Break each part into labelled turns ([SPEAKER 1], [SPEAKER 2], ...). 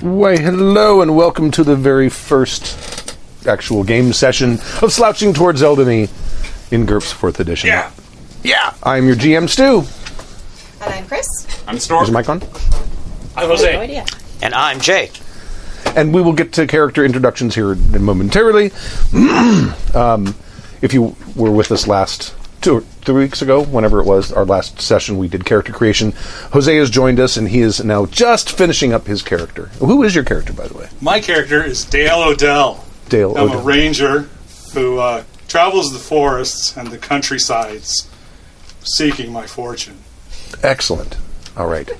[SPEAKER 1] Why, hello, and welcome to the very first actual game session of Slouching Towards Eldeny in GURPS 4th Edition.
[SPEAKER 2] Yeah.
[SPEAKER 1] Yeah! I'm your GM, Stu.
[SPEAKER 3] And I'm Chris.
[SPEAKER 2] I'm
[SPEAKER 1] Is
[SPEAKER 2] Storm.
[SPEAKER 1] your mic on?
[SPEAKER 2] I'm
[SPEAKER 3] No
[SPEAKER 2] Jose.
[SPEAKER 3] idea.
[SPEAKER 4] And I'm Jay.
[SPEAKER 1] and we will get to character introductions here momentarily. um, if you were with us last two or three weeks ago, whenever it was, our last session, we did character creation. Jose has joined us, and he is now just finishing up his character. Who is your character, by the way?
[SPEAKER 5] My character is Dale Odell.
[SPEAKER 1] Dale
[SPEAKER 5] I'm
[SPEAKER 1] Odell.
[SPEAKER 5] a ranger who uh, travels the forests and the countrysides seeking my fortune.
[SPEAKER 1] Excellent. All right.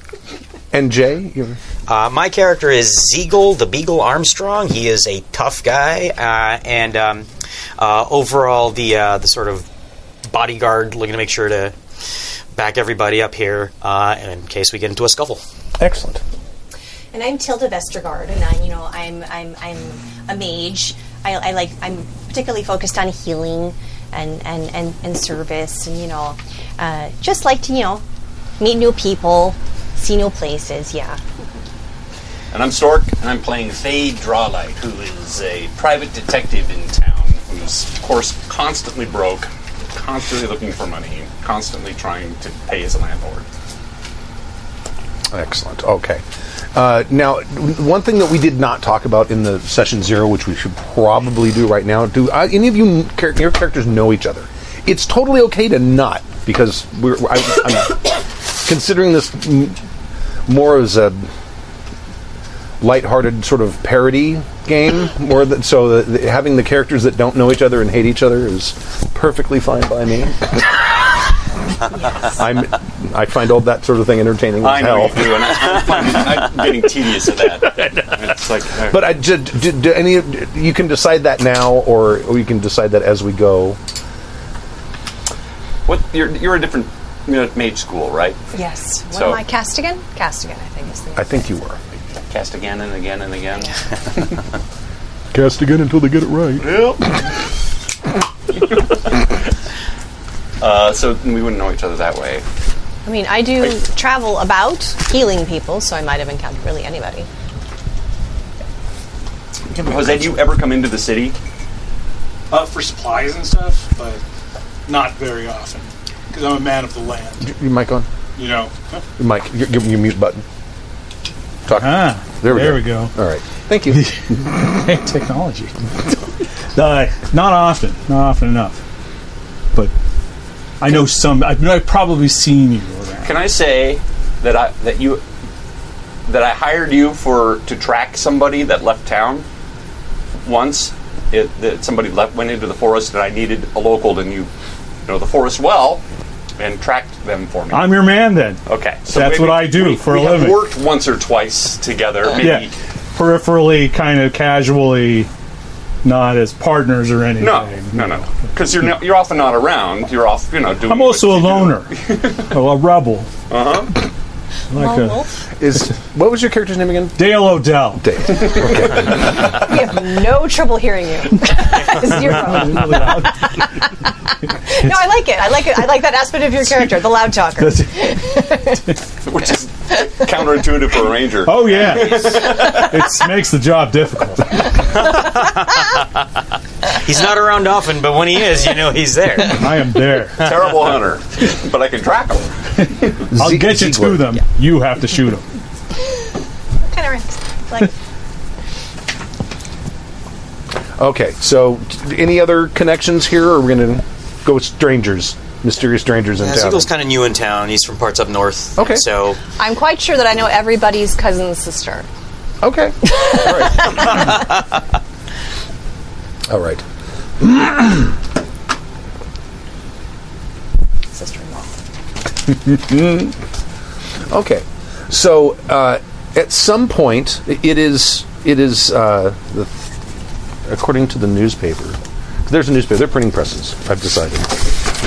[SPEAKER 1] And Jay, you're
[SPEAKER 4] Uh, my character is Zeagle the Beagle Armstrong. He is a tough guy, uh, and um, uh, overall the uh, the sort of bodyguard looking to make sure to back everybody up here uh, in case we get into a scuffle.
[SPEAKER 1] excellent.
[SPEAKER 3] And I'm Tilda Vestergaard, and I'm, you know, I'm, I'm, I'm a mage. I, I like, I'm particularly focused on healing and, and, and, and service, and you know, uh, just like to, you know, meet new people, see new places. Yeah.
[SPEAKER 2] And I'm Stork.
[SPEAKER 6] and I'm playing Thade Drawlight, who is a private detective in town, who's, of course, constantly broke, constantly looking for money, constantly trying to pay his landlord.
[SPEAKER 1] Excellent. Okay. Uh, now, w- one thing that we did not talk about in the session zero, which we should probably do right now, do uh, any of you n- char- your characters know each other? It's totally okay to not, because we're I, I'm considering this m- more as a lighthearted sort of parody game, more that so that that having the characters that don't know each other and hate each other is perfectly fine by me. I'm, I find all that sort of thing entertaining as
[SPEAKER 6] I know
[SPEAKER 1] hell.
[SPEAKER 6] you do, and I, am finding, I'm getting tedious of that. It's like, uh,
[SPEAKER 1] But I did, did, did any of- you can decide that now, or you can decide that as we go.
[SPEAKER 6] what? You're, you're a different you know, mage school, right?
[SPEAKER 3] Yes. What
[SPEAKER 6] So-
[SPEAKER 3] am I? Castigan? Castigan, I think is the.
[SPEAKER 1] I think you were.
[SPEAKER 6] Cast again and again and again.
[SPEAKER 1] Cast again until they get it right.
[SPEAKER 6] Uh, so we wouldn't know each other that way.
[SPEAKER 3] I mean, I do travel about healing people, so I might have encountered really anybody.
[SPEAKER 6] Jose, do you ever come into the city?
[SPEAKER 5] Uh, for supplies and stuff, but not very often. Because I'm a man of the land,
[SPEAKER 1] Your mic on.
[SPEAKER 5] you know.
[SPEAKER 1] Your mic. Your, your, your mute button. Talk.
[SPEAKER 7] Ah,
[SPEAKER 1] There we go.
[SPEAKER 7] we go.
[SPEAKER 1] All right. Thank you.
[SPEAKER 7] Hey, technology. Uh, not often, not often enough. But I know some. I've, I've probably seen you around.
[SPEAKER 6] Can I say that I that you that I hired you for to track somebody that left town once? It, that somebody left went into the forest and I needed a local and you know the forest well and tracked them for me.
[SPEAKER 7] I'm your man then.
[SPEAKER 6] okay,
[SPEAKER 7] That's what I do
[SPEAKER 6] we-
[SPEAKER 7] for
[SPEAKER 6] we
[SPEAKER 7] a
[SPEAKER 6] have
[SPEAKER 7] living.
[SPEAKER 6] Worked once or twice together, maybe.
[SPEAKER 7] Yeah, peripherally, kind of casually, not as partners or anything.
[SPEAKER 6] No, no, no, because you're no, you're often not around. You're off, you know. Doing
[SPEAKER 7] I'm also
[SPEAKER 6] what
[SPEAKER 7] a
[SPEAKER 6] you do.
[SPEAKER 7] loner, oh, a rebel. Uh huh. Like
[SPEAKER 3] Lone
[SPEAKER 7] a
[SPEAKER 3] wolf?
[SPEAKER 1] Is what was your character's name again?
[SPEAKER 7] Dale Odell.
[SPEAKER 1] Dave.
[SPEAKER 3] We have no trouble hearing you. Zero.
[SPEAKER 7] Really loud.
[SPEAKER 3] No, I like it. I like it. I like that aspect of your character, the loud talker.
[SPEAKER 7] That's-
[SPEAKER 6] which is counterintuitive for a ranger.
[SPEAKER 7] oh yeah, it makes the job difficult.
[SPEAKER 4] He's not around often, but when he is, you know he's there.
[SPEAKER 7] I am there.
[SPEAKER 6] Terrible hunter, but I can track him.
[SPEAKER 7] I'll
[SPEAKER 1] Ze-
[SPEAKER 7] get you
[SPEAKER 1] Ziegler.
[SPEAKER 7] to them. You have to shoot them.
[SPEAKER 3] kind of rhymes. Like,
[SPEAKER 1] Okay. So, t- any other connections here, or we're gonna go with strangers, mysterious strangers in
[SPEAKER 4] Uh,
[SPEAKER 1] town?
[SPEAKER 4] Zeagle's kind of new in town. He's from parts up north.
[SPEAKER 1] Okay.
[SPEAKER 4] So
[SPEAKER 3] I'm quite sure that I know everybody's cousin's sister.
[SPEAKER 1] Okay. All right. All right.
[SPEAKER 3] Sister-in-law.
[SPEAKER 1] Okay, so uh, at some point, it is it is uh, the, according to the newspaper. There's a newspaper. They're printing presses. I've decided.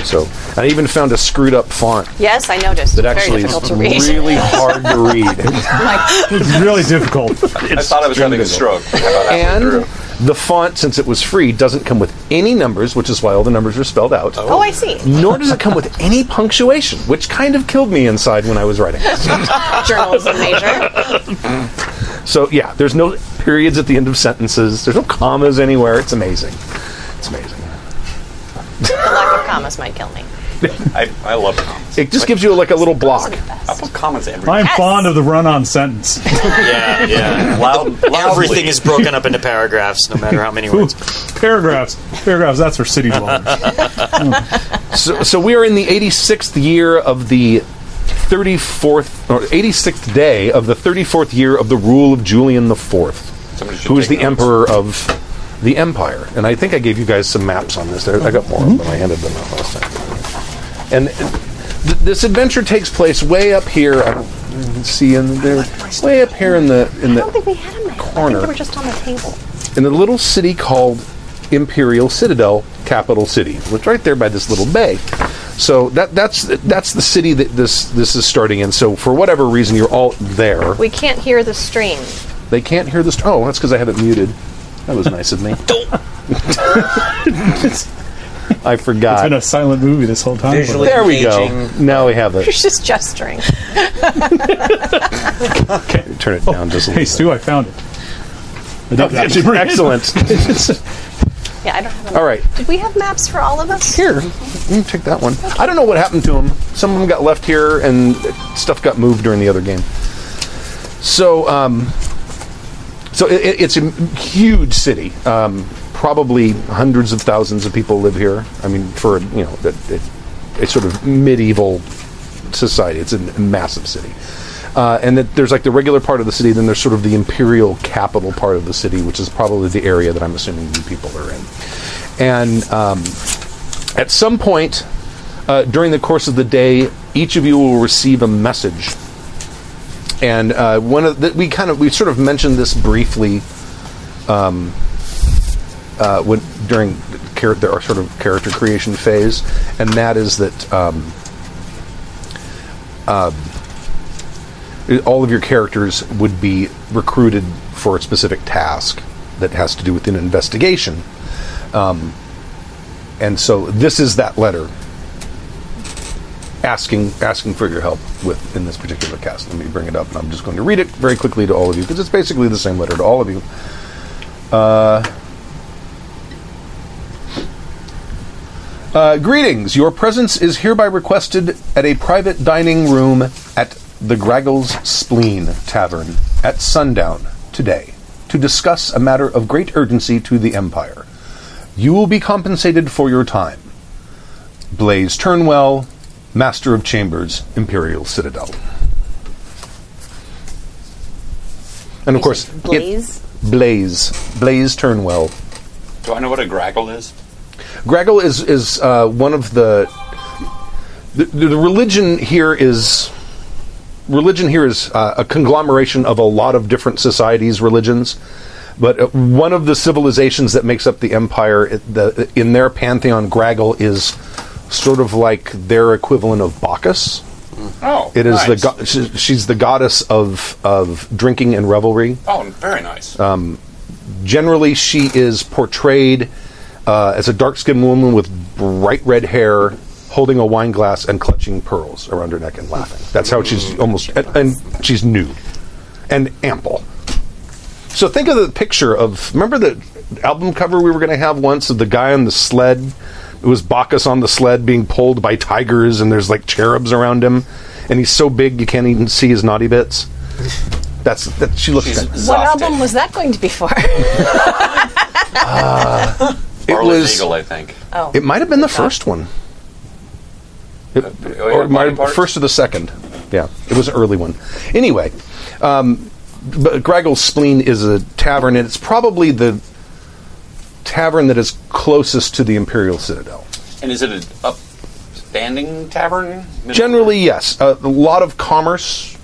[SPEAKER 1] So I even found a screwed up font
[SPEAKER 3] Yes, I noticed.
[SPEAKER 1] that
[SPEAKER 3] Very
[SPEAKER 1] actually
[SPEAKER 3] difficult
[SPEAKER 1] is
[SPEAKER 3] to read.
[SPEAKER 1] really hard to read.
[SPEAKER 7] It's really difficult.
[SPEAKER 6] I thought I was having a
[SPEAKER 1] difficult.
[SPEAKER 6] stroke. How about halfway
[SPEAKER 1] and
[SPEAKER 6] through?
[SPEAKER 1] the font, since it was free, doesn't come with any numbers, which is why all the numbers are spelled out.
[SPEAKER 3] oh, I see.
[SPEAKER 1] Nor does it come with any punctuation, which kind of killed me inside when I was writing.
[SPEAKER 3] Journalism major.
[SPEAKER 1] So yeah, there's no periods at the end of sentences. There's no commas anywhere. It's amazing. It's amazing.
[SPEAKER 3] The lack of commas might kill me.
[SPEAKER 6] I, I love comments.
[SPEAKER 1] It just gives you like a little
[SPEAKER 3] Those are
[SPEAKER 1] block.
[SPEAKER 3] the best.
[SPEAKER 6] I put comments every
[SPEAKER 7] I'm
[SPEAKER 3] Yes.
[SPEAKER 7] fond of the run-on sentence.
[SPEAKER 4] Yeah, yeah.
[SPEAKER 6] loud.
[SPEAKER 4] Everything
[SPEAKER 6] loudly.
[SPEAKER 4] is broken up into paragraphs, no matter how many words.
[SPEAKER 7] paragraphs, paragraphs. That's for city dwellers.
[SPEAKER 1] So, so we are in the 86th year of the 34th or 86th day of the 34th year of the rule of Julian the Fourth,
[SPEAKER 6] Somebody should
[SPEAKER 1] who is the
[SPEAKER 6] take notes.
[SPEAKER 1] emperor of the empire. And I think I gave you guys some maps on this. There, I got more of them. I handed them out last time. And th- this adventure takes place way up here. I don't see in there, way up here in the in
[SPEAKER 3] I
[SPEAKER 1] the
[SPEAKER 3] don't think we had them. there. I think
[SPEAKER 1] Corner.
[SPEAKER 3] they were just on the table.
[SPEAKER 1] in a little city called Imperial Citadel, capital city, which right there by this little bay. So that that's that's the city that this this is starting in. So for whatever reason, you're all there.
[SPEAKER 3] We can't hear the stream.
[SPEAKER 1] They can't hear this. Oh, that's because I have it muted. That was nice of me. I
[SPEAKER 7] It's
[SPEAKER 1] forgot.
[SPEAKER 7] been a silent movie this whole time.
[SPEAKER 4] Visually-
[SPEAKER 1] there we go.
[SPEAKER 4] engaging.
[SPEAKER 1] Now we have it.
[SPEAKER 3] She's just gesturing.
[SPEAKER 1] Turn it down just a
[SPEAKER 7] Hey,
[SPEAKER 1] little
[SPEAKER 7] Stu, I found it. I did
[SPEAKER 1] bit.
[SPEAKER 7] actually bring it.
[SPEAKER 1] Excellent.
[SPEAKER 3] Yeah, I don't have. A
[SPEAKER 1] All right.
[SPEAKER 3] Did we have maps for all of us?
[SPEAKER 1] Here, you take that one. I don't know what happened to them. Some of them got left here, and stuff got moved during the other game. So, um, so it, it- it's a huge city. Um, probably hundreds of thousands of people live here. I mean, for you know, it, it, it's sort of medieval society. It's a massive city. Uh, and that there's like the regular part of the city, then there's sort of the imperial capital part of the city, which is probably the area that I'm assuming you people are in. And um, at some point uh, during the course of the day, each of you will receive a message. And uh, one of the, we kind of we sort of mentioned this briefly um, uh, when, during character our sort of character creation phase, and that is that um, all of your characters would be recruited for a specific task that has to do with an investigation. Um, and so this is that letter asking asking for your help with in this particular cast. Let me bring it up, and I'm just going to read it very quickly to all of you because it's basically the same letter to all of you. Uh, greetings. Your presence is hereby requested at a private dining room at the Graggles Spleen Tavern at sundown today to discuss a matter of great urgency to the Empire. You will be compensated for your time. Blaze Turnwell, Master of Chambers, Imperial Citadel. And of course, it-
[SPEAKER 3] Blaze?
[SPEAKER 1] Blaze, Blaze Turnwell,
[SPEAKER 6] Do I know what a graggle is?
[SPEAKER 1] Gregel is is uh, one of the, the the religion here is religion here is uh, a conglomeration of a lot of different societies religions but uh, one of the civilizations that makes up the empire it- the, in their pantheon Graggle is sort of like their equivalent of Bacchus
[SPEAKER 6] Oh,
[SPEAKER 1] it is the
[SPEAKER 6] nice.
[SPEAKER 1] go- she- she's the goddess of of drinking and revelry
[SPEAKER 6] Oh, very nice.
[SPEAKER 1] generally she is portrayed uh, as a dark-skinned woman with bright red hair holding a wine glass and clutching pearls around her neck and laughing that's how she's almost and, and she's nude and ample so think of the picture of remember the album cover we were going to have once of the guy on the sled it was bacchus on the sled being pulled by tigers and there's like cherubs around him and he's so big you can't even see his naughty bits that's that she looks
[SPEAKER 6] She's
[SPEAKER 1] like
[SPEAKER 3] What
[SPEAKER 6] zofted.
[SPEAKER 3] album was that going to be for?
[SPEAKER 1] it
[SPEAKER 6] Barley
[SPEAKER 1] was
[SPEAKER 6] Eagle, I think.
[SPEAKER 3] oh,
[SPEAKER 1] It might have been the first one. It-
[SPEAKER 6] oh, yeah,
[SPEAKER 1] or it might
[SPEAKER 6] body
[SPEAKER 1] have,
[SPEAKER 6] parts?
[SPEAKER 1] first or the second. Yeah, it was an early one. Anyway, um, but Graggle's Spleen is a tavern, and it's probably the tavern that is closest to the Imperial Citadel.
[SPEAKER 6] And is it an upstanding tavern?
[SPEAKER 1] Generally, yes. Uh, A a lot of commerce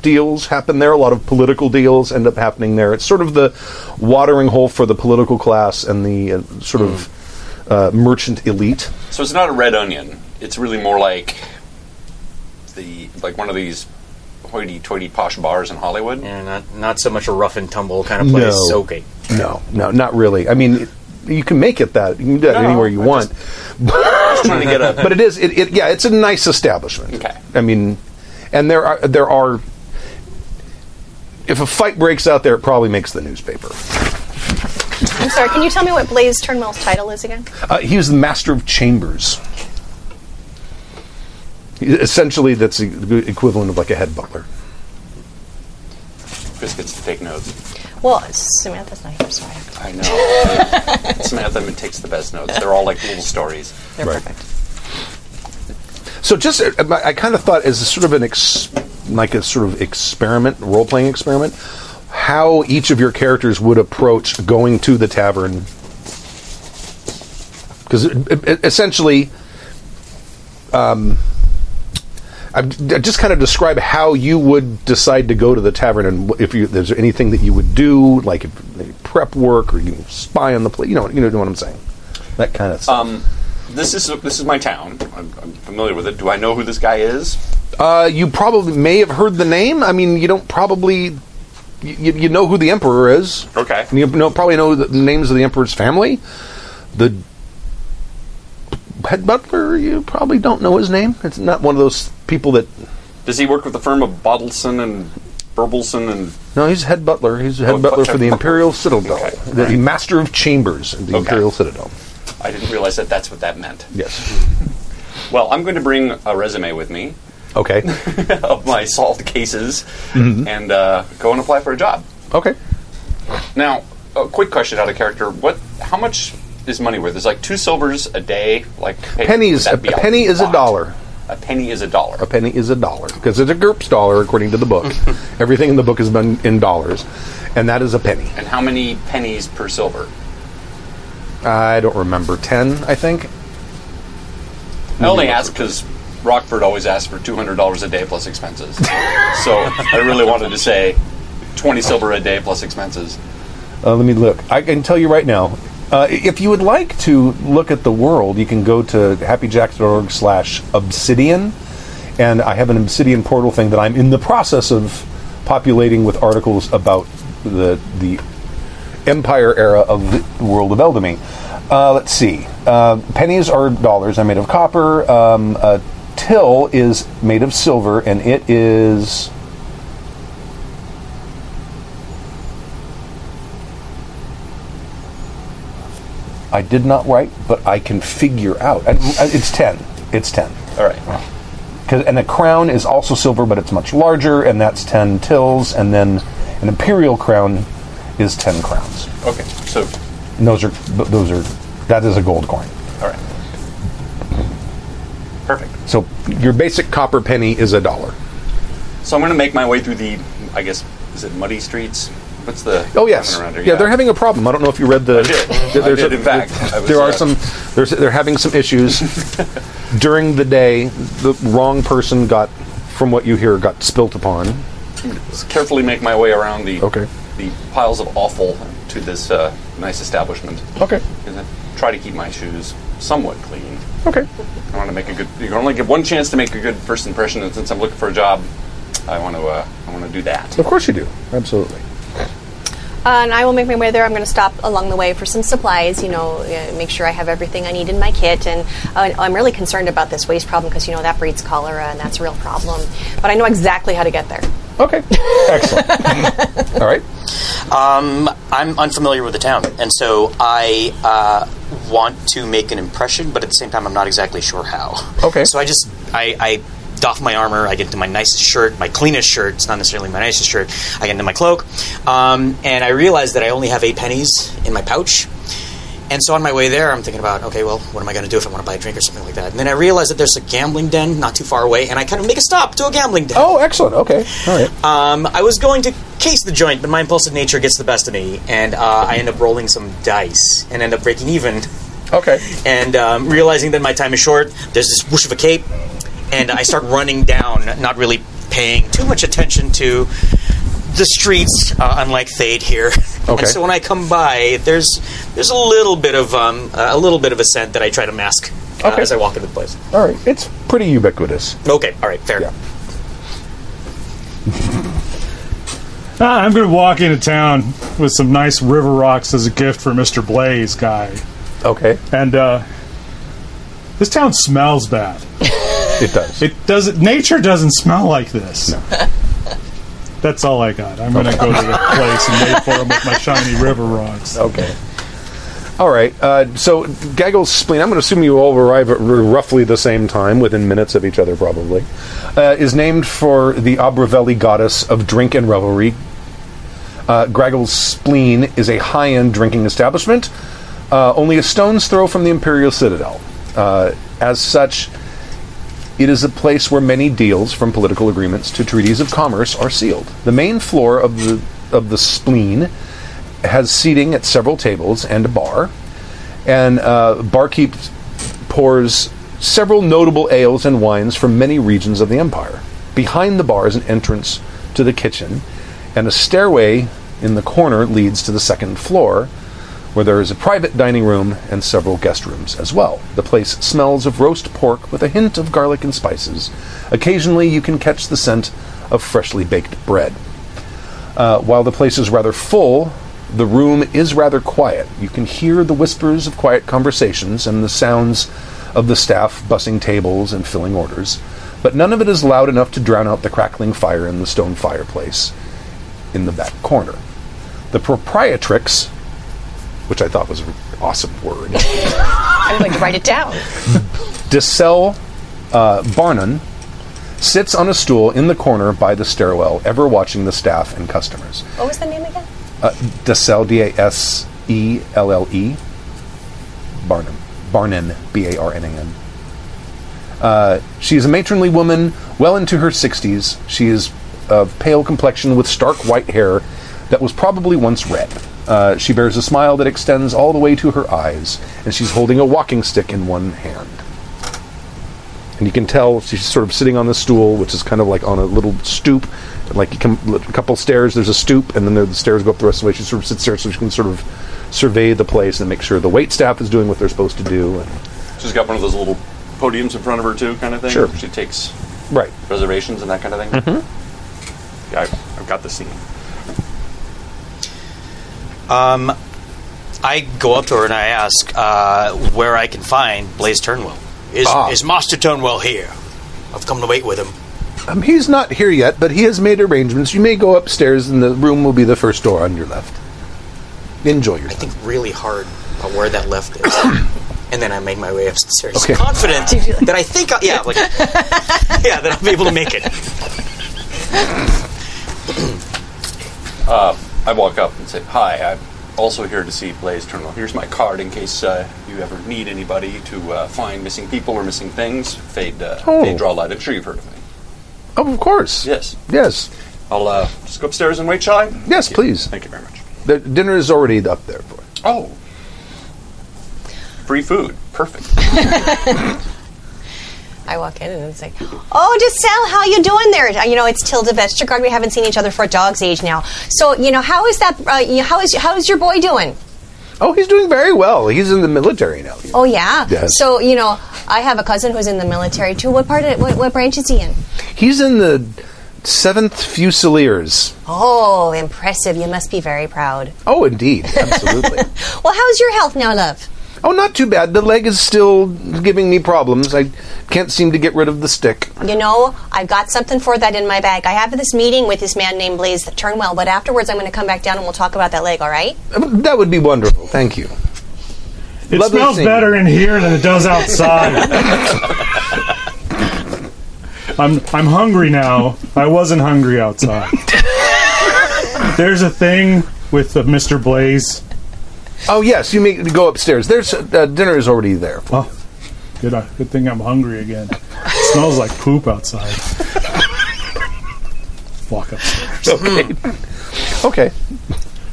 [SPEAKER 1] deals happen there. A lot of political deals end up happening there. It's sort of the watering hole for the political class and the uh, sort of uh, merchant elite.
[SPEAKER 6] So it's not a red onion. It's really more like the like one of these hoity-toity posh bars in Hollywood.
[SPEAKER 4] Yeah, not not so much a rough and tumble kind of place.
[SPEAKER 1] No.
[SPEAKER 4] Okay.
[SPEAKER 1] No, no, not really. I mean, you can make it that. You can do that
[SPEAKER 6] No,
[SPEAKER 1] anywhere you
[SPEAKER 6] I
[SPEAKER 1] want.
[SPEAKER 6] Just trying to get a.
[SPEAKER 1] but it is, it, it, yeah, it's a nice establishment.
[SPEAKER 6] Okay.
[SPEAKER 1] I mean, and there are there are if a fight breaks out there, it probably makes the newspaper.
[SPEAKER 3] I'm sorry. Can you tell me what Blaze Turnwell's title is again?
[SPEAKER 1] Uh, he was the master of chambers. Essentially, that's the equivalent of like a head butler.
[SPEAKER 6] Chris gets to take notes.
[SPEAKER 3] Well, Samantha's not here, so I don't.
[SPEAKER 6] I know. Samantha takes the best notes. They're all like little stories.
[SPEAKER 3] They're
[SPEAKER 1] Right.
[SPEAKER 3] perfect.
[SPEAKER 1] So just uh, I, I kind of thought as a sort of an ex, like a sort of experiment, role playing experiment, how each of your characters would approach going to the tavern. Because essentially, um, I just kind of describe how you would decide to go to the tavern, and wh- if you, there's anything that you would do, like if, like prep work or you spy on the place. You know, you know what I'm saying. That kind of stuff.
[SPEAKER 6] This is this is my town. I'm, I'm familiar with it. Do I know who this guy is?
[SPEAKER 1] Uh, you probably may have heard the name. I mean, you don't probably. You, you know who the emperor is.
[SPEAKER 6] Okay.
[SPEAKER 1] And you know, probably know the names of the emperor's family. The head butler, you probably don't know his name. It's not one of those people that.
[SPEAKER 6] Does he work with the firm of Bottleson and Burbleson and?
[SPEAKER 1] No, he's head butler. He's head
[SPEAKER 6] Oh,
[SPEAKER 1] butler
[SPEAKER 6] fuck.
[SPEAKER 1] for the Imperial Citadel,
[SPEAKER 6] Okay.
[SPEAKER 1] the master of chambers in the
[SPEAKER 6] Okay.
[SPEAKER 1] Imperial Citadel.
[SPEAKER 6] I didn't realize that that's what that meant.
[SPEAKER 1] Yes.
[SPEAKER 6] Well, I'm going to bring a resume with me
[SPEAKER 1] Okay.
[SPEAKER 6] of my solved cases
[SPEAKER 1] Mm-hmm.
[SPEAKER 6] and uh, go and apply for a job.
[SPEAKER 1] okay.
[SPEAKER 6] Now, a quick question out of character: What? How much is money worth? Is like two silvers a day? Like hey,
[SPEAKER 1] Pennies.
[SPEAKER 6] would
[SPEAKER 1] A,
[SPEAKER 6] that be
[SPEAKER 1] a penny is a
[SPEAKER 6] lot?
[SPEAKER 1] dollar.
[SPEAKER 6] A penny is a dollar.
[SPEAKER 1] a penny is a dollar because it's a GURPS dollar according to the book. Everything in the book has been in dollars, and that is a penny.
[SPEAKER 6] And how many pennies per silver?
[SPEAKER 1] I don't remember ten. I think.
[SPEAKER 6] I only ask because Rockford always asks for two hundred dollars a day plus expenses. so I really wanted to say twenty silver a day plus expenses.
[SPEAKER 1] Uh, let me look. I can tell you right now. Uh, if you would like to look at the world, you can go to happyjacks.org slash obsidian. And I have an obsidian portal thing that I'm in the process of populating with articles about the the empire era of the world of Eldamy. Uh, let's see. Uh, pennies are dollars. I'm made of copper. Um, a till is made of silver, and it is. I did not write, but I can figure out. I- I- It's 10. It's 10.
[SPEAKER 6] All right.
[SPEAKER 1] 'Cause- and a crown is also silver, but it's much larger, and that's 10 tills. And then an imperial crown is 10 crowns.
[SPEAKER 6] Okay. So,
[SPEAKER 1] And those are, th- those are, that is a gold coin.
[SPEAKER 6] all right. Perfect.
[SPEAKER 1] So your basic copper penny is a dollar.
[SPEAKER 6] So I'm going to make my way through the, I guess, is it muddy streets? What's the?
[SPEAKER 1] Oh yes,
[SPEAKER 6] around here?
[SPEAKER 1] yeah, they're having a problem. I don't know if you read the.
[SPEAKER 6] I did.
[SPEAKER 1] there-
[SPEAKER 6] I did, in fact. I was,
[SPEAKER 1] there are
[SPEAKER 6] uh,
[SPEAKER 1] some. There's, they're having some issues during the day. The wrong person got, from what you hear, got spilt upon.
[SPEAKER 6] Just carefully make my way around the
[SPEAKER 1] Okay.
[SPEAKER 6] the piles of offal to this uh, nice establishment.
[SPEAKER 1] Okay.
[SPEAKER 6] And then try to keep my shoes somewhat clean.
[SPEAKER 1] Okay.
[SPEAKER 6] I want to make a good. You can only get one chance to make a good first impression, and since I'm looking for a job, I want to. Uh, I want to do that.
[SPEAKER 1] Of course you do. Absolutely.
[SPEAKER 3] Uh, and I will make my way there. I'm going to stop along the way for some supplies. You know, uh, make sure I have everything I need in my kit. And uh, I'm really concerned about this waste problem because you know that breeds cholera and that's a real problem. But I know exactly how to get there.
[SPEAKER 1] Okay. Excellent. All right.
[SPEAKER 4] I'm unfamiliar with the town, and so I uh, want to make an impression, but at the same time, I'm not exactly sure how.
[SPEAKER 1] Okay.
[SPEAKER 4] So I just I, I doff my armor. I get into my nicest shirt, my cleanest shirt. It's not necessarily my nicest shirt. I get into my cloak, um, and I realize that I only have eight pennies in my pouch. And so on my way there, I'm thinking about, okay, well, what am I going to do if I want to buy a drink or something like that? And then I realize that there's a gambling den not too far away, and I kind of make a stop to a gambling den.
[SPEAKER 1] Oh, excellent. Okay. All right.
[SPEAKER 4] Um, I was going to case the joint, but my impulsive nature gets the best of me, and uh, I end up rolling some dice and end up breaking even.
[SPEAKER 1] Okay.
[SPEAKER 4] And um, realizing that my time is short, there's this whoosh of a cape, and I start running down, not really paying too much attention to the streets, uh, unlike Thade here.
[SPEAKER 1] Okay.
[SPEAKER 4] And so when I come by, there's there's a little bit of um, a little bit of a scent that I try to mask uh,
[SPEAKER 1] Okay.
[SPEAKER 4] as I walk into the place.
[SPEAKER 1] All right. It's pretty ubiquitous.
[SPEAKER 4] Okay, all right, fair.
[SPEAKER 1] Yeah.
[SPEAKER 7] Ah, I'm going to walk into town with some nice river rocks as a gift for Mr. Blaze guy.
[SPEAKER 1] Okay.
[SPEAKER 7] And uh, this town smells bad.
[SPEAKER 1] It does.
[SPEAKER 7] It doesn't. Nature doesn't smell like this. That's all I got. I'm going to go to the place and wait for him with my shiny river rocks.
[SPEAKER 1] Okay. All right. Uh, so Gaggle's spleen. I'm going to assume you all arrive at r- roughly the same time, within minutes of each other, probably. Uh, is named for the Abravelli goddess of drink and revelry. Uh, Gaggle's spleen is a high-end drinking establishment, uh, only a stone's throw from the Imperial Citadel. Uh, as such, it is a place where many deals, from political agreements to treaties of commerce, are sealed. The main floor of the of the spleen has seating at several tables and a bar, and uh, barkeep pours several notable ales and wines from many regions of the empire. Behind the bar is an entrance to the kitchen, and a stairway in the corner leads to the second floor, where there is a private dining room and several guest rooms as well. The place smells of roast pork with a hint of garlic and spices. Occasionally, you can catch the scent of freshly baked bread. Uh, while the place is rather full, the room is rather quiet. You can hear the whispers of quiet conversations and the sounds of the staff bussing tables and filling orders, but none of it is loud enough to drown out the crackling fire in the stone fireplace in the back corner. The proprietrix, which I thought was an awesome word,
[SPEAKER 3] I'm going to write it down.
[SPEAKER 1] Dicel uh, Barnon sits on a stool in the corner by the stairwell, ever watching the staff and customers.
[SPEAKER 3] What was the name again?
[SPEAKER 1] Dasell, D A S E L L E. Barnum. Barnin, B A R N A N. Uh, she is a matronly woman, well into her 60s. She is of pale complexion with stark white hair that was probably once red. Uh, she bears a smile that extends all the way to her eyes, and she's holding a walking stick in one hand. And you can tell she's sort of sitting on the stool, which is kind of like on a little stoop. Like you come a couple stairs, there's a stoop, and then there, the stairs go up the rest of the way. She sort of sits there so she can sort of survey the place and make sure the wait staff is doing what they're supposed to do. And,
[SPEAKER 6] She's got one of those little podiums in front of her too, kind of thing.
[SPEAKER 1] Sure.
[SPEAKER 6] She takes
[SPEAKER 1] right.
[SPEAKER 6] reservations and that kind of thing. Mm-hmm. Yeah, I've, I've got the scene.
[SPEAKER 4] I go up to her and I ask uh, where I can find Blaze Turnwell. Is,
[SPEAKER 1] Ah.
[SPEAKER 4] is Master Turnwell here? I've come to wait with him.
[SPEAKER 1] Um, he's not here yet, but he has made arrangements. You may go upstairs, and the room will be the first door on your left. Enjoy your
[SPEAKER 4] I think really hard about where that left is. and then I made my way upstairs.
[SPEAKER 1] Okay.
[SPEAKER 4] Confident that I think, I, yeah, like, yeah, that I'll be able to make it.
[SPEAKER 6] I walk up and say, "Hi, I'm also here to see Blaze Turnwell. Here's my card in case uh, you ever need anybody to uh, find missing people or missing things. Fade, uh,
[SPEAKER 1] Oh.
[SPEAKER 6] fade, draw light. I'm sure you've heard of me.
[SPEAKER 1] Oh, of course.
[SPEAKER 6] Yes.
[SPEAKER 1] Yes.
[SPEAKER 6] I'll uh, just go upstairs and wait, shall I?
[SPEAKER 1] Yes,
[SPEAKER 6] Thank you.
[SPEAKER 1] please.
[SPEAKER 6] Thank you very much.
[SPEAKER 1] The dinner is already up there for you.
[SPEAKER 6] Oh, free food. Perfect.
[SPEAKER 3] I walk in and it's like, "Oh, Giselle, how you doing there? Uh, You know, it's Tilda Vestergaard. We haven't seen each other for a dog's age now. So, you know, how is that? Uh, you know, how is how is your boy doing?
[SPEAKER 1] Oh, he's doing very well. He's in the military now.
[SPEAKER 3] Oh yeah.
[SPEAKER 1] Yes.
[SPEAKER 3] So, you know, I have a cousin who's in the military too. What part? Of, what, what branch is he in?
[SPEAKER 1] He's in the 7th Fusiliers.
[SPEAKER 3] Oh, impressive. You must be very proud.
[SPEAKER 1] Oh, indeed. Absolutely.
[SPEAKER 3] Well, how's your health now, love?
[SPEAKER 1] oh, not too bad. The leg is still giving me problems. I can't seem to get rid of the stick.
[SPEAKER 3] You know, I've got something for that in my bag. I have this meeting with this man named Blaze Turnwell, but afterwards I'm going to come back down and we'll talk about that leg. All right?
[SPEAKER 1] That would be wonderful. Thank you.
[SPEAKER 7] It
[SPEAKER 1] Lovely
[SPEAKER 7] smells
[SPEAKER 1] scene.
[SPEAKER 7] better in here than it does outside. I'm I'm hungry now. I wasn't hungry outside. There's a thing with the Mr. Blaze.
[SPEAKER 1] Oh, yes. You may go upstairs. There's uh, dinner is already there. For
[SPEAKER 7] Oh, good uh, good thing I'm hungry again. It smells like poop outside. Walk upstairs.
[SPEAKER 1] Okay.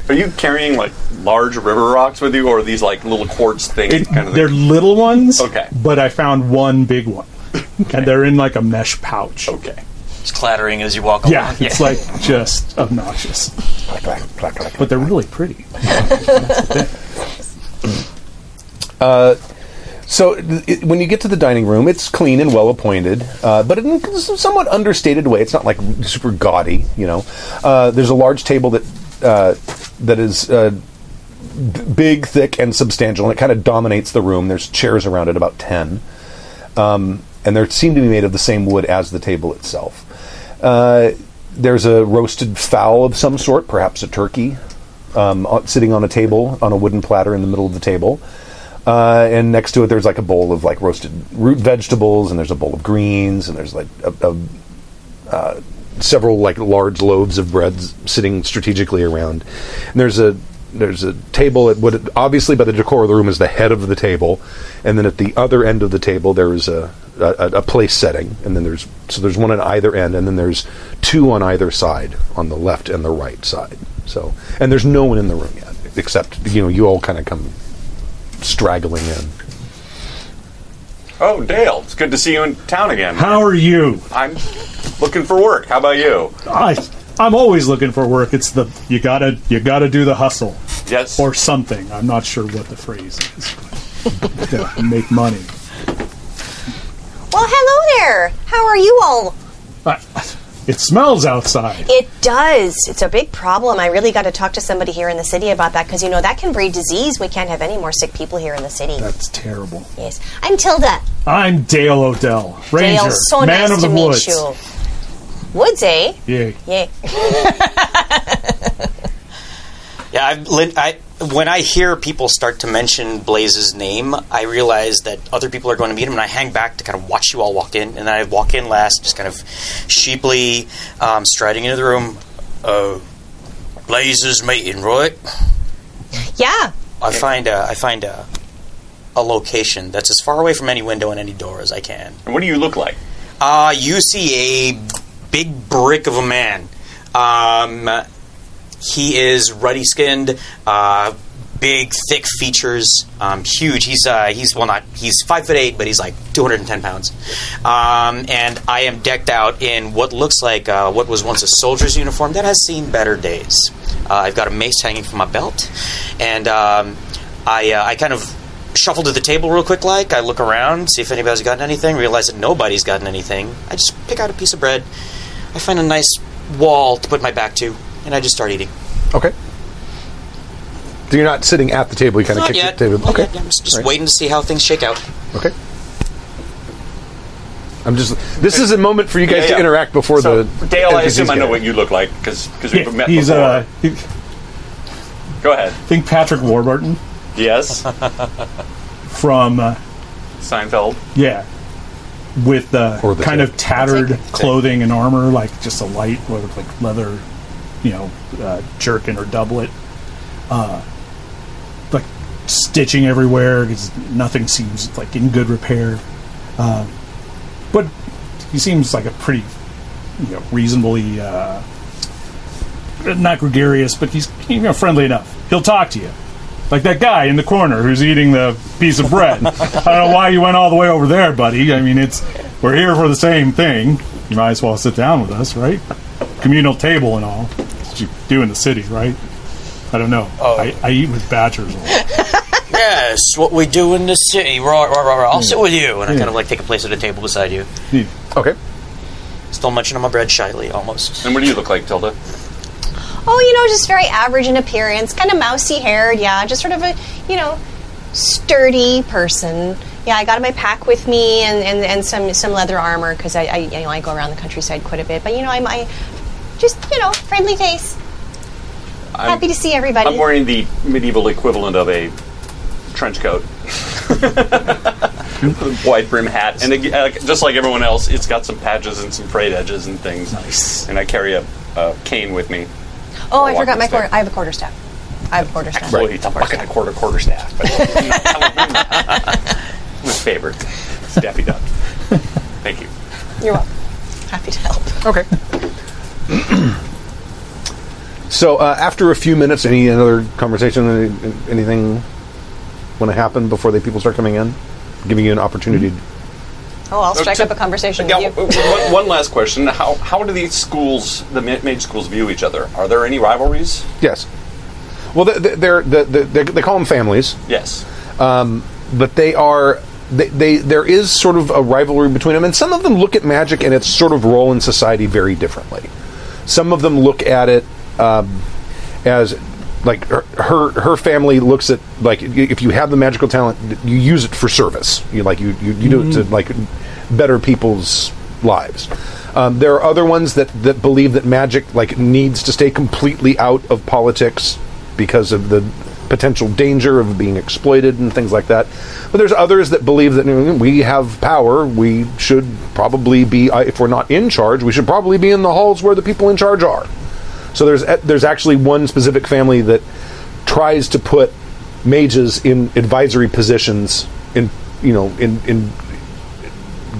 [SPEAKER 6] Are you carrying like large river rocks with you, or are these like little quartz things?
[SPEAKER 7] It-
[SPEAKER 6] kind of
[SPEAKER 7] they're
[SPEAKER 6] thing?
[SPEAKER 7] little ones.
[SPEAKER 6] Okay.
[SPEAKER 7] But I found one big one, and they're in like a mesh pouch.
[SPEAKER 6] okay.
[SPEAKER 4] It's clattering as you walk
[SPEAKER 7] Yeah,
[SPEAKER 4] along.
[SPEAKER 7] it's like just obnoxious. But they're really pretty.
[SPEAKER 1] So th- it, when you get to the dining room, it's clean and well appointed, uh, but in a somewhat understated way. It's not like super gaudy, you know. Uh, there's a large table that uh, that is uh, b- big, thick, and substantial, and it kind of dominates the room. There's chairs around it, about ten, um, and they seem to be made of the same wood as the table itself. Uh, there's a roasted fowl of some sort, perhaps a turkey, um, o- sitting on a table on a wooden platter in the middle of the table. Uh, and next to it, there's like a bowl of like roasted root vegetables, and there's a bowl of greens, and there's like a, a, uh, several like large loaves of bread s- sitting strategically around. And there's a there's a table at what obviously by the decor of the room is the head of the table, and then at the other end of the table there is a a, a place setting, and then there's so there's one on either end, and then there's two on either side, on the left and the right side. So and there's no one in the room yet, except you know you all kind of come straggling in.
[SPEAKER 6] Oh, Dale, it's good to see you in town again.
[SPEAKER 7] How are you?
[SPEAKER 6] I'm looking for work. How about you?
[SPEAKER 7] I, I'm always looking for work. It's the you gotta you gotta do the hustle
[SPEAKER 6] Yes.
[SPEAKER 7] or something. I'm not sure what the phrase is. But yeah, make money.
[SPEAKER 3] Well, hello there. How are you all?
[SPEAKER 7] I, it smells outside.
[SPEAKER 3] It does. It's a big problem. I really got to talk to somebody here in the city about that because you know that can breed disease. We can't have any more sick people here in the city.
[SPEAKER 7] That's terrible.
[SPEAKER 3] Yes, I'm Tilda.
[SPEAKER 7] I'm Dale Odell, Ranger,
[SPEAKER 3] Dale, so
[SPEAKER 7] man
[SPEAKER 3] nice
[SPEAKER 7] of the
[SPEAKER 3] to
[SPEAKER 7] woods.
[SPEAKER 3] meet you. Woods, eh?
[SPEAKER 7] Yay.
[SPEAKER 3] Yeah.
[SPEAKER 4] Yeah, I've, Lin- I, when I hear people start to mention Blaze's name, I realize that other people are going to meet him, and I hang back to kind of watch you all walk in, and then I walk in last, just kind of sheeply um, striding into the room. Oh, Blaze's meeting, right?
[SPEAKER 3] Yeah.
[SPEAKER 4] I find a, I find a, a location that's as far away from any window and any door as I can.
[SPEAKER 6] And what do you look like?
[SPEAKER 4] Uh, you see a big brick of a man. Um, he is ruddy skinned, uh, big, thick features, um, huge. He's uh, he's well, not he's five foot eight, but he's like two hundred and ten pounds. Um, and I am decked out in what looks like uh, what was once a soldier's uniform that has seen better days. Uh, I've got a mace hanging from my belt, and um, I uh, I kind of shuffle to the table real quick like i look around see if anybody's gotten anything realize that nobody's gotten anything i just pick out a piece of bread i find a nice wall to put my back to and i just start eating
[SPEAKER 1] Okay. So you're not sitting at the table. You kind of
[SPEAKER 4] Not
[SPEAKER 1] kick
[SPEAKER 4] yet.
[SPEAKER 1] the table.
[SPEAKER 4] Not
[SPEAKER 1] okay.
[SPEAKER 4] yet. I'm just, just
[SPEAKER 1] Right.
[SPEAKER 4] waiting to see how things shake out.
[SPEAKER 1] Okay. I'm just. This is a moment for you guys
[SPEAKER 6] Yeah,
[SPEAKER 1] to
[SPEAKER 6] yeah.
[SPEAKER 1] interact before
[SPEAKER 6] So,
[SPEAKER 1] the
[SPEAKER 6] Dale, I
[SPEAKER 1] NPCs
[SPEAKER 6] assume I
[SPEAKER 1] get
[SPEAKER 6] know
[SPEAKER 1] in.
[SPEAKER 6] what you look like because we've
[SPEAKER 7] Yeah,
[SPEAKER 6] met
[SPEAKER 7] he's
[SPEAKER 6] before.
[SPEAKER 7] uh, he-
[SPEAKER 6] Go ahead.
[SPEAKER 7] think Patrick Warburton
[SPEAKER 6] Yes,
[SPEAKER 7] from uh,
[SPEAKER 6] Seinfeld.
[SPEAKER 7] yeah, with uh,
[SPEAKER 1] Or the
[SPEAKER 7] kind
[SPEAKER 1] tick.
[SPEAKER 7] of tattered clothing and armor, like just a light whether it's like leather, you know, uh, jerkin or doublet, uh, like stitching everywhere because nothing seems like in good repair. Uh, but he seems like a pretty, you know, reasonably uh, not gregarious, but he's you know friendly enough. He'll talk to you. Like that guy in the corner who's eating the piece of bread. I don't know why you went all the way over there, buddy. I mean, it's we're here for the same thing. You might as well sit down with us, right? Communal table and all. That's what you do in the city, right? I don't know.
[SPEAKER 6] Oh.
[SPEAKER 7] I, I eat with badgers a lot.
[SPEAKER 4] Yes, what we do in the city. Right, right, right, right. I'll sit with you, and I kind of like take a place at a table beside you.
[SPEAKER 1] Okay.
[SPEAKER 4] Still munching on my bread shyly, almost.
[SPEAKER 6] And what do you look like, Tilda?
[SPEAKER 3] Oh, you know, just very average in appearance, kind of mousy haired. Yeah, just sort of a you know sturdy person. Yeah, I got my pack with me and, and, and some, some leather armor because I, I you know I go around the countryside quite a bit. But you know I'm I just you know friendly face. Happy to see everybody.
[SPEAKER 6] I'm wearing the medieval equivalent of a trench coat, wide brim hat, and ag- uh, just like everyone else, it's got some patches and some frayed edges and things. Nice. And I carry a, a cane with me.
[SPEAKER 3] oh, I
[SPEAKER 6] walking
[SPEAKER 3] forgot my
[SPEAKER 6] stick.
[SPEAKER 3] quarter. I have a quarter staff. I have a quarter staff.
[SPEAKER 6] Well, it's a bucket, a quarter, quarter staff. But you know, I'm a favorite. It's Daffy Duck. Thank you.
[SPEAKER 3] You're welcome. Happy to help.
[SPEAKER 1] Okay. so uh, after a few minutes, any another conversation, any, anything want to happen before the people start coming in, giving you an opportunity.
[SPEAKER 6] Mm-hmm.
[SPEAKER 3] Oh, I'll strike
[SPEAKER 6] to-
[SPEAKER 3] up a conversation
[SPEAKER 6] Yeah,
[SPEAKER 3] with you.
[SPEAKER 6] w- w- one, one last question. How, how do these schools, the ma- mage schools, view each other? Are there any rivalries?
[SPEAKER 1] Yes. Well, they they're, they're, they're, they call them families. Um,
[SPEAKER 6] Yes.
[SPEAKER 1] but they are they, they there is sort of a rivalry between them and some of them look at magic and its sort of role in society very differently some of them look at it um, as like her, her her family looks at like i- if you have the magical talent you use it for service you like you you, you do it to like better people's lives Um, there are other ones that, that believe that magic like needs to stay completely out of politics because of the potential danger of being exploited and things like that. But there's others that believe that mm, we have power. We should probably be uh, if we're not in charge, we should probably be in the halls where the people in charge are. So there's a- there's actually one specific family that tries to put mages in advisory positions in you know in in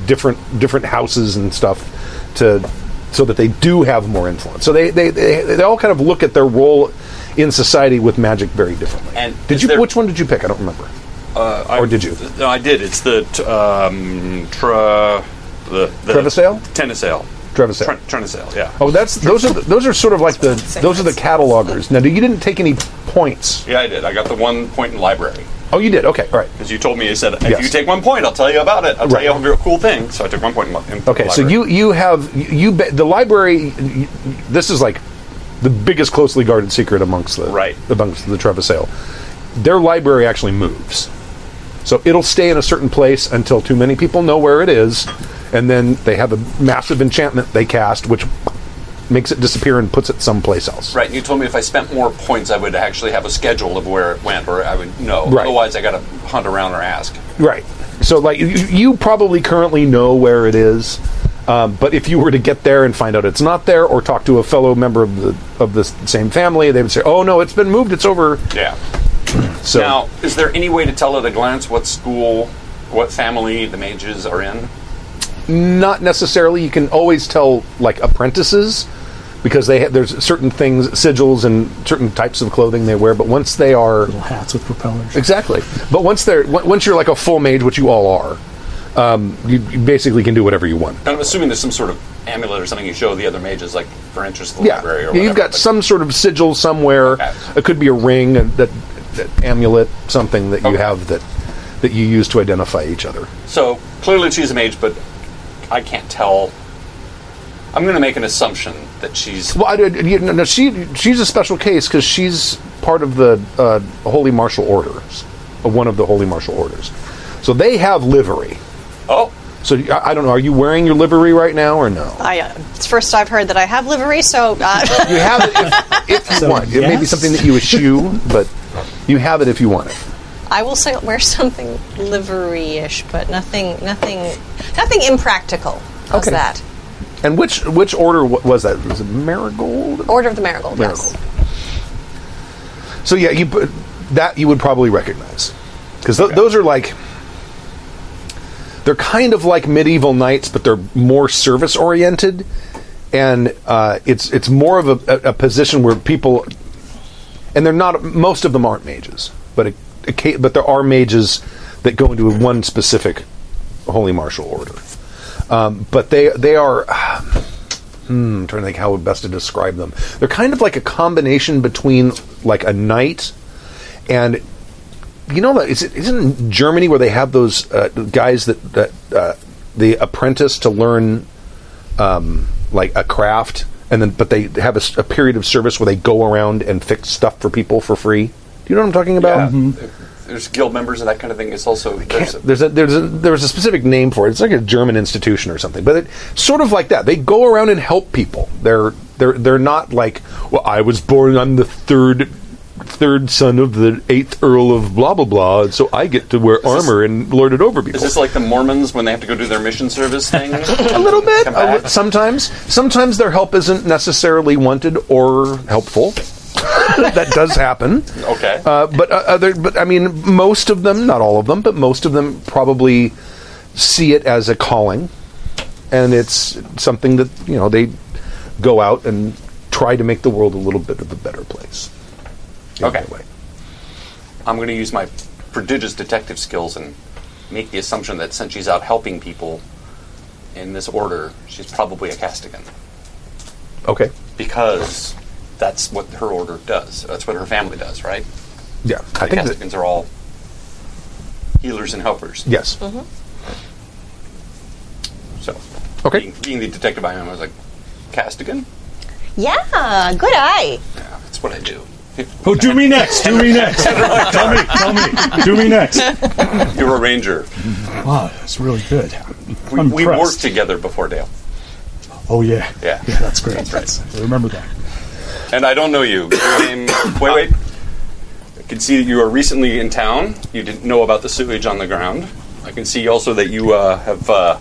[SPEAKER 1] different different houses and stuff to so that they do have more influence. So they they, they, they all kind of look at their role in society with magic very differently.
[SPEAKER 6] And
[SPEAKER 1] did
[SPEAKER 6] is
[SPEAKER 1] you
[SPEAKER 6] there-
[SPEAKER 1] which one did you pick? I don't remember.
[SPEAKER 6] Uh,
[SPEAKER 1] Or
[SPEAKER 6] I-
[SPEAKER 1] did you?
[SPEAKER 6] No, I did. It's the t- um, tra, the, the
[SPEAKER 1] Trevisale?
[SPEAKER 6] Tennisale.
[SPEAKER 1] Trevisale.
[SPEAKER 6] Tre- Trenisale, yeah.
[SPEAKER 1] Oh, that's those are the, those are sort of like the those are the catalogers. Now, you didn't take any points.
[SPEAKER 6] Yeah, I did. I got the one point in library.
[SPEAKER 1] Oh, you did. Okay, all right.
[SPEAKER 6] Because you told me, you said, if
[SPEAKER 1] Yes.
[SPEAKER 6] you take one point, I'll tell you about it. I'll
[SPEAKER 1] Right.
[SPEAKER 6] tell you a real cool thing. So I took one point in, li- in
[SPEAKER 1] Okay, so
[SPEAKER 6] library.
[SPEAKER 1] you you have you, you be, the library. You, this is like the biggest closely guarded secret amongst the
[SPEAKER 6] Right.
[SPEAKER 1] amongst the Trevisale. Their library actually moves, so it'll stay in a certain place until too many people know where it is, and then they have a massive enchantment they cast, which makes it disappear and puts it someplace else.
[SPEAKER 6] Right, you told me if I spent more points, I would actually have a schedule of where it went, or I would know.
[SPEAKER 1] Right.
[SPEAKER 6] Otherwise, I got to hunt around or ask.
[SPEAKER 1] Right. So, like, you, you probably currently know where it is, um, but if you were to get there and find out it's not there, or talk to a fellow member of the of the s- same family, they would say, "Oh no, it's been moved. It's over."
[SPEAKER 6] Yeah.
[SPEAKER 1] So,
[SPEAKER 6] Now, is there any way to tell at a glance what school, what family the mages are in?
[SPEAKER 1] not necessarily. You can always tell like apprentices because they ha- there's certain things, sigils, and certain types of clothing they wear. But once they are
[SPEAKER 7] Little hats with propellers.
[SPEAKER 1] Exactly. But once they're on- once you're like a full mage, which you all are, um, you, you basically can do whatever you want.
[SPEAKER 6] And I'm assuming there's some sort of amulet or something you show the other mages, like for interest in the
[SPEAKER 1] Yeah,
[SPEAKER 6] library or
[SPEAKER 1] Yeah,
[SPEAKER 6] whatever.
[SPEAKER 1] you've got
[SPEAKER 6] but-
[SPEAKER 1] some sort of sigil somewhere.
[SPEAKER 6] Okay.
[SPEAKER 1] It could be a ring, a, that, that amulet, something that you
[SPEAKER 6] Okay.
[SPEAKER 1] have that that you use to identify each other.
[SPEAKER 6] So clearly she's a mage, but I can't tell. I'm going to make an assumption that she's.
[SPEAKER 1] Well, I, I- you know, no, she she's a special case because she's part of the uh, Holy Martial Orders, uh, one of the Holy Martial Orders. So they have livery.
[SPEAKER 6] Oh,
[SPEAKER 1] So I, I don't know. Are you wearing your livery right now or no?
[SPEAKER 3] I, uh, it's first I've heard that I have livery, so uh,
[SPEAKER 1] You have it if, if you want. It may be
[SPEAKER 7] yes?
[SPEAKER 1] something that you eschew, but you have it if you want it.
[SPEAKER 3] I will say wear something livery-ish, but nothing, nothing, nothing impractical. How's
[SPEAKER 1] Okay.
[SPEAKER 3] that?
[SPEAKER 1] And which which order wa- was that? Was it Marigold?
[SPEAKER 3] Order of the Marigold. yes.
[SPEAKER 1] So yeah, you put- that you would probably recognize because th- those are like they're kind of like medieval knights, but they're more service oriented, and uh, it's it's more of a, a, a position where people and they're not most of them aren't mages, but a, a, ca- but there are mages that go into one specific holy martial order. Um, but they they are. hmm, I'm trying to think how best to describe them. They're kind of like a combination between like a knight and you know that is it, isn't it in Germany where they have those uh, guys that that uh, the apprentice to learn um, like a craft and then but they have a, s- a period of service where they go around and fix stuff for people for free. Do you know what I'm talking about?
[SPEAKER 6] yeah. There's guild members and that kind of thing. It's also there's a,
[SPEAKER 1] there's a there's a there's a specific name for it. It's like a German institution or something, but it sort of like that. They go around and help people. They're they're they're not like well, I was born. I'm the third third son of the eighth Earl of blah blah blah, and so I get to wear
[SPEAKER 6] this-
[SPEAKER 1] armor and lord it over people.
[SPEAKER 6] Is this like the Mormons when they have to go do their mission service thing?
[SPEAKER 1] a little bit.
[SPEAKER 6] Come
[SPEAKER 1] A li-
[SPEAKER 6] back?
[SPEAKER 1] sometimes, sometimes their help isn't necessarily wanted or helpful. that does happen.
[SPEAKER 6] Okay.
[SPEAKER 1] Uh, but uh, other, but I mean, most of them, not all of them, but most of them probably see it as a calling, and it's something that you know they go out and try to make the world a little bit of a better place. in
[SPEAKER 6] Okay.
[SPEAKER 1] that way.
[SPEAKER 6] I'm going to use my prodigious detective skills and make the assumption that since she's out helping people in this order, she's probably a Castigan
[SPEAKER 1] Okay.
[SPEAKER 6] because that's what her order does. That's what her family does, right?
[SPEAKER 1] Yeah. I
[SPEAKER 6] The
[SPEAKER 1] think that,
[SPEAKER 6] Castigans are all healers and helpers.
[SPEAKER 1] yes.
[SPEAKER 6] So,
[SPEAKER 1] Okay.
[SPEAKER 6] being, being the detective I am, I was like, Castigan?
[SPEAKER 3] Yeah, good eye.
[SPEAKER 6] Yeah, that's what I do.
[SPEAKER 7] Oh, do me next. Do me next. tell me. Tell me. Do me next.
[SPEAKER 6] You're a ranger.
[SPEAKER 7] Wow, that's really good.
[SPEAKER 6] We,
[SPEAKER 7] I'm
[SPEAKER 6] we
[SPEAKER 7] impressed.
[SPEAKER 6] worked together before, Dale.
[SPEAKER 7] Oh yeah,
[SPEAKER 6] Yeah.
[SPEAKER 7] yeah. That's great. I remember that.
[SPEAKER 6] And I don't know you. Your name. Wait, wait. I can see that you are recently in town. You didn't know about the sewage on the ground. I can see also that you uh, have uh,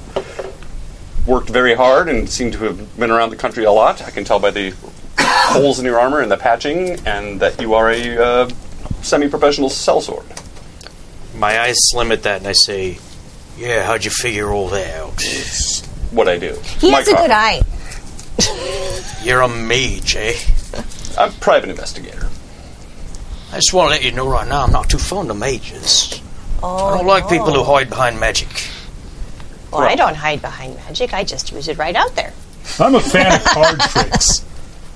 [SPEAKER 6] worked very hard and seem to have been around the country a lot. I can tell by the holes in your armor and the patching, and that you are a uh, semi-professional sellsword.
[SPEAKER 4] My eyes slim at that, and I say, "Yeah, how'd you figure all that out?
[SPEAKER 6] What I do.
[SPEAKER 3] He
[SPEAKER 6] My
[SPEAKER 3] has a
[SPEAKER 6] car.
[SPEAKER 3] good eye.
[SPEAKER 4] You're a mage, eh?
[SPEAKER 6] I'm a private investigator.
[SPEAKER 4] I just want to let you know right now, I'm not too fond of mages.
[SPEAKER 3] Oh,
[SPEAKER 4] I don't like
[SPEAKER 3] no.
[SPEAKER 4] people who hide behind magic.
[SPEAKER 3] Well, I don't hide behind magic. I just use it right out there.
[SPEAKER 7] I'm a fan of card tricks.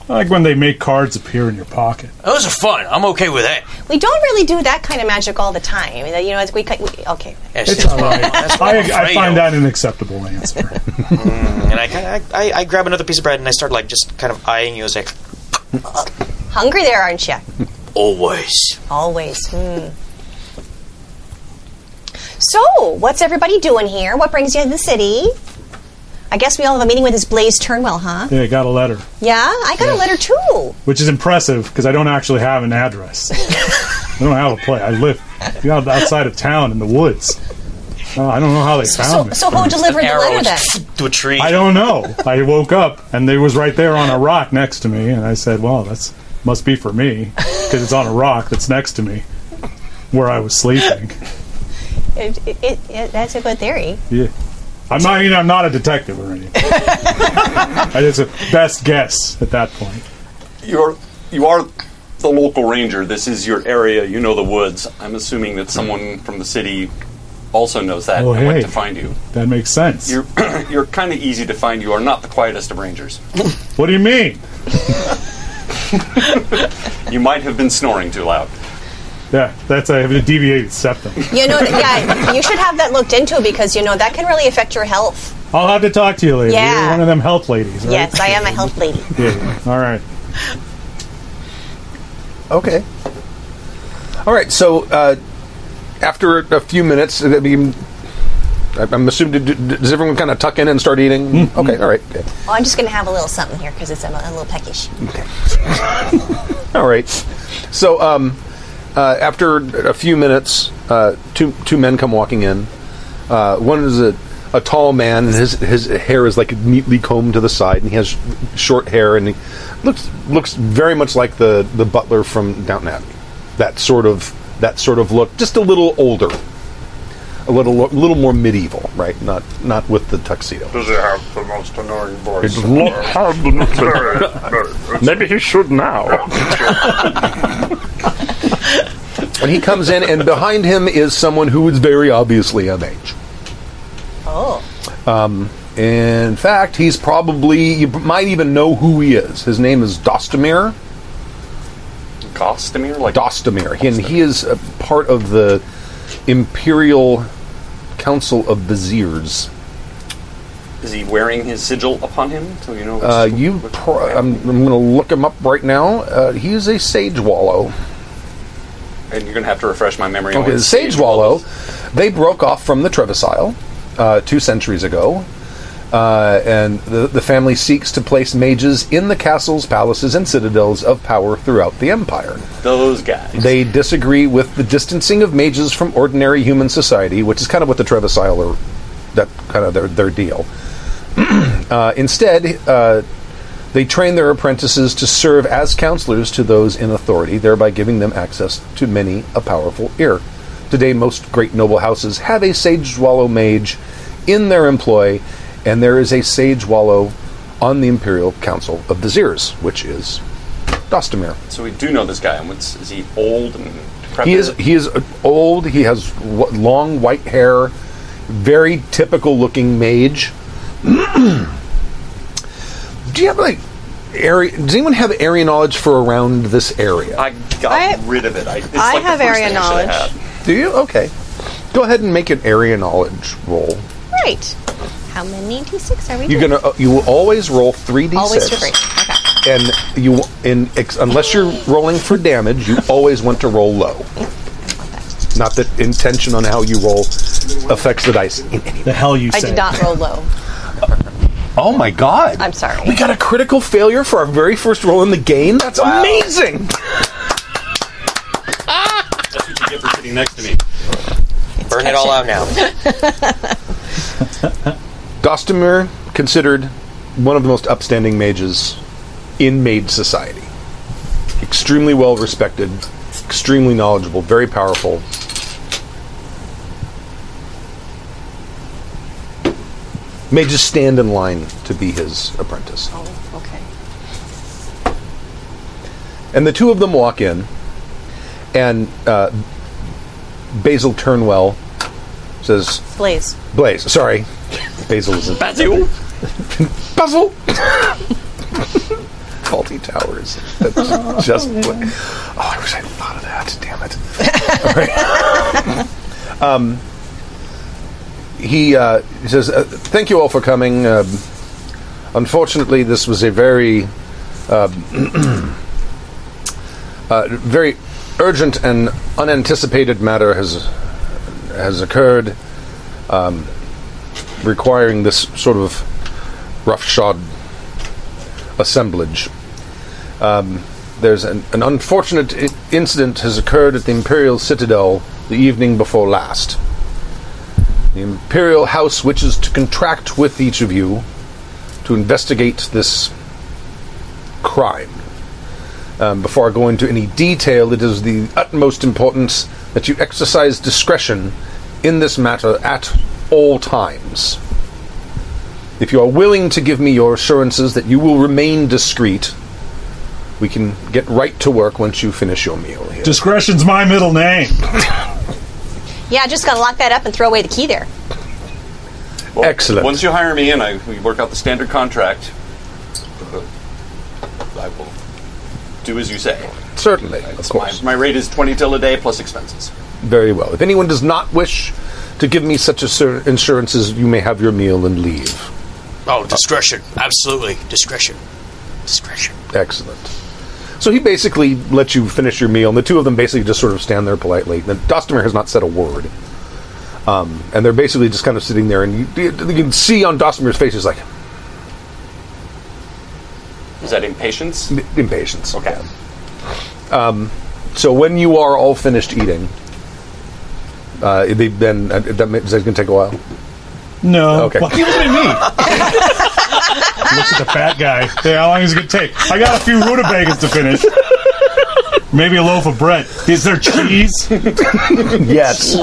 [SPEAKER 7] I like when they make cards appear in your pocket.
[SPEAKER 4] Those are fun. I'm okay with that.
[SPEAKER 3] We don't really do that kind of magic all the time. I mean, You know, it's, we, cut- we okay.
[SPEAKER 4] That's-
[SPEAKER 7] It's
[SPEAKER 4] that's
[SPEAKER 7] all
[SPEAKER 4] what-
[SPEAKER 7] right.
[SPEAKER 4] that's what
[SPEAKER 7] I,
[SPEAKER 4] I'm
[SPEAKER 7] I
[SPEAKER 4] afraid
[SPEAKER 7] find
[SPEAKER 4] of.
[SPEAKER 7] that an acceptable answer.
[SPEAKER 4] And I, kinda- I, I grab another piece of bread and I start like just kind of eyeing you as like
[SPEAKER 3] Hungry there, aren't you?
[SPEAKER 4] always.
[SPEAKER 3] Always. Hmm. So, what's everybody doing here? What brings you to the city? I guess we all have a meeting with this Blaze Turnwell, huh?
[SPEAKER 7] yeah, I got a letter,
[SPEAKER 3] Yeah, I got a letter too.
[SPEAKER 7] which is impressive because I don't actually have an address. I don't have a place. I live you know, outside of town in the woods. Uh, I don't know how they
[SPEAKER 3] So,
[SPEAKER 7] found me.
[SPEAKER 3] so who delivered the
[SPEAKER 4] Arrow
[SPEAKER 3] letter then?
[SPEAKER 4] to a tree.
[SPEAKER 7] I don't know. I woke up and it was right there on a rock next to me, and I said, "Well, that's must be for me because it's on a rock that's next to me where I was sleeping."
[SPEAKER 3] It, it, it, it- that's a good theory.
[SPEAKER 7] Yeah. I'm not. You know, I'm not a detective or anything. I just a best guess at that point.
[SPEAKER 6] You're you are the local ranger. This is your area. You know the woods. I'm assuming that someone from the city also knows that
[SPEAKER 7] Oh,
[SPEAKER 6] and
[SPEAKER 7] hey.
[SPEAKER 6] went to find you.
[SPEAKER 7] That makes sense.
[SPEAKER 6] You're you're kind of easy to find. You are not the quietest of rangers.
[SPEAKER 7] what do you mean?
[SPEAKER 6] You might have been snoring too loud.
[SPEAKER 7] Yeah, that's I have a deviated septum.
[SPEAKER 3] You know, yeah, you should have that looked into because you know that can really affect your health.
[SPEAKER 7] I'll have to talk to you later.
[SPEAKER 3] Yeah.
[SPEAKER 7] You're one of them health ladies, right?
[SPEAKER 3] Yes, I am a health lady.
[SPEAKER 7] Yeah. All right.
[SPEAKER 1] Okay. All right. So uh, after a few minutes, I mean, I- I'm assuming did- did- does everyone kind of tuck in and start eating? Okay. All right. Okay.
[SPEAKER 3] Oh, I'm just gonna have a little something here because it's I'm a, a little peckish.
[SPEAKER 1] All right. So um, uh, after a few minutes, uh, two two men come walking in. Uh, one is a, a tall man, and his his hair is like neatly combed to the side, and he has short hair, and he looks looks very much like the the butler from Downton Abbey. That sort of that sort of look, just a little older, a little a little more medieval, right? Not not with the tuxedo.
[SPEAKER 8] Does it have the most annoying voice?
[SPEAKER 9] Maybe he should now.
[SPEAKER 1] When he comes in, and behind him is someone who is very obviously of age. Um,
[SPEAKER 3] Oh,
[SPEAKER 1] In fact, he's probably, you might even know who he is. His name is Dostomir.
[SPEAKER 6] Costamir, like
[SPEAKER 1] Dostomir. And he is a part of the Imperial Council of Viziers.
[SPEAKER 6] is he wearing his sigil upon him? So you know.
[SPEAKER 1] Uh, you, pro- I'm, I'm going to look him up right now. Uh, he is a Sage Wallow.
[SPEAKER 6] and you're gonna have to refresh my memory. on
[SPEAKER 1] Okay,
[SPEAKER 6] what
[SPEAKER 1] the Sage Wallow, they broke off from the Trevisile uh, two centuries ago, uh, and the, the family seeks to place mages in the castles, palaces, and citadels of power throughout the Empire.
[SPEAKER 6] Those guys.
[SPEAKER 1] They disagree with the distancing of mages from ordinary human society, which is kind of what the Trevisile are. That kind of their their deal. uh, instead, uh, they train their apprentices to serve as counselors to those in authority, thereby giving them access to many a powerful ear. Today, most great noble houses have a sage wallow mage in their employ, and there is a sage wallow on the Imperial Council of Viziers, which is Dostomir.
[SPEAKER 6] so we do know this guy. And what's is he old and decrepit?
[SPEAKER 1] He is he is old. He has w- long white hair, very typical looking mage. Do you have like area? Does anyone have area knowledge for around this area?
[SPEAKER 6] I got
[SPEAKER 3] I-
[SPEAKER 6] rid of it. I, it's
[SPEAKER 3] I
[SPEAKER 6] like the
[SPEAKER 3] have
[SPEAKER 6] first
[SPEAKER 3] area
[SPEAKER 6] thing I should have
[SPEAKER 3] knowledge.
[SPEAKER 6] had.
[SPEAKER 1] Do you? Okay, go ahead and make an area knowledge roll.
[SPEAKER 3] right. How many d6 are we?
[SPEAKER 1] You're
[SPEAKER 3] doing?
[SPEAKER 1] gonna uh, you will always roll three d
[SPEAKER 3] always
[SPEAKER 1] six,
[SPEAKER 3] three. Okay.
[SPEAKER 1] and you in ex- unless you're rolling for damage, you always want to roll low. Not that intention on how you roll affects the dice in any
[SPEAKER 7] The hell you
[SPEAKER 3] I
[SPEAKER 7] say?
[SPEAKER 3] did not roll low.
[SPEAKER 1] Oh my god.
[SPEAKER 3] I'm sorry.
[SPEAKER 1] We got a critical failure for our very first roll in the game. That's amazing.
[SPEAKER 2] That's what you get for sitting next to me.
[SPEAKER 4] Burn it all out now.
[SPEAKER 1] Dostomir considered one of the most upstanding mages in mage society. Extremely well respected, extremely knowledgeable, very powerful. Mages stand in line to be his apprentice.
[SPEAKER 3] Oh, okay.
[SPEAKER 1] And the two of them walk in, and uh, Basil Turnwell says,
[SPEAKER 3] Blaze.
[SPEAKER 1] Blaze, sorry. Basil isn't. Basil! Basil! Faulty Towers. That's just. what- oh, I wish I would thought of that. Damn it. All right. um, he, uh, he says, uh, Thank you all for coming. Um, unfortunately, this was a very. um, Uh, very urgent and unanticipated matter has has occurred requiring this sort of roughshod assemblage. Um, there's an, an unfortunate I- incident has occurred at the Imperial Citadel the evening before last. The Imperial House wishes to contract with each of you to investigate this crime. Um, before I go into any detail, it is the utmost importance that you exercise discretion in this matter at all times. If you are willing to give me your assurances that you will remain discreet, we can get right to work once you finish your meal here.
[SPEAKER 7] Discretion's my middle name.
[SPEAKER 3] Yeah, I just gotta lock that up and throw away the key there.
[SPEAKER 6] Well,
[SPEAKER 1] Excellent.
[SPEAKER 6] Once you hire me in, I, we work out the standard contract. I will do as you say.
[SPEAKER 1] Certainly, of
[SPEAKER 6] My,
[SPEAKER 1] course.
[SPEAKER 6] my rate is 20 till a day plus expenses.
[SPEAKER 1] Very well. If anyone does not wish to give me such assur- assurances, you may have your meal and leave.
[SPEAKER 4] Oh, discretion. Absolutely. Discretion. Discretion.
[SPEAKER 1] Excellent. So he basically lets you finish your meal, and the two of them basically just sort of stand there politely. Then Dostomir has not said a word, um, and they're basically just kind of sitting there, and you, you can see on Dostomir's face he's like
[SPEAKER 6] Is that impatience?
[SPEAKER 1] "M- impatience. Um,
[SPEAKER 6] Okay.
[SPEAKER 1] So when you are all finished eating, uh, they then uh, that ma- is that going to take a while.
[SPEAKER 7] No.
[SPEAKER 1] Okay.
[SPEAKER 7] Well, he looking at me. He looks at the fat guy. Hey, how long is it going to take? I got a few rutabagas to finish. Maybe a loaf of bread. Is there cheese?
[SPEAKER 1] Yes.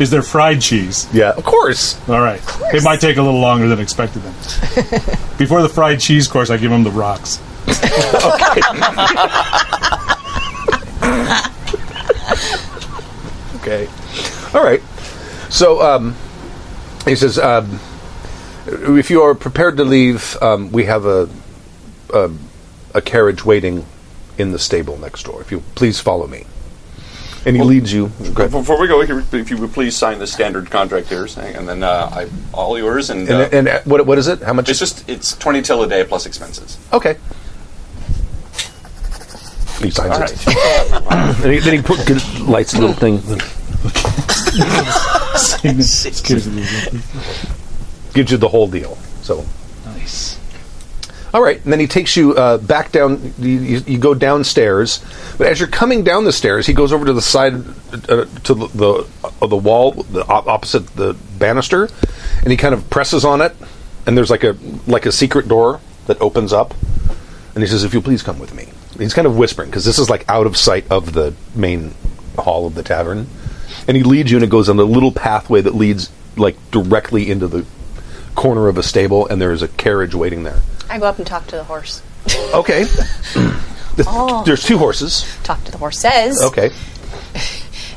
[SPEAKER 7] Is there fried cheese?
[SPEAKER 1] yeah. Of course.
[SPEAKER 7] All right. It might take a little longer than expected then. Before the fried cheese course, I give him the rocks.
[SPEAKER 1] Okay. All right. So um, he says, um, if you are prepared to leave, um, we have a, a a carriage waiting in the stable next door. If you please follow me, and he leads you. Go ahead.
[SPEAKER 6] Before we go, if you would please sign the standard contract here, saying- and then uh, I, all yours, and, uh,
[SPEAKER 1] And, and uh, what what is it? How much?
[SPEAKER 6] it's just it's 20 till a day plus expenses.
[SPEAKER 1] okay. He signs
[SPEAKER 6] All
[SPEAKER 1] it,
[SPEAKER 6] right.
[SPEAKER 1] and he, then he put, lights a little thing. gives you the whole deal. So
[SPEAKER 7] Nice.
[SPEAKER 1] all right, and then he takes you uh, back down. You, you, you go downstairs, but as you're coming down the stairs, he goes over to the side uh, to the, the of the wall, the op- opposite the banister, and he kind of presses on it, and there's like a like a secret door that opens up, and he says, "If you please come with me." He's kind of whispering because this is like out of sight of the main hall of the tavern, and he leads you, and it goes on the little pathway that leads like directly into the corner of a stable, and there is a carriage waiting there.
[SPEAKER 3] I go up and talk to the horse.
[SPEAKER 1] Okay. There's two horses.
[SPEAKER 3] Talk to the horse says.
[SPEAKER 1] Okay.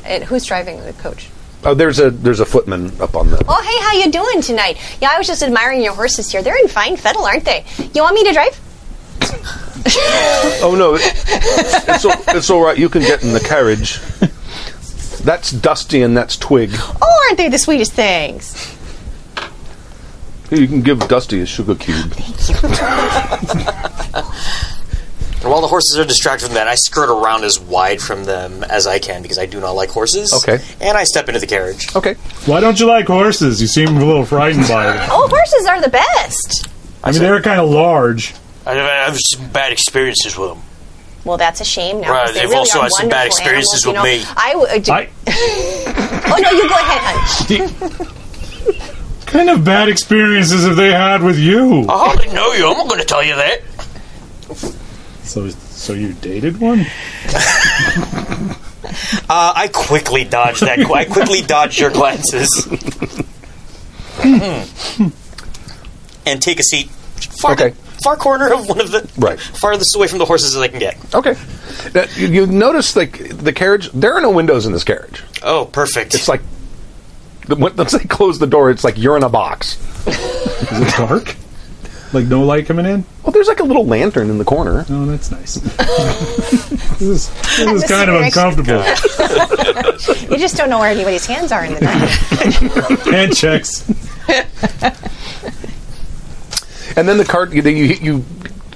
[SPEAKER 3] And who's driving the coach?
[SPEAKER 1] Oh, there's a there's a footman up on the.
[SPEAKER 3] Oh, hey, how you doing tonight? Yeah, I was just admiring your horses here. They're in fine fettle, aren't they? You want me to drive?
[SPEAKER 1] Oh no, it- it's all, it's all right. You can get in the carriage. That's Dusty and that's Twig.
[SPEAKER 3] Oh, aren't they the sweetest things?
[SPEAKER 1] You can give Dusty a sugar cube.
[SPEAKER 4] And while the horses are distracted from that, I skirt around as wide from them as I can because I do not like horses.
[SPEAKER 1] Okay.
[SPEAKER 4] And I step into the carriage.
[SPEAKER 1] Okay.
[SPEAKER 7] Why don't you like horses? You seem a little frightened by them.
[SPEAKER 3] Oh, horses are the best.
[SPEAKER 7] I mean, they're kind of large.
[SPEAKER 10] I- I've had some bad experiences with them.
[SPEAKER 3] Well, that's a shame now. 'cause
[SPEAKER 10] Right,
[SPEAKER 3] they
[SPEAKER 10] they've
[SPEAKER 3] really
[SPEAKER 10] also
[SPEAKER 3] are
[SPEAKER 10] had some bad
[SPEAKER 3] wonderful
[SPEAKER 10] experiences
[SPEAKER 3] animals, you
[SPEAKER 10] with
[SPEAKER 3] know.
[SPEAKER 10] me.
[SPEAKER 3] I w- uh, do-
[SPEAKER 7] I
[SPEAKER 3] oh no, you go ahead, hun.
[SPEAKER 7] kind of bad experiences have they had with you?
[SPEAKER 4] Oh.
[SPEAKER 10] I hardly know you. I'm not going to tell you that.
[SPEAKER 7] So, so you dated one?
[SPEAKER 4] Uh, I quickly dodge that. I quickly dodge your glances. and take a seat far,
[SPEAKER 1] Okay.
[SPEAKER 4] far corner of one of the.
[SPEAKER 1] Right.
[SPEAKER 4] Farthest away from the horses as I can get.
[SPEAKER 1] Okay. Now, you, you notice like the carriage. There are no windows in this carriage.
[SPEAKER 4] Oh, perfect.
[SPEAKER 1] It's like the- when- once they close the door, it's like you're in a box.
[SPEAKER 7] Is it dark? like no light coming in?
[SPEAKER 1] Well, there's like a little lantern in the corner.
[SPEAKER 7] Oh, that's nice. this is, this is kind of
[SPEAKER 3] Atmospheric.
[SPEAKER 7] uncomfortable.
[SPEAKER 3] You just don't know where anybody's hands are in the night.
[SPEAKER 7] Hand checks.
[SPEAKER 1] And then the cart, you, you, you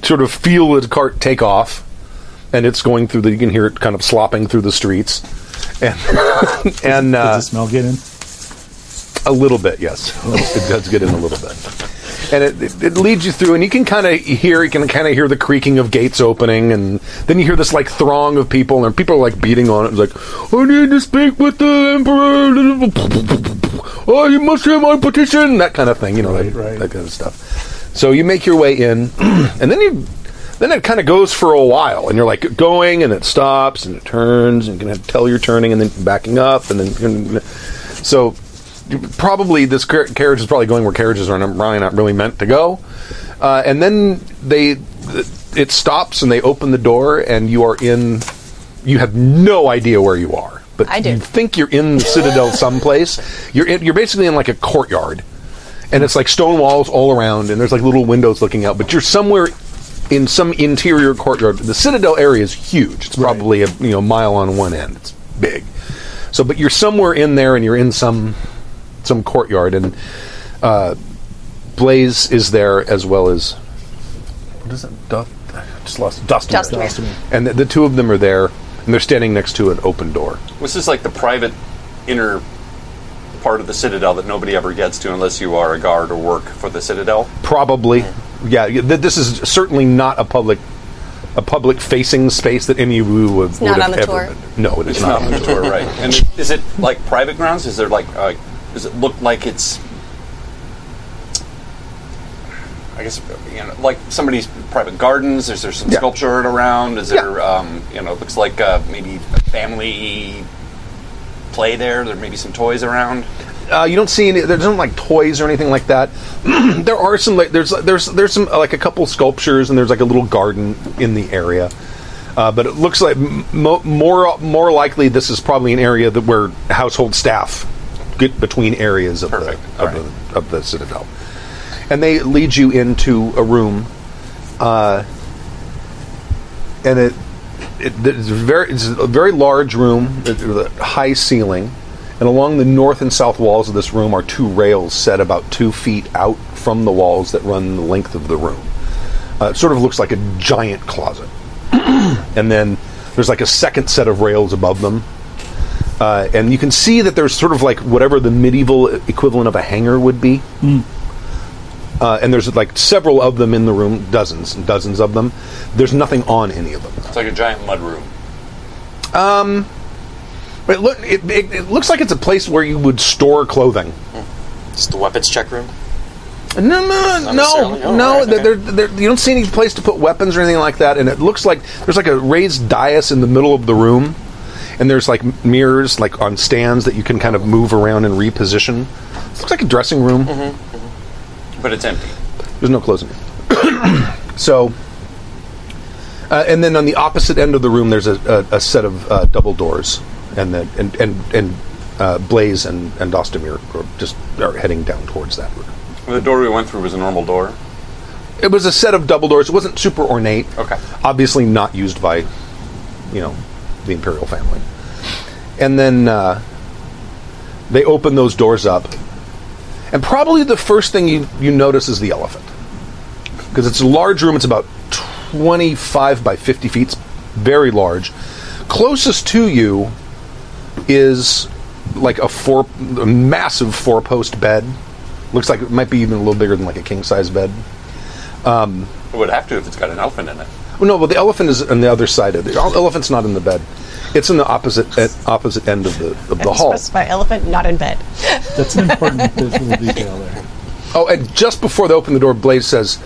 [SPEAKER 1] sort of feel the cart take off, and it's going through the. You can hear it kind of slopping through the streets, and and
[SPEAKER 7] Does
[SPEAKER 1] uh,
[SPEAKER 7] the smell get in?
[SPEAKER 1] a little bit, yes, it does get in a little bit, and it, it, it leads you through, and you can kind of hear, you can kind of hear the creaking of gates opening, and then you hear this like throng of people, and people are like beating on it, like I need to speak with the emperor. Oh, you must hear my petition. That kind of thing, you know, that,
[SPEAKER 7] Right, right.
[SPEAKER 1] that kind of stuff. So you make your way in, and then you, then it kind of goes for a while, and you're like going, and it stops, and it turns, and you can tell you're turning, and then backing up, and then so you- probably this car- carriage is probably going where carriages are not- probably not really meant to go, uh, and then they it stops, and they open the door, and you are in. You have no idea where you are, but
[SPEAKER 3] I do.
[SPEAKER 1] you think you're in the citadel someplace. You're in, you're basically in like a courtyard and it's like stone walls all around, and there's like little windows looking out. But you're somewhere in some interior courtyard. The citadel area is huge. It's probably a you know mile on one end. It's big. So, but you're somewhere in there, and you're in some some courtyard, and uh, Blaze is there as well as what is it? Duff? I just lost Dustin.
[SPEAKER 3] Dustin. Dustin.
[SPEAKER 1] And the, the two of them are there, and they're standing next to an open door.
[SPEAKER 6] This is like the private inner part of the Citadel that nobody ever gets to unless you are a guard or work for the Citadel.
[SPEAKER 1] Probably, yeah. y- th- This is certainly not a public, a public facing space that any of you would, would
[SPEAKER 3] not
[SPEAKER 1] have
[SPEAKER 3] on the
[SPEAKER 1] ever
[SPEAKER 3] tour.
[SPEAKER 1] been. No, it is
[SPEAKER 6] It's
[SPEAKER 1] not.
[SPEAKER 6] not on the tour, right? And is it like private grounds? Is there like, uh, does it look like it's, I guess, you know, like somebody's private gardens? Is there some
[SPEAKER 1] Yeah.
[SPEAKER 6] sculpture around? Is
[SPEAKER 1] Yeah.
[SPEAKER 6] there, um, you know, it looks like uh, maybe a family play there? There may be some toys around.
[SPEAKER 1] Uh, you don't see any. There's no like toys or anything like that. there are some. Like, there's there's there's some uh, like a couple sculptures and there's like a little garden in the area. Uh, but it looks like m- mo- more more likely this is probably an area that where household staff get between areas of
[SPEAKER 6] Perfect.
[SPEAKER 1] the of,
[SPEAKER 6] All
[SPEAKER 1] the of the citadel, and they lead you into a room, uh, and it it, it's very it's a very large room with a high ceiling and along the north and south walls of this room are two rails set about two feet out from the walls that run the length of the room uh, it sort of looks like a giant closet and then there's like a second set of rails above them uh, and you can see that there's sort of like whatever the medieval equivalent of a hangar would be uh, and there's like several of them in the room dozens and dozens of them there's nothing on any of them
[SPEAKER 6] It's like a giant mud room.
[SPEAKER 1] But it, look, it, it, it looks like it's a place where you would store clothing.
[SPEAKER 4] It's the weapons check room.
[SPEAKER 1] No, no, no,
[SPEAKER 4] necessarily. Oh,
[SPEAKER 1] no.
[SPEAKER 4] right,
[SPEAKER 1] they're- they're- they're- you don't see any place to put weapons or anything like that. And it looks like there's like a raised dais in the middle of the room, and there's like m- mirrors like on stands that you can kind of move around and reposition. It looks like a dressing
[SPEAKER 4] Mm-hmm.
[SPEAKER 1] room.
[SPEAKER 6] But it's empty.
[SPEAKER 1] There's no closing it. so, uh, and then on the opposite end of the room, there's a, a, a set of uh, double doors, and the, and and and uh, Blaze and and Dostomir are just are heading down towards that room.
[SPEAKER 6] The door we went through was a normal door.
[SPEAKER 1] It was a set of double doors. It wasn't super ornate.
[SPEAKER 6] Okay.
[SPEAKER 1] Obviously not used by, you know, the imperial family. And then uh, they open those doors up, and probably the first thing you you notice is the elephant, because it's a large room. It's about 25 by 50 feet, it's very large. Closest to you is like a four, a massive four post bed. Looks like it might be even a little bigger than like a king size bed. Um,
[SPEAKER 6] It would have to if it's got an elephant in it.
[SPEAKER 1] well, no, well, the elephant is on the other side of the el- elephant's not in the bed. It's in the opposite eh, opposite end of the of the hall.
[SPEAKER 3] My elephant not in bed.
[SPEAKER 7] That's an important visual detail there.
[SPEAKER 1] Oh, and just before they open the door, Blaze says,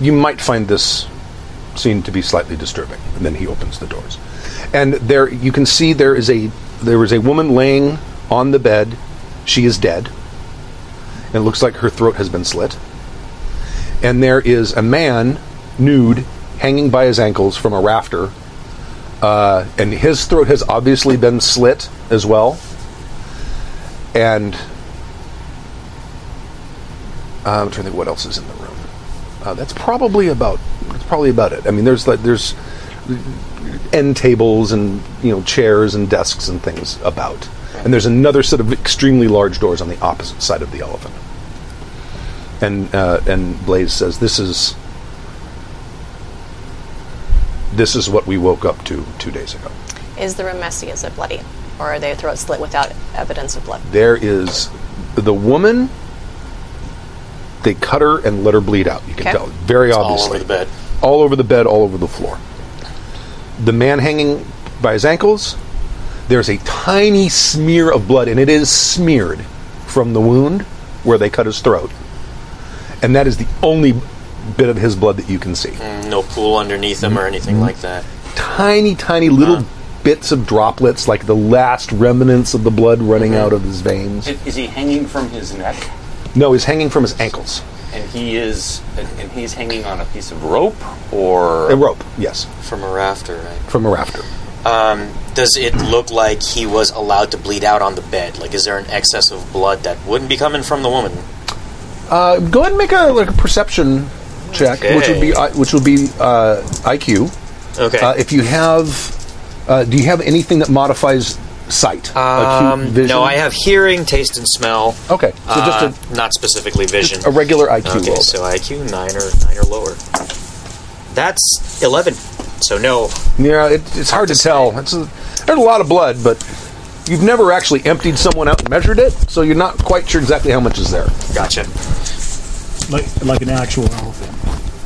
[SPEAKER 1] "You might find this scene to be slightly disturbing." And then he opens the doors, and there you can see there is a there is a woman laying on the bed. She is dead, and it looks like her throat has been slit. And there is a man nude hanging by his ankles from a rafter, uh, and his throat has obviously been slit as well. And uh, I'm trying to think what else is in the room. Uh, that's probably about that's probably about it. I mean, there's like there's end tables and you know chairs and desks and things about, and there's another set of extremely large doors on the opposite side of the elephant. And uh, and Blaze says this is this is what we woke up to two days ago.
[SPEAKER 11] Is the room messy? Is it bloody? Or are their throats slit without evidence of blood?
[SPEAKER 1] There is the woman. They cut her and let her bleed out. You can
[SPEAKER 11] Okay.
[SPEAKER 1] tell very
[SPEAKER 10] It's all
[SPEAKER 1] obviously
[SPEAKER 10] over the bed.
[SPEAKER 1] all over the bed, all over the floor. The man hanging by his ankles. There's a tiny smear of blood, and it is smeared from the wound where they cut his throat, and that is the only bit of his blood that you can see.
[SPEAKER 10] Mm, No pool underneath him
[SPEAKER 1] Mm-hmm.
[SPEAKER 10] or anything like that.
[SPEAKER 1] Tiny, tiny little bits of droplets, like the last remnants of the blood running out of his veins.
[SPEAKER 6] Is, is he hanging from his neck?
[SPEAKER 1] No, he's hanging from his ankles.
[SPEAKER 6] And he is,
[SPEAKER 10] uh,
[SPEAKER 6] and, and he's hanging on a piece of rope, or
[SPEAKER 1] A rope, yes,
[SPEAKER 10] From a rafter, right?
[SPEAKER 1] from a rafter.
[SPEAKER 10] Um, does it look like he was allowed to bleed out on the bed? Like, is there an excess of blood that wouldn't be coming from the woman?
[SPEAKER 1] Uh, go ahead and make a like a perception check, which would be
[SPEAKER 10] Okay.
[SPEAKER 1] I which would be uh, IQ.
[SPEAKER 10] Okay.
[SPEAKER 1] Uh, if you have, uh, do you have anything that modifies sight? Acute
[SPEAKER 10] um,
[SPEAKER 1] vision?
[SPEAKER 10] no, I have hearing, taste, and smell.
[SPEAKER 1] Okay, so
[SPEAKER 10] Uh,
[SPEAKER 1] just
[SPEAKER 10] not specifically vision.
[SPEAKER 1] a, a regular IQ
[SPEAKER 10] Okay,
[SPEAKER 1] roll.
[SPEAKER 10] so IQ nine or nine or lower. That's eleven. So no.
[SPEAKER 1] yeah, it, it's hard to tell. It's a, there's a lot of blood, but you've never actually emptied someone out and measured it, so you're not quite sure exactly how much is there.
[SPEAKER 10] Gotcha.
[SPEAKER 7] Like, like an actual elephant.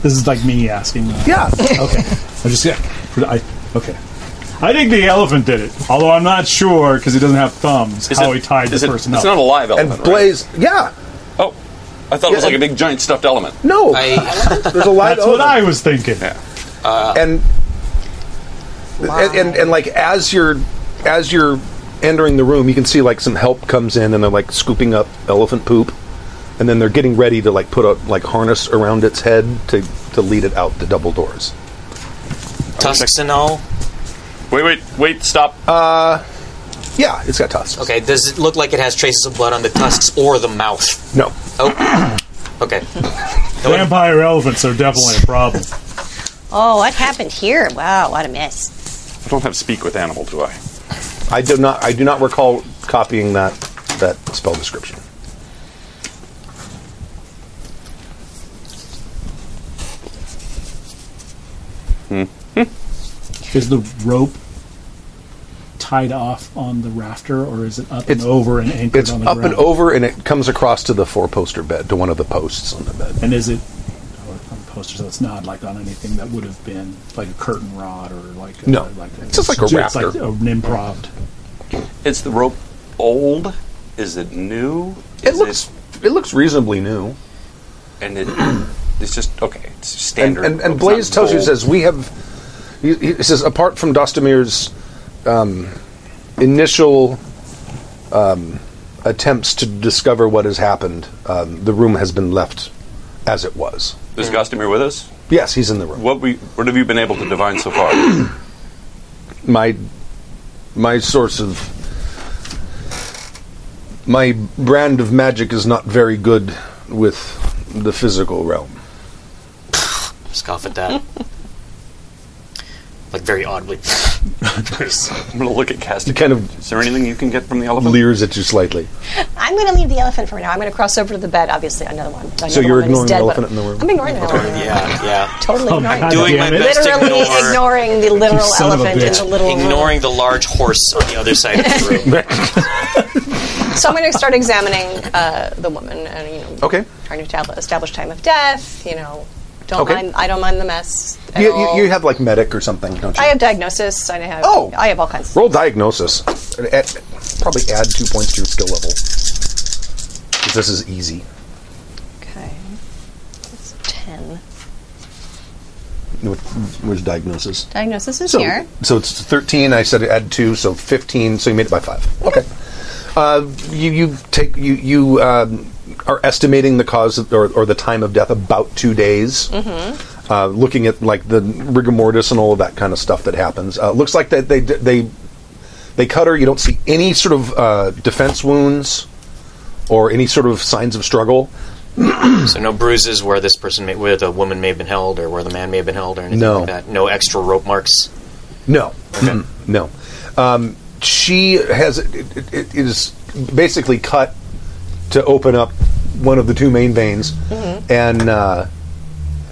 [SPEAKER 7] This is like me asking. uh,
[SPEAKER 1] Yeah.
[SPEAKER 7] Okay. I just yeah. I, okay. I think the elephant did it, although I'm not sure because he doesn't have thumbs
[SPEAKER 6] is
[SPEAKER 7] how
[SPEAKER 6] it-
[SPEAKER 7] he tied
[SPEAKER 6] is
[SPEAKER 7] the
[SPEAKER 6] it-
[SPEAKER 7] person
[SPEAKER 6] It's
[SPEAKER 7] up.
[SPEAKER 6] not a live
[SPEAKER 1] and
[SPEAKER 6] elephant. right?
[SPEAKER 1] Blaze, yeah,
[SPEAKER 6] Oh, I thought it was like a big giant stuffed element.
[SPEAKER 1] no,
[SPEAKER 10] I
[SPEAKER 1] there's a lot.
[SPEAKER 7] That's what I was thinking.
[SPEAKER 1] and, and and and like as you're as you're entering the room, you can see like some help comes in and they're like scooping up elephant poop, and then they're getting ready to like put a like harness around its head to to lead it out the double doors.
[SPEAKER 10] tusks and all.
[SPEAKER 6] Wait, wait, wait! Stop.
[SPEAKER 1] Uh, Yeah, it's got tusks.
[SPEAKER 10] Okay. Does it look like it has traces of blood on the tusks or the mouth?
[SPEAKER 1] No,
[SPEAKER 10] Oh. Okay.
[SPEAKER 7] Vampire elephants are definitely a problem.
[SPEAKER 3] Oh, what happened here? Wow, what a mess.
[SPEAKER 6] I don't have speak with animal, do I?
[SPEAKER 1] I do not. I do not recall copying that that spell description.
[SPEAKER 7] Is the rope tied off on the rafter, or is it up
[SPEAKER 1] It's-
[SPEAKER 7] and over and anchored
[SPEAKER 1] It's
[SPEAKER 7] on the
[SPEAKER 1] up
[SPEAKER 7] ground?
[SPEAKER 1] and over, and it comes across to the four poster bed to one of the posts on the bed.
[SPEAKER 7] And is it or on posters? So it's not like on anything that would have been like a curtain rod or like a,
[SPEAKER 1] No.
[SPEAKER 7] like
[SPEAKER 1] It's just like a
[SPEAKER 7] it's like
[SPEAKER 1] rafter.
[SPEAKER 7] an improv.
[SPEAKER 6] Is the rope old? Is it new?
[SPEAKER 1] It
[SPEAKER 6] Is
[SPEAKER 1] looks it looks reasonably new.
[SPEAKER 6] and it, it's just okay. It's
[SPEAKER 1] and,
[SPEAKER 6] standard.
[SPEAKER 1] and, and
[SPEAKER 6] It's not
[SPEAKER 1] Blaze tells you
[SPEAKER 6] gold.
[SPEAKER 1] says we have he, he says apart from Dostomir's um, initial um, attempts to discover what has happened, um, the room has been left as it was.
[SPEAKER 6] "Is Gostomir with us?
[SPEAKER 1] Yes, he's in the room.
[SPEAKER 6] What we what have you been able to divine so far?
[SPEAKER 1] My my source of my brand of magic is not very good with the physical realm.
[SPEAKER 10] Scoff at that. like very oddly.
[SPEAKER 6] I'm going to look at Castor. Kind of. Is there anything you can get from the elephant?
[SPEAKER 1] Leers at you slightly.
[SPEAKER 3] I'm going to leave the elephant for now. I'm going to cross over to the bed. Obviously, another one. Another
[SPEAKER 1] So you're
[SPEAKER 3] one is
[SPEAKER 1] ignoring the
[SPEAKER 3] dead, but
[SPEAKER 1] elephant in the room?
[SPEAKER 3] I'm ignoring the elephant.
[SPEAKER 10] Yeah, yeah.
[SPEAKER 3] Totally
[SPEAKER 10] Oh,
[SPEAKER 3] ignoring.
[SPEAKER 10] God Doing damn my it. best to
[SPEAKER 3] Literally
[SPEAKER 10] ignore-
[SPEAKER 3] ignoring the literal elephant in the little room.
[SPEAKER 10] Ignoring the large horse on the other side of the room.
[SPEAKER 11] So I'm going to start examining uh, the woman and you know
[SPEAKER 1] Okay.
[SPEAKER 11] trying to tab- establish time of death. You know, don't
[SPEAKER 1] Okay.
[SPEAKER 11] mind. I don't mind the mess. At
[SPEAKER 1] You,
[SPEAKER 11] all.
[SPEAKER 1] you, you have like medic or something, don't you?
[SPEAKER 11] I have diagnosis. I have.
[SPEAKER 1] Oh.
[SPEAKER 11] I have all kinds.
[SPEAKER 1] Roll diagnosis. Add- probably add two points to your skill level. 'Cause This is easy.
[SPEAKER 11] Okay. That's ten.
[SPEAKER 1] What- Where's diagnosis?
[SPEAKER 11] Diagnosis is
[SPEAKER 1] so,
[SPEAKER 11] here.
[SPEAKER 1] So it's 13. I said add two, so 15. So you made it by five. Okay. Uh, you you take you you um, are estimating the cause of, or, or the time of death about two days.
[SPEAKER 12] Mhm.
[SPEAKER 1] Uh, looking at like the rigor mortis and all of that kind of stuff that happens. Uh, looks like that they they they cut her. You don't see any sort of uh, defense wounds or any sort of signs of struggle.
[SPEAKER 10] so no bruises where this person, may, where the woman may have been held, or where the man may have been held, or anything
[SPEAKER 1] No.
[SPEAKER 10] like that. No extra rope marks.
[SPEAKER 1] No, Mm-mm. no. Um, she has it, it, it is basically cut to open up one of the two main veins,
[SPEAKER 11] Mm-hmm.
[SPEAKER 12] Mhm.
[SPEAKER 1] and uh,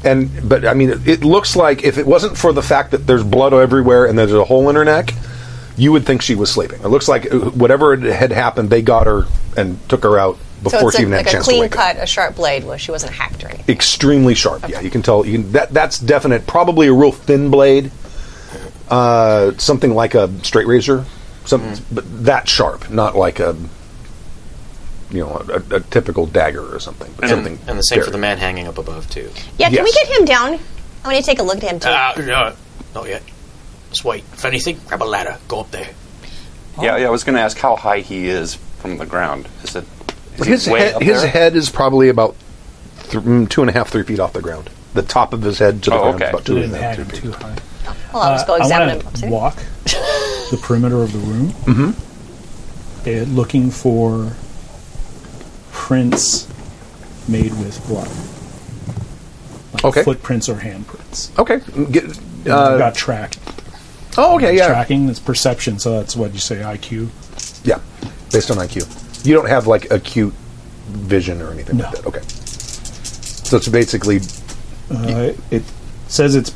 [SPEAKER 1] and but I mean, it, it looks like if it wasn't for the fact that there's blood everywhere and there's a hole in her neck, you would think she was sleeping. It looks like uh, whatever had happened, they got her and took her out
[SPEAKER 11] so
[SPEAKER 1] before
[SPEAKER 11] it's
[SPEAKER 1] she
[SPEAKER 11] a,
[SPEAKER 1] even had
[SPEAKER 11] like
[SPEAKER 1] a
[SPEAKER 11] a
[SPEAKER 1] chance to
[SPEAKER 11] clean
[SPEAKER 1] wake up.
[SPEAKER 11] cut, a sharp blade. Where she wasn't hacked or anything.
[SPEAKER 1] Extremely sharp. Yeah, you can tell. You can, that that's definite. Probably a real thin blade, uh, something like a straight razor, some,
[SPEAKER 10] Mm.
[SPEAKER 1] but that sharp, not like a you know a, a typical dagger or something. But
[SPEAKER 10] And,
[SPEAKER 1] something
[SPEAKER 10] and the same for
[SPEAKER 1] very-
[SPEAKER 10] the man hanging up above too.
[SPEAKER 3] Yeah, can we
[SPEAKER 1] Yes.
[SPEAKER 3] get him down? I want to take a look at him too.
[SPEAKER 10] Uh, no, not yet. Just wait. If anything, grab a ladder. Go up there.
[SPEAKER 6] Yeah, yeah. I was going to ask how high he is from the ground. Is it? Is he
[SPEAKER 1] his
[SPEAKER 6] way
[SPEAKER 1] head,
[SPEAKER 6] up
[SPEAKER 1] his
[SPEAKER 6] there?
[SPEAKER 1] head is probably about th- mm, two and a half, three feet off the ground. The top of his head to the
[SPEAKER 6] Oh,
[SPEAKER 1] ground is
[SPEAKER 6] okay.
[SPEAKER 1] about two and a
[SPEAKER 7] Didn't
[SPEAKER 1] half, three
[SPEAKER 7] hack him
[SPEAKER 1] feet.
[SPEAKER 7] too high.
[SPEAKER 11] Hold on, let's go
[SPEAKER 7] Uh, I
[SPEAKER 11] examine
[SPEAKER 7] wanna
[SPEAKER 11] him. See?
[SPEAKER 7] Walk the perimeter of the room,
[SPEAKER 1] Mm-hmm.
[SPEAKER 7] eh, looking for prints made with blood. Like
[SPEAKER 1] Okay.
[SPEAKER 7] Footprints or handprints.
[SPEAKER 1] Okay. Get,
[SPEAKER 7] uh, got tracked.
[SPEAKER 1] Oh, okay, yeah.
[SPEAKER 7] Tracking is perception, so that's what you say IQ.
[SPEAKER 1] Yeah, based on IQ. You don't have like acute vision or anything like that. Okay. So it's basically
[SPEAKER 7] Uh, it says it's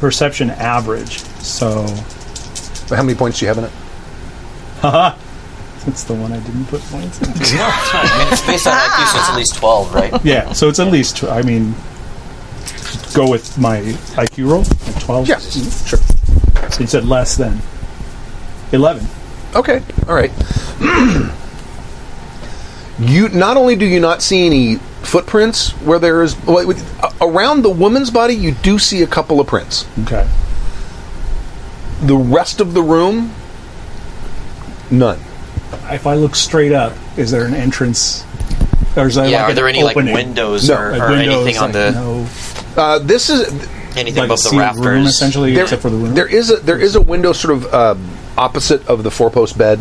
[SPEAKER 7] perception average, so.
[SPEAKER 1] How many points do you have in it?
[SPEAKER 7] Haha! That's the one I didn't put points in.
[SPEAKER 10] I mean, it's based on IQ, so it's at least twelve, right?
[SPEAKER 7] yeah, so it's at least, I mean, go with my IQ roll at 12.
[SPEAKER 1] Yeah, sure.
[SPEAKER 7] So you said less than 11.
[SPEAKER 1] Okay, all right. you not only do you not see any footprints where there is well, with- uh, around the woman's body, you do see a couple of prints.
[SPEAKER 7] Okay.
[SPEAKER 1] The rest of the room, none.
[SPEAKER 7] If I look straight up, is there an entrance? Or is there
[SPEAKER 10] Yeah, are
[SPEAKER 7] like an
[SPEAKER 10] there any, like,
[SPEAKER 7] opening?
[SPEAKER 10] windows or-
[SPEAKER 7] Like
[SPEAKER 10] or anything on the-
[SPEAKER 7] no.
[SPEAKER 1] Uh, this is
[SPEAKER 10] Anything
[SPEAKER 7] Like
[SPEAKER 10] above the
[SPEAKER 7] sea room,
[SPEAKER 10] rafters,
[SPEAKER 7] essentially, except for the window?
[SPEAKER 1] There is a there is a window sort of um, opposite of the four post bed,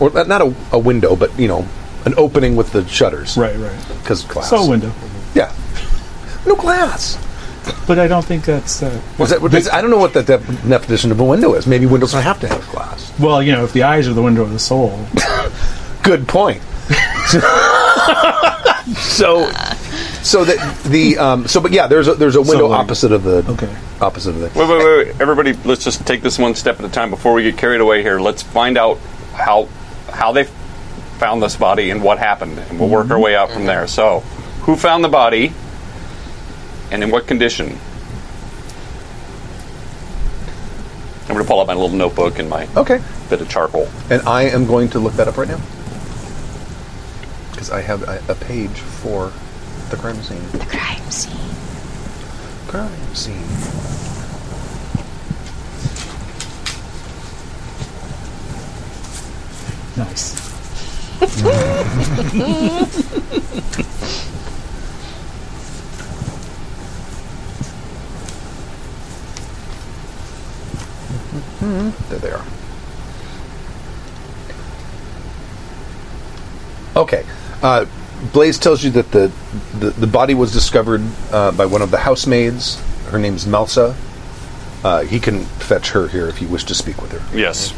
[SPEAKER 1] or not not a, a window, but you know, an opening with the shutters.
[SPEAKER 7] Right, right.
[SPEAKER 1] Because glass.
[SPEAKER 7] So a window.
[SPEAKER 1] Yeah. No glass.
[SPEAKER 7] But I don't think that's. Uh,
[SPEAKER 1] Is that, what- is, I don't know what the de- definition of a window is. Maybe windows don't have to have glass.
[SPEAKER 7] well, you know, if the eyes are the window of the soul.
[SPEAKER 1] Good point. so, so that the um, so but yeah, there's a there's a window opposite of the opposite of the
[SPEAKER 6] Wait, wait, wait, wait. Everybody, let's just take this one step at a time before we get carried away here. Let's find out how how they found this body and what happened, and we'll work our way out from there. So, who found the body, and in what condition? I'm going to pull out my little notebook and my
[SPEAKER 1] okay
[SPEAKER 6] bit of charcoal.
[SPEAKER 1] And I am going to look that up right now. Because I have a, a page for the crime scene. The
[SPEAKER 3] crime scene.
[SPEAKER 1] Crime scene.
[SPEAKER 7] Nice.
[SPEAKER 1] There they are. Okay. Uh, Blaze tells you that the, the, the body was discovered uh, by one of the housemaids. Her name's Melsa. Uh, he can fetch her here if you wish to speak with her.
[SPEAKER 6] Yes.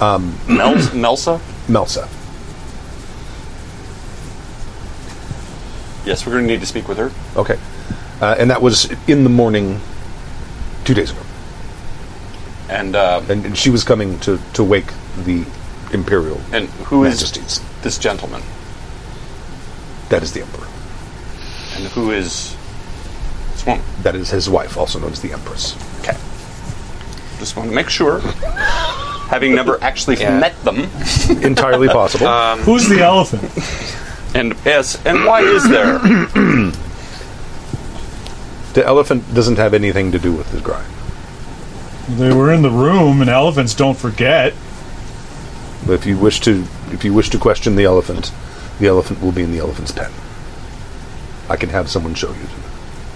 [SPEAKER 1] Um,
[SPEAKER 6] Mel- Melsa?
[SPEAKER 1] Melsa.
[SPEAKER 6] Yes, we're going to need to speak with her.
[SPEAKER 1] Okay. Uh, and that was in the morning two days ago.
[SPEAKER 6] And, uh,
[SPEAKER 1] and, and she was coming to, to wake the Imperial
[SPEAKER 6] And who is
[SPEAKER 1] Majesties.
[SPEAKER 6] this gentleman?
[SPEAKER 1] That is the Emperor.
[SPEAKER 6] And who is this woman?
[SPEAKER 1] That is his wife, also known as the Empress.
[SPEAKER 6] Okay. Just want to make sure. Having never actually
[SPEAKER 1] Yeah.
[SPEAKER 6] met them.
[SPEAKER 1] Entirely possible.
[SPEAKER 6] Uh,
[SPEAKER 10] Um,
[SPEAKER 7] Who's the elephant?
[SPEAKER 6] And yes, and why is there?
[SPEAKER 1] The elephant doesn't have anything to do with the grind.
[SPEAKER 7] They were in the room, and elephants don't forget.
[SPEAKER 1] But if you wish to, if you wish to question the elephant, the elephant will be in the elephant's pen. I can have someone show you.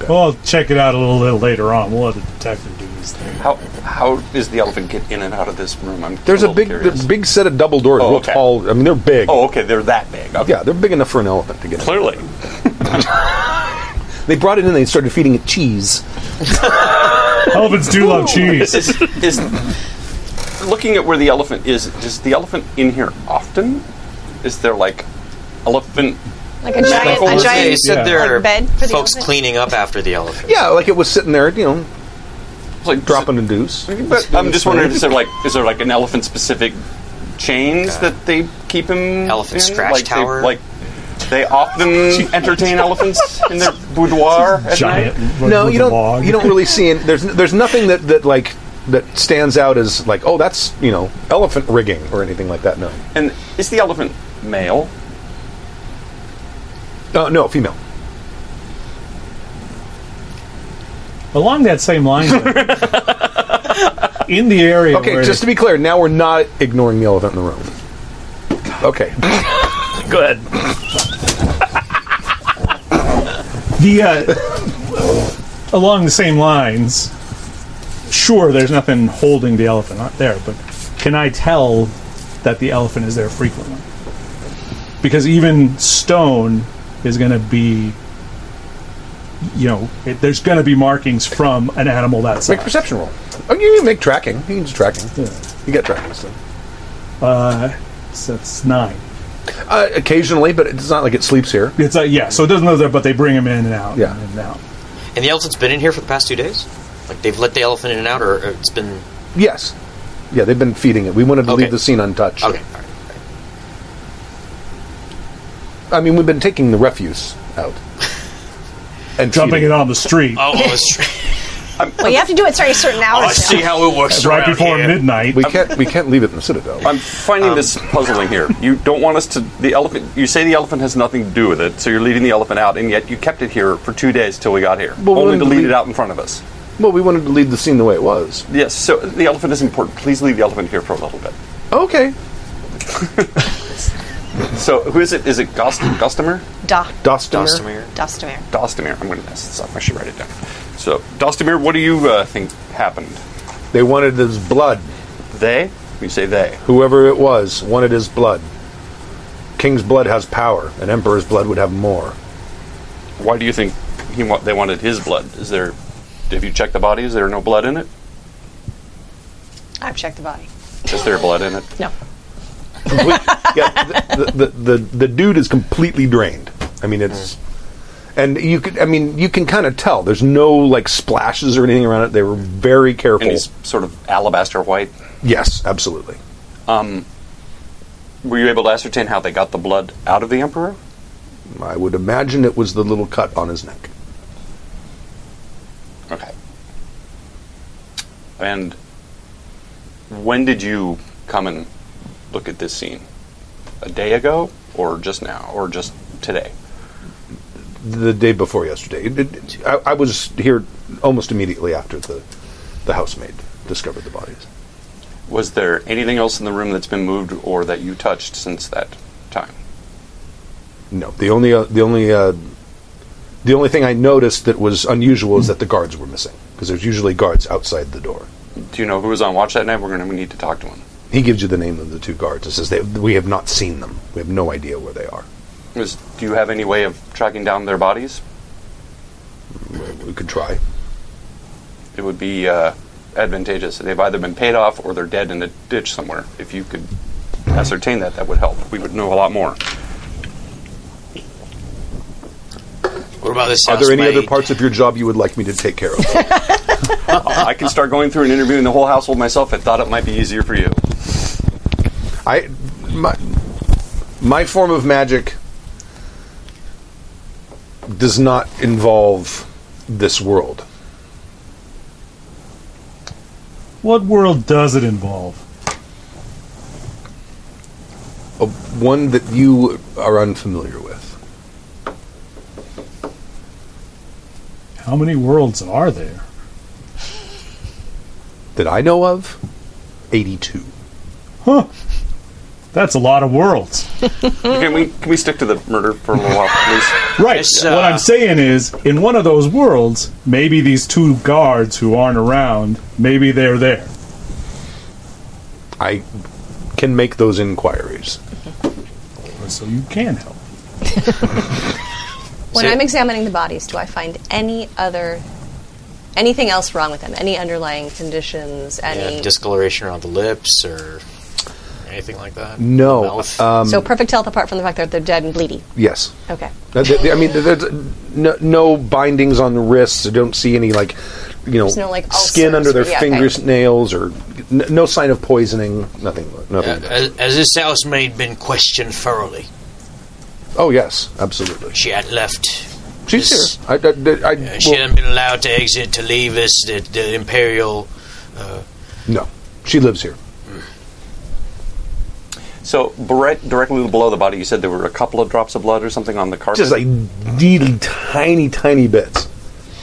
[SPEAKER 7] Well, I'll check it out a little, little later on. We'll let the detective do his thing.
[SPEAKER 6] How how does the elephant get in and out of this room? I'm
[SPEAKER 1] There's a
[SPEAKER 6] little
[SPEAKER 1] big,
[SPEAKER 6] curious.
[SPEAKER 1] a big set of double doors.
[SPEAKER 6] Oh,
[SPEAKER 1] real
[SPEAKER 6] okay.
[SPEAKER 1] tall. I mean, they're big.
[SPEAKER 6] Oh, okay, they're that big. Okay.
[SPEAKER 1] Yeah, they're big enough for an elephant to get. in.
[SPEAKER 6] Clearly,
[SPEAKER 1] They brought it in. They started feeding it cheese.
[SPEAKER 7] elephants do love cheese.
[SPEAKER 6] is, is looking at where the elephant is. Is the elephant in here often? Is there like elephant?
[SPEAKER 11] Like a giant,
[SPEAKER 6] Well,
[SPEAKER 11] a
[SPEAKER 6] they
[SPEAKER 11] giant
[SPEAKER 6] said
[SPEAKER 11] like,
[SPEAKER 6] they're
[SPEAKER 11] bed for the
[SPEAKER 10] Folks
[SPEAKER 11] elephant?
[SPEAKER 10] cleaning up after the elephant.
[SPEAKER 1] Yeah, like it was sitting there, you know,
[SPEAKER 6] it's like
[SPEAKER 1] dropping a deuce.
[SPEAKER 6] But I'm just wondering, is there like is there like an elephant specific chains that they keep him?
[SPEAKER 10] Elephant
[SPEAKER 6] in?
[SPEAKER 10] scratch
[SPEAKER 6] like
[SPEAKER 10] tower?
[SPEAKER 6] They, like they often entertain elephants in their boudoir at
[SPEAKER 7] Giant.
[SPEAKER 6] night.
[SPEAKER 7] with-
[SPEAKER 1] no,
[SPEAKER 7] with
[SPEAKER 1] you
[SPEAKER 7] a
[SPEAKER 1] don't.
[SPEAKER 7] log.
[SPEAKER 1] You don't really see. Any, there's there's nothing that that like that stands out as like oh that's you know elephant rigging or anything like that. No,
[SPEAKER 6] And is the elephant male?
[SPEAKER 1] uh, no, female.
[SPEAKER 7] Along that same line, though, in the area.
[SPEAKER 1] Okay,
[SPEAKER 7] where
[SPEAKER 1] just to be clear, now we're not ignoring the elephant in the room. Okay,
[SPEAKER 9] Go ahead.
[SPEAKER 7] the uh, along the same lines. Sure, there's nothing holding the elephant up there, but can I tell that the elephant is there frequently? Because even stone is going to be, you know, it, there's going to be markings from an animal that
[SPEAKER 1] make
[SPEAKER 7] size.
[SPEAKER 1] perception roll. Oh, you can make tracking. You can do tracking. You get tracking stuff.
[SPEAKER 7] Uh, so it's nine.
[SPEAKER 1] Uh, occasionally, but it's not like it sleeps here.
[SPEAKER 7] It's uh, yeah. So it doesn't know that, but they bring him in and out.
[SPEAKER 1] Yeah.
[SPEAKER 7] in and out.
[SPEAKER 10] And the elephant's been in here for the past two days? Like they've let the elephant in and out, or or it's been.
[SPEAKER 1] Yes. Yeah, they've been feeding it. We wanted to
[SPEAKER 10] Okay.
[SPEAKER 1] leave the scene untouched.
[SPEAKER 10] Okay, all right.
[SPEAKER 1] I mean, we've been taking the refuse out and
[SPEAKER 7] Dumping
[SPEAKER 1] feeding
[SPEAKER 7] it on the street
[SPEAKER 10] Oh, well, it's tr-
[SPEAKER 11] Well, you have to do it starting certain
[SPEAKER 7] Oh,
[SPEAKER 11] hours. now.
[SPEAKER 10] how it works
[SPEAKER 7] right before midnight.
[SPEAKER 1] We can't. We can't leave it in the citadel.
[SPEAKER 6] I'm finding
[SPEAKER 10] Um,
[SPEAKER 6] this puzzling here. You don't want us to the elephant. You say the elephant has nothing to do with it, so you're leading the elephant out, and yet you kept it here for two days till we got here,
[SPEAKER 1] Well,
[SPEAKER 6] only
[SPEAKER 1] when
[SPEAKER 6] to
[SPEAKER 1] did
[SPEAKER 6] lead
[SPEAKER 1] we-
[SPEAKER 6] it out in front of us.
[SPEAKER 1] Well, we wanted to leave the scene the way it was.
[SPEAKER 6] Yes, so the elephant is important. Please leave the elephant here for a little bit.
[SPEAKER 1] Okay.
[SPEAKER 6] So who is it? Is it Gost- Gostomer?
[SPEAKER 11] Da,
[SPEAKER 1] Dostomir.
[SPEAKER 10] Dostomir.
[SPEAKER 11] Dostomir.
[SPEAKER 6] Dostomir. I'm going to mess this up. I should write it down. So Dostomir, what do you uh, think happened?
[SPEAKER 1] They wanted his blood.
[SPEAKER 6] They? You say they.
[SPEAKER 1] Whoever it was wanted his blood. King's blood has power. An emperor's blood would have more.
[SPEAKER 6] Why do you think he wa- they wanted his blood? Is there? Have you checked the body? Is there no blood in it?
[SPEAKER 11] I've checked the body.
[SPEAKER 6] Is there blood in it?
[SPEAKER 11] No.
[SPEAKER 1] Complete- yeah, the, the, the, the dude is completely drained. I mean, it's and you could. I mean, you can kind of tell. There's no like splashes or anything around it. They were very careful.
[SPEAKER 6] And he's sort of alabaster white.
[SPEAKER 1] Yes, absolutely.
[SPEAKER 6] Were you able to ascertain how they got the blood out of the emperor?
[SPEAKER 1] I would imagine it was the little cut on his neck.
[SPEAKER 6] Okay. And when did you come and look at this scene? A day ago, or just now, or just today?
[SPEAKER 1] The day before yesterday, It- it- I, I was here almost immediately after the the housemaid discovered the bodies.
[SPEAKER 6] Was there anything else in the room that's been moved or that you touched since that time?
[SPEAKER 1] No, the only uh, the only uh, the only thing I noticed that was unusual is that the guards were missing because there's usually guards outside the door.
[SPEAKER 6] Do you know who was on watch that night? We're going to need to talk to him.
[SPEAKER 1] He gives you the name of the two guards and says they, we have not seen them. We have no idea where they are.
[SPEAKER 6] Was, do you have any way of tracking down their bodies?
[SPEAKER 1] We- We could try.
[SPEAKER 6] It would be uh, advantageous. They've either been paid off or they're dead in a ditch somewhere. If you could ascertain that, that would help. We would know a lot more.
[SPEAKER 10] What about this
[SPEAKER 1] Are
[SPEAKER 10] house?
[SPEAKER 1] there any
[SPEAKER 10] by-
[SPEAKER 1] other parts of your job you would like me to take care of?
[SPEAKER 6] I can start going through and interviewing the whole household myself. I thought it might be easier for you.
[SPEAKER 1] I my my form of magic does not involve this world.
[SPEAKER 7] What world does it involve?
[SPEAKER 1] A, one that you are unfamiliar with.
[SPEAKER 7] How many worlds are there?
[SPEAKER 1] That I know of? 82.
[SPEAKER 7] Huh. That's a lot of worlds.
[SPEAKER 6] can we can we stick to the murder for a little while, please?
[SPEAKER 7] Right.
[SPEAKER 6] Yes,
[SPEAKER 7] what
[SPEAKER 6] uh,
[SPEAKER 7] I'm saying is, in one of those worlds, maybe these two guards who aren't around, maybe they're there.
[SPEAKER 1] I can make those inquiries.
[SPEAKER 7] So you can help.
[SPEAKER 11] When
[SPEAKER 1] So-
[SPEAKER 11] I'm examining the bodies, do I find any other anything else wrong with them? Any underlying conditions? Any
[SPEAKER 10] Yeah, discoloration around the lips or anything like that?
[SPEAKER 1] No.
[SPEAKER 3] Uh,
[SPEAKER 1] Um,
[SPEAKER 11] so perfect health apart from the fact that they're dead and bleeding.
[SPEAKER 1] yes.
[SPEAKER 11] Okay.
[SPEAKER 1] Uh, th- th- I mean, th- there's no, no bindings on the wrists. I don't see any like, you know,
[SPEAKER 11] There's no, like,
[SPEAKER 1] skin
[SPEAKER 11] ulcers
[SPEAKER 1] under their
[SPEAKER 11] or- yeah, okay.
[SPEAKER 1] fingernails or n- no sign of poisoning. Nothing. Nothing.
[SPEAKER 12] Has, has this housemaid been questioned thoroughly?
[SPEAKER 1] Oh yes, absolutely.
[SPEAKER 12] She had left.
[SPEAKER 1] She's
[SPEAKER 12] this-
[SPEAKER 1] here. I, I, I-
[SPEAKER 12] uh, she
[SPEAKER 1] well,
[SPEAKER 12] hadn't been allowed to exit to leave us. The, the imperial. Uh,
[SPEAKER 1] no, she lives here.
[SPEAKER 6] So, Barrett, directly below the body, you said there were a couple of drops of blood or something on the carpet.
[SPEAKER 1] Just like little tiny, tiny bits.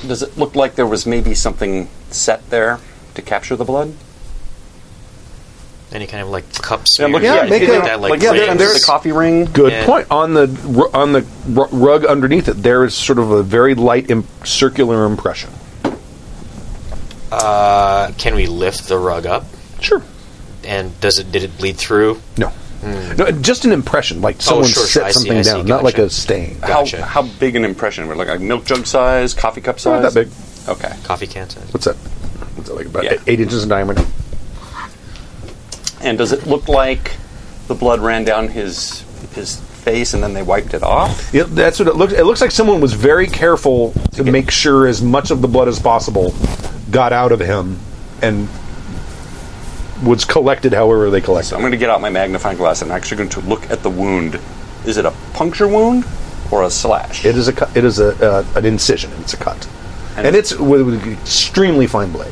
[SPEAKER 6] Does it look like there was maybe something set there to capture the blood?
[SPEAKER 10] Any kind of like cups?
[SPEAKER 6] Yeah, look, yeah, make a- like, yeah, there- there's the coffee ring.
[SPEAKER 1] Good
[SPEAKER 6] Yeah.
[SPEAKER 1] point. On the ru- on the ru- rug underneath it, there is sort of a very light im- circular impression.
[SPEAKER 10] Uh, can we lift the rug up?
[SPEAKER 1] Sure.
[SPEAKER 10] And does it? Did it bleed through?
[SPEAKER 1] No. No, just an impression, like someone
[SPEAKER 6] Hmm. Oh, sure, sure.
[SPEAKER 1] set
[SPEAKER 6] I see,
[SPEAKER 1] something
[SPEAKER 6] I see.
[SPEAKER 1] down, not like
[SPEAKER 6] Gotcha.
[SPEAKER 1] a stain.
[SPEAKER 6] How, how big an impression? We're like, like milk jug size, coffee cup size?
[SPEAKER 1] Not that big.
[SPEAKER 6] Okay.
[SPEAKER 10] Coffee uh, can size.
[SPEAKER 1] What's that? What's that like about eight, eight inches in diameter?
[SPEAKER 6] And does it look like the blood ran down his his face and then they wiped it off?
[SPEAKER 1] It, that's what it looks. It looks like someone was very careful to make sure as much of the blood as possible got out of him and was collected however they collected.
[SPEAKER 6] So I'm going to get out my magnifying glass and I'm actually going to look at the wound. Is it a puncture wound or a slash?
[SPEAKER 1] It is a cut. It is a uh, an incision. It's a cut, and, it's with, with an extremely fine blade.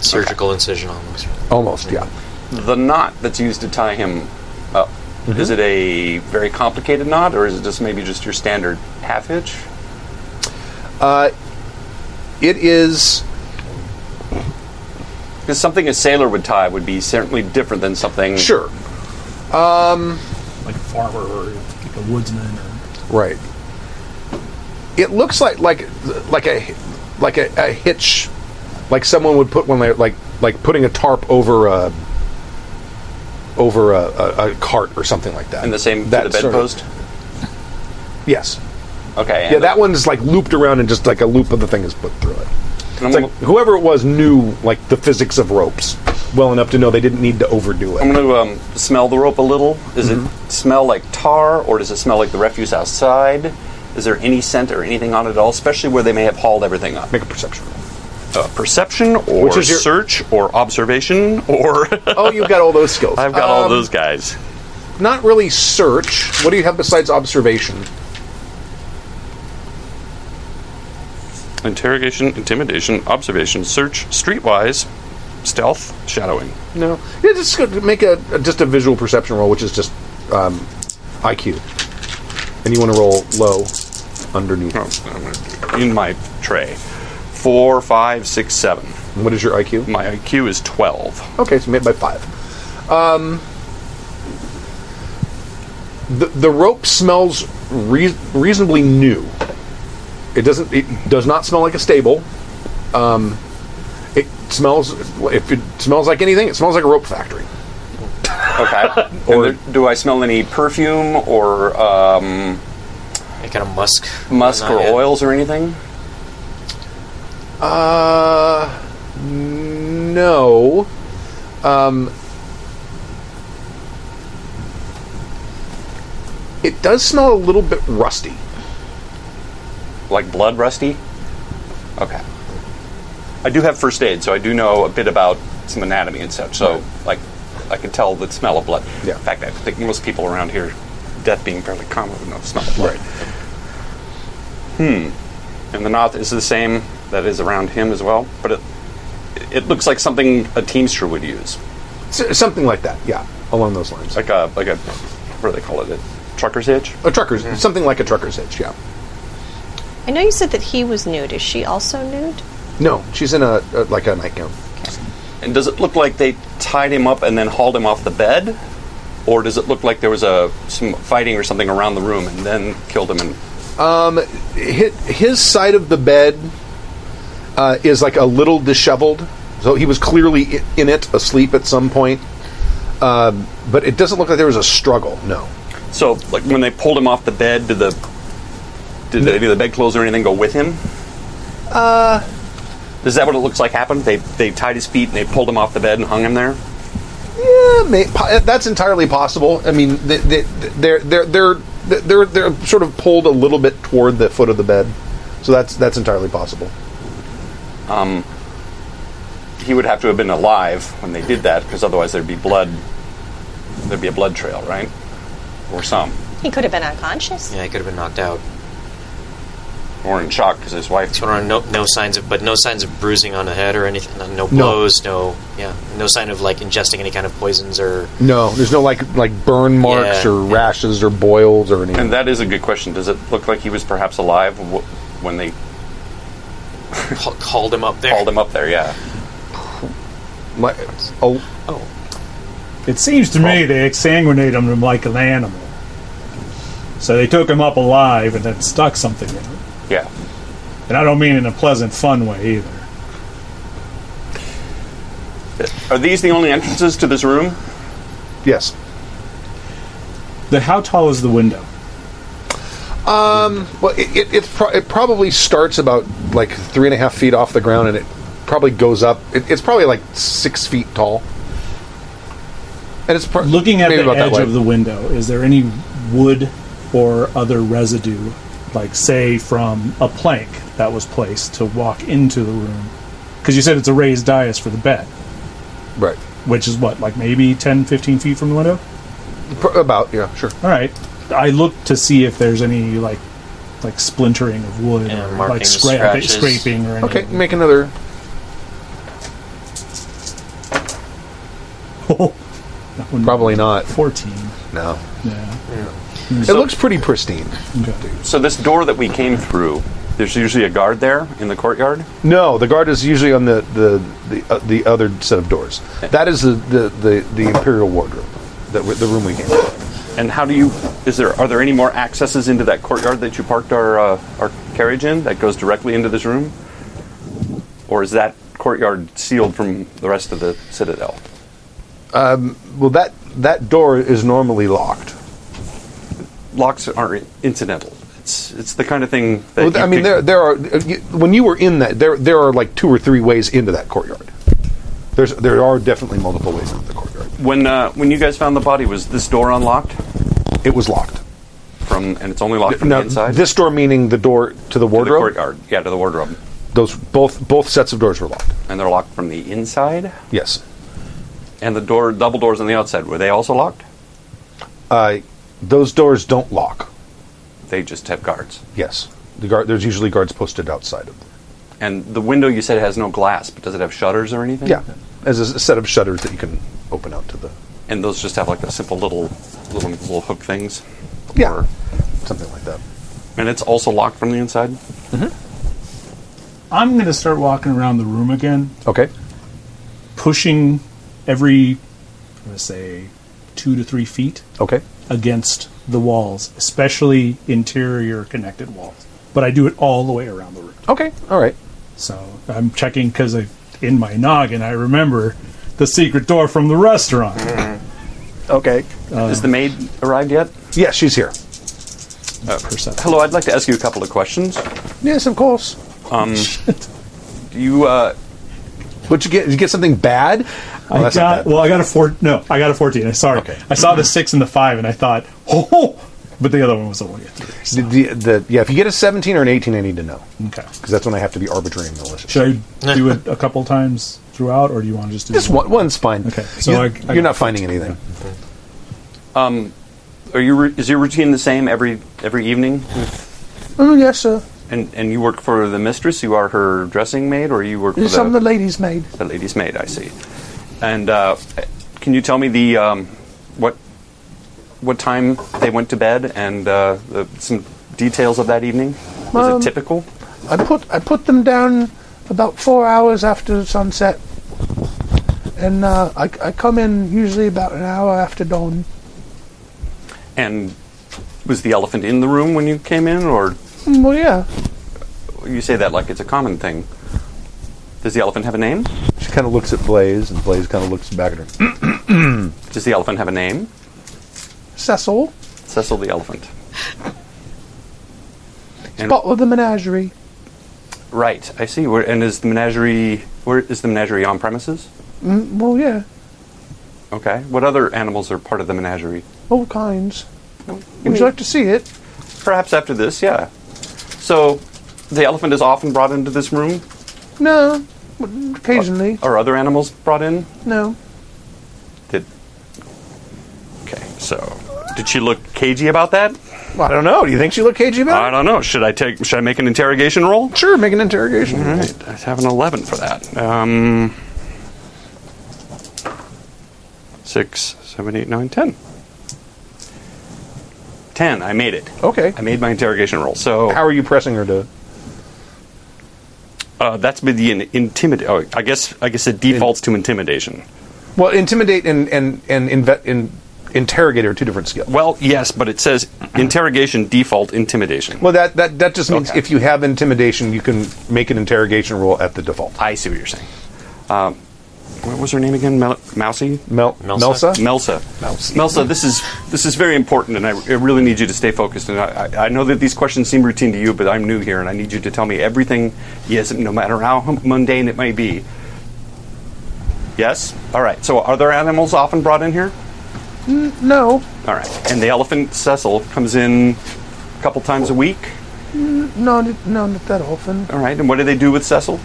[SPEAKER 10] Surgical incision almost.
[SPEAKER 1] Almost, yeah.
[SPEAKER 6] The knot that's used to tie him up.
[SPEAKER 1] Mm-hmm.
[SPEAKER 6] Is it a very complicated knot or is it just maybe just your standard half hitch?
[SPEAKER 1] Uh, it is
[SPEAKER 6] because something a sailor would tie would be certainly different than something.
[SPEAKER 1] Sure. Um,
[SPEAKER 7] Like a farmer or like a woodsman or
[SPEAKER 1] right. It looks like like like a like a, a hitch, like someone would put one there, like like putting a tarp over a over a, a, a cart or something like that.
[SPEAKER 6] And the same for
[SPEAKER 1] That
[SPEAKER 6] the
[SPEAKER 1] sort of-
[SPEAKER 6] bedpost.
[SPEAKER 1] yes.
[SPEAKER 6] Okay.
[SPEAKER 1] Yeah, that one's like looped around and just like a loop of the thing is put through it.
[SPEAKER 6] And
[SPEAKER 1] It's
[SPEAKER 6] I'm
[SPEAKER 1] like whoever it was knew like the physics of ropes well enough to know they didn't need to overdo it.
[SPEAKER 6] I'm going to um, smell the rope a little. Does
[SPEAKER 1] Mm-hmm.
[SPEAKER 6] it smell like tar, or does it smell like the refuse outside? Is there any scent or anything on it at all, especially where they may have hauled everything up?
[SPEAKER 1] Make a perception.
[SPEAKER 6] Uh, perception, or
[SPEAKER 1] Which is your-
[SPEAKER 6] search, or observation, or
[SPEAKER 1] oh, you've got all those skills.
[SPEAKER 6] I've got all
[SPEAKER 1] Um,
[SPEAKER 6] those guys.
[SPEAKER 1] Not really search. What do you have besides observation?
[SPEAKER 6] Interrogation, intimidation, observation, search, streetwise, stealth, shadowing.
[SPEAKER 1] No. Yeah, just go make a a- just a visual perception roll, which is just um, IQ, and you want to roll low underneath.
[SPEAKER 6] Oh, in my tray. Four, five, six, seven.
[SPEAKER 1] What is your IQ?
[SPEAKER 6] My IQ is twelve.
[SPEAKER 1] Okay, so made by five. Um, the the rope smells rea- reasonably new. It doesn't. It does not smell like a stable. Um, it smells. If it smells like anything, it smells like a rope factory.
[SPEAKER 6] Okay. or do I smell any perfume or um,
[SPEAKER 10] any kind of musk,
[SPEAKER 6] musk
[SPEAKER 10] Not
[SPEAKER 6] or
[SPEAKER 10] yet.
[SPEAKER 6] oils or anything?
[SPEAKER 1] Uh, n- no. Um, it does smell a little bit rusty.
[SPEAKER 6] Like blood rusty? Okay. I do have first aid, so I do know a bit about some anatomy and such. So, like, I can tell the smell of blood. Yeah. In fact, I think most people around here, death being fairly common, would know the smell of blood. Hmm. And the knot is the same that is around him as well, but it it looks like something a teamster would use.
[SPEAKER 1] S- something like that, yeah, along those lines.
[SPEAKER 6] Like a like a what do they call it? A trucker's hitch.
[SPEAKER 1] A trucker's something like a trucker's hitch, yeah.
[SPEAKER 11] I know you said that he was nude. Is she also nude?
[SPEAKER 1] No, she's in a, a like a nightgown.
[SPEAKER 6] And does it look like they tied him up and then hauled him off the bed, or does it look like there was a some fighting or something around the room and then killed him? And
[SPEAKER 1] Um, his, his side of the bed uh, is like a little disheveled, so he was clearly i- in it asleep at some point. Um, but it doesn't look like there was a struggle. No,
[SPEAKER 6] so, like when they pulled him off the bed, did the did the, did the bedclothes or anything go with him?
[SPEAKER 1] Uh,
[SPEAKER 6] Is that what it looks like happened? They they tied his feet and they pulled him off the bed and hung him there.
[SPEAKER 1] yeah, may, po- uh, that's entirely possible. I mean, they, they, they're they're they're they're they're sort of pulled a little bit toward the foot of the bed, so that's that's entirely possible.
[SPEAKER 6] Um, he would have to have been alive when they did that, because otherwise there'd be blood. There'd be a blood trail, right? Or some,
[SPEAKER 3] He could have been unconscious.
[SPEAKER 10] Yeah, he could have been knocked out.
[SPEAKER 6] or in shock because his wife.
[SPEAKER 10] So there are no, no signs of, but no signs of bruising on the head or anything. No, no blows. No. yeah, no sign of like ingesting any kind of poisons or.
[SPEAKER 1] No, there's no like like burn marks
[SPEAKER 10] Yeah.
[SPEAKER 1] or rashes or boils or anything.
[SPEAKER 6] And that is a good question. Does it look like he was perhaps alive w- when they
[SPEAKER 10] hauled him up there?
[SPEAKER 6] Hauled him up there, yeah.
[SPEAKER 1] Like, oh,
[SPEAKER 7] It seems to me they exsanguinated him like an animal. So they took him up alive and then stuck something in him.
[SPEAKER 6] Yeah.
[SPEAKER 7] And I don't mean in a pleasant, fun way either.
[SPEAKER 6] Are these the only entrances to this room?
[SPEAKER 1] Yes.
[SPEAKER 7] Then how tall is the window?
[SPEAKER 1] Um, well, it it, it's pro- it probably starts about like three and a half feet off the ground, and it probably goes up. It, it's probably like six feet tall. And it's pro-
[SPEAKER 7] Looking at
[SPEAKER 1] maybe
[SPEAKER 7] the
[SPEAKER 1] about that
[SPEAKER 7] edge
[SPEAKER 1] way.
[SPEAKER 7] of the window, is there any wood or other residue, like say from a plank that was placed to walk into the room? Because you said it's a raised dais for the bed.
[SPEAKER 1] Right.
[SPEAKER 7] Which is what, like maybe 10, 15 feet from the window?
[SPEAKER 1] Pr- about, yeah, sure.
[SPEAKER 7] All right. I look to see if there's any, like, like splintering of wood or like
[SPEAKER 1] markings,
[SPEAKER 7] scra-
[SPEAKER 1] scratches.
[SPEAKER 7] scraping or anything.
[SPEAKER 1] Okay, make another.
[SPEAKER 7] Oh,
[SPEAKER 1] Probably not.
[SPEAKER 7] Fourteen.
[SPEAKER 1] No.
[SPEAKER 7] Yeah.
[SPEAKER 1] It
[SPEAKER 6] So-
[SPEAKER 1] looks pretty pristine.
[SPEAKER 6] So this door that we came through, there's usually a guard there in the courtyard.
[SPEAKER 1] No, the guard is usually on the the the, uh, the other set of doors. That is the the, the, the imperial wardrobe, that w- the room we came. From.
[SPEAKER 6] And how do you? Is there? Are there any more accesses into that courtyard that you parked our uh, our carriage in that goes directly into this room, or is that courtyard sealed from the rest of the citadel?
[SPEAKER 1] Um, well, that that door is normally locked.
[SPEAKER 6] Locks are incidental. It's it's the kind of thing that
[SPEAKER 1] Well, I
[SPEAKER 6] you
[SPEAKER 1] mean,
[SPEAKER 6] could-
[SPEAKER 1] there there are uh, you, when you were in that there there are like two or three ways into that courtyard. There's there are definitely multiple ways into the courtyard.
[SPEAKER 6] when uh, when you guys found the body was this door unlocked
[SPEAKER 1] It was locked
[SPEAKER 6] from and it's only locked from
[SPEAKER 1] now,
[SPEAKER 6] the inside.
[SPEAKER 1] This door meaning the door to the
[SPEAKER 6] to the
[SPEAKER 1] wardrobe.
[SPEAKER 6] courtyard, yeah, to the wardrobe,
[SPEAKER 1] Those both both sets of doors were locked.
[SPEAKER 6] and they're locked from the inside.
[SPEAKER 1] Yes.
[SPEAKER 6] And the door, double doors on the outside, were they also locked?
[SPEAKER 1] Uh, those doors don't lock.
[SPEAKER 6] They just have guards.
[SPEAKER 1] Yes. The guard there's usually guards posted outside of them.
[SPEAKER 6] And the window you said has no glass, but does it have shutters or anything?
[SPEAKER 1] Yeah. As a s- set of shutters that you can open out to the
[SPEAKER 6] And those just have like a simple little, little, little hook things.
[SPEAKER 1] yeah something like that.
[SPEAKER 6] And it's also locked from the inside.
[SPEAKER 7] I'm going to start walking around the room again.
[SPEAKER 1] Okay.
[SPEAKER 7] Pushing every, I'm going to say, two to three feet.
[SPEAKER 1] Okay.
[SPEAKER 7] Against the walls, especially interior connected walls. But I do it all the way around the room.
[SPEAKER 1] Okay. All right.
[SPEAKER 7] So I'm checking because in my noggin I remember the secret door from the restaurant.
[SPEAKER 1] Okay.
[SPEAKER 6] Has the maid arrived yet?
[SPEAKER 1] Yeah, she's here.
[SPEAKER 6] Uh, hello, I'd like to ask you a couple of questions.
[SPEAKER 1] Yes, of course.
[SPEAKER 6] Um, do you uh,
[SPEAKER 13] What you get? Did you get something bad?
[SPEAKER 1] Oh,
[SPEAKER 7] I got well. I got a four. No, I got a fourteen. I Sorry, I saw the six and the five, and I thought, oh, but the other one was only a three.
[SPEAKER 13] The, the, the, yeah, if you get a 17 or an 18, I need to know.
[SPEAKER 7] Okay.
[SPEAKER 13] Because that's when I have to be arbitrary and malicious.
[SPEAKER 7] Should I do it a couple times throughout, or do you want to just do
[SPEAKER 13] Just one, one's fine.
[SPEAKER 7] Okay,
[SPEAKER 13] So
[SPEAKER 7] so
[SPEAKER 13] you,
[SPEAKER 7] I- I
[SPEAKER 13] you're
[SPEAKER 7] got
[SPEAKER 13] not finding anything.
[SPEAKER 6] Um, are you is your routine the same every every evening?
[SPEAKER 13] Oh, yes, sir.
[SPEAKER 6] And and you work for the mistress. You are her dressing maid, or you work for
[SPEAKER 13] Some of the
[SPEAKER 6] the,
[SPEAKER 13] ladies made.
[SPEAKER 6] the lady's maid. I see. And uh, can you tell me the um, what what time they went to bed and uh, the, some details of that evening? Was
[SPEAKER 13] Um,
[SPEAKER 6] it typical?
[SPEAKER 13] I put I put them down about four hours after sunset, and uh, I, I come in usually about an hour after dawn.
[SPEAKER 6] And was the elephant in the room when you came in, or
[SPEAKER 13] Mm, Well, yeah.
[SPEAKER 6] you say that like it's a common thing? Does the elephant have a name?
[SPEAKER 13] She kind of looks at Blaze, and Blaze kind of looks back at her.
[SPEAKER 6] Does the elephant have a name?
[SPEAKER 13] Cecil,
[SPEAKER 6] Cecil the elephant. And-
[SPEAKER 13] bottle of the menagerie.
[SPEAKER 6] Right, I see. Where, and is the menagerie? Where is the menagerie on premises?
[SPEAKER 13] Mm, well, yeah,
[SPEAKER 6] Okay. What other animals are part of the menagerie?
[SPEAKER 13] all kinds. Would
[SPEAKER 6] mean-
[SPEAKER 13] you like to see it?
[SPEAKER 6] Perhaps after this, yeah. So, the elephant is often brought into this room.
[SPEAKER 13] No, w- occasionally.
[SPEAKER 6] Are other animals brought in?
[SPEAKER 13] No,
[SPEAKER 6] Did. Okay. So, did she look cagey about that?
[SPEAKER 13] well, I don't know. Do you think she looked cagey about
[SPEAKER 6] I don't know. Should I take? Should I make an interrogation roll?
[SPEAKER 13] it? Sure, make an interrogation.
[SPEAKER 9] Mm-hmm.
[SPEAKER 6] All right. I have an eleven for that. Um. Six, seven, eight, nine, ten. Ten. I made it.
[SPEAKER 13] Okay.
[SPEAKER 6] I made my interrogation roll. So
[SPEAKER 13] How are you pressing her to?
[SPEAKER 6] uh, that's been the in- intimidate. Oh, I guess I guess it defaults to intimidation.
[SPEAKER 13] Well, intimidate and and and inve- in, interrogate are two different skills.
[SPEAKER 6] Well, yes, but it says interrogation default intimidation.
[SPEAKER 13] Well, that, that, that just means
[SPEAKER 6] Okay.
[SPEAKER 13] if you have intimidation, you can make an interrogation roll at the default.
[SPEAKER 6] I see what you're saying. Um, what was her name again? Mel- Mousy.
[SPEAKER 13] Mel- Melsa?
[SPEAKER 6] Melsa. Melsa. Melsa. This is this is very important, and I, I really need you to stay focused. And I, I, I know that these questions seem routine to you, but I'm new here, and I need you to tell me everything. Yes, no matter how hum- mundane it may be. Yes. All right. So, are there animals often brought in here?
[SPEAKER 13] Mm, no,
[SPEAKER 6] All right. And the elephant Cecil comes in a couple times a week.
[SPEAKER 13] Mm, no, n- no, not that often.
[SPEAKER 6] All right. And what do they do with Cecil?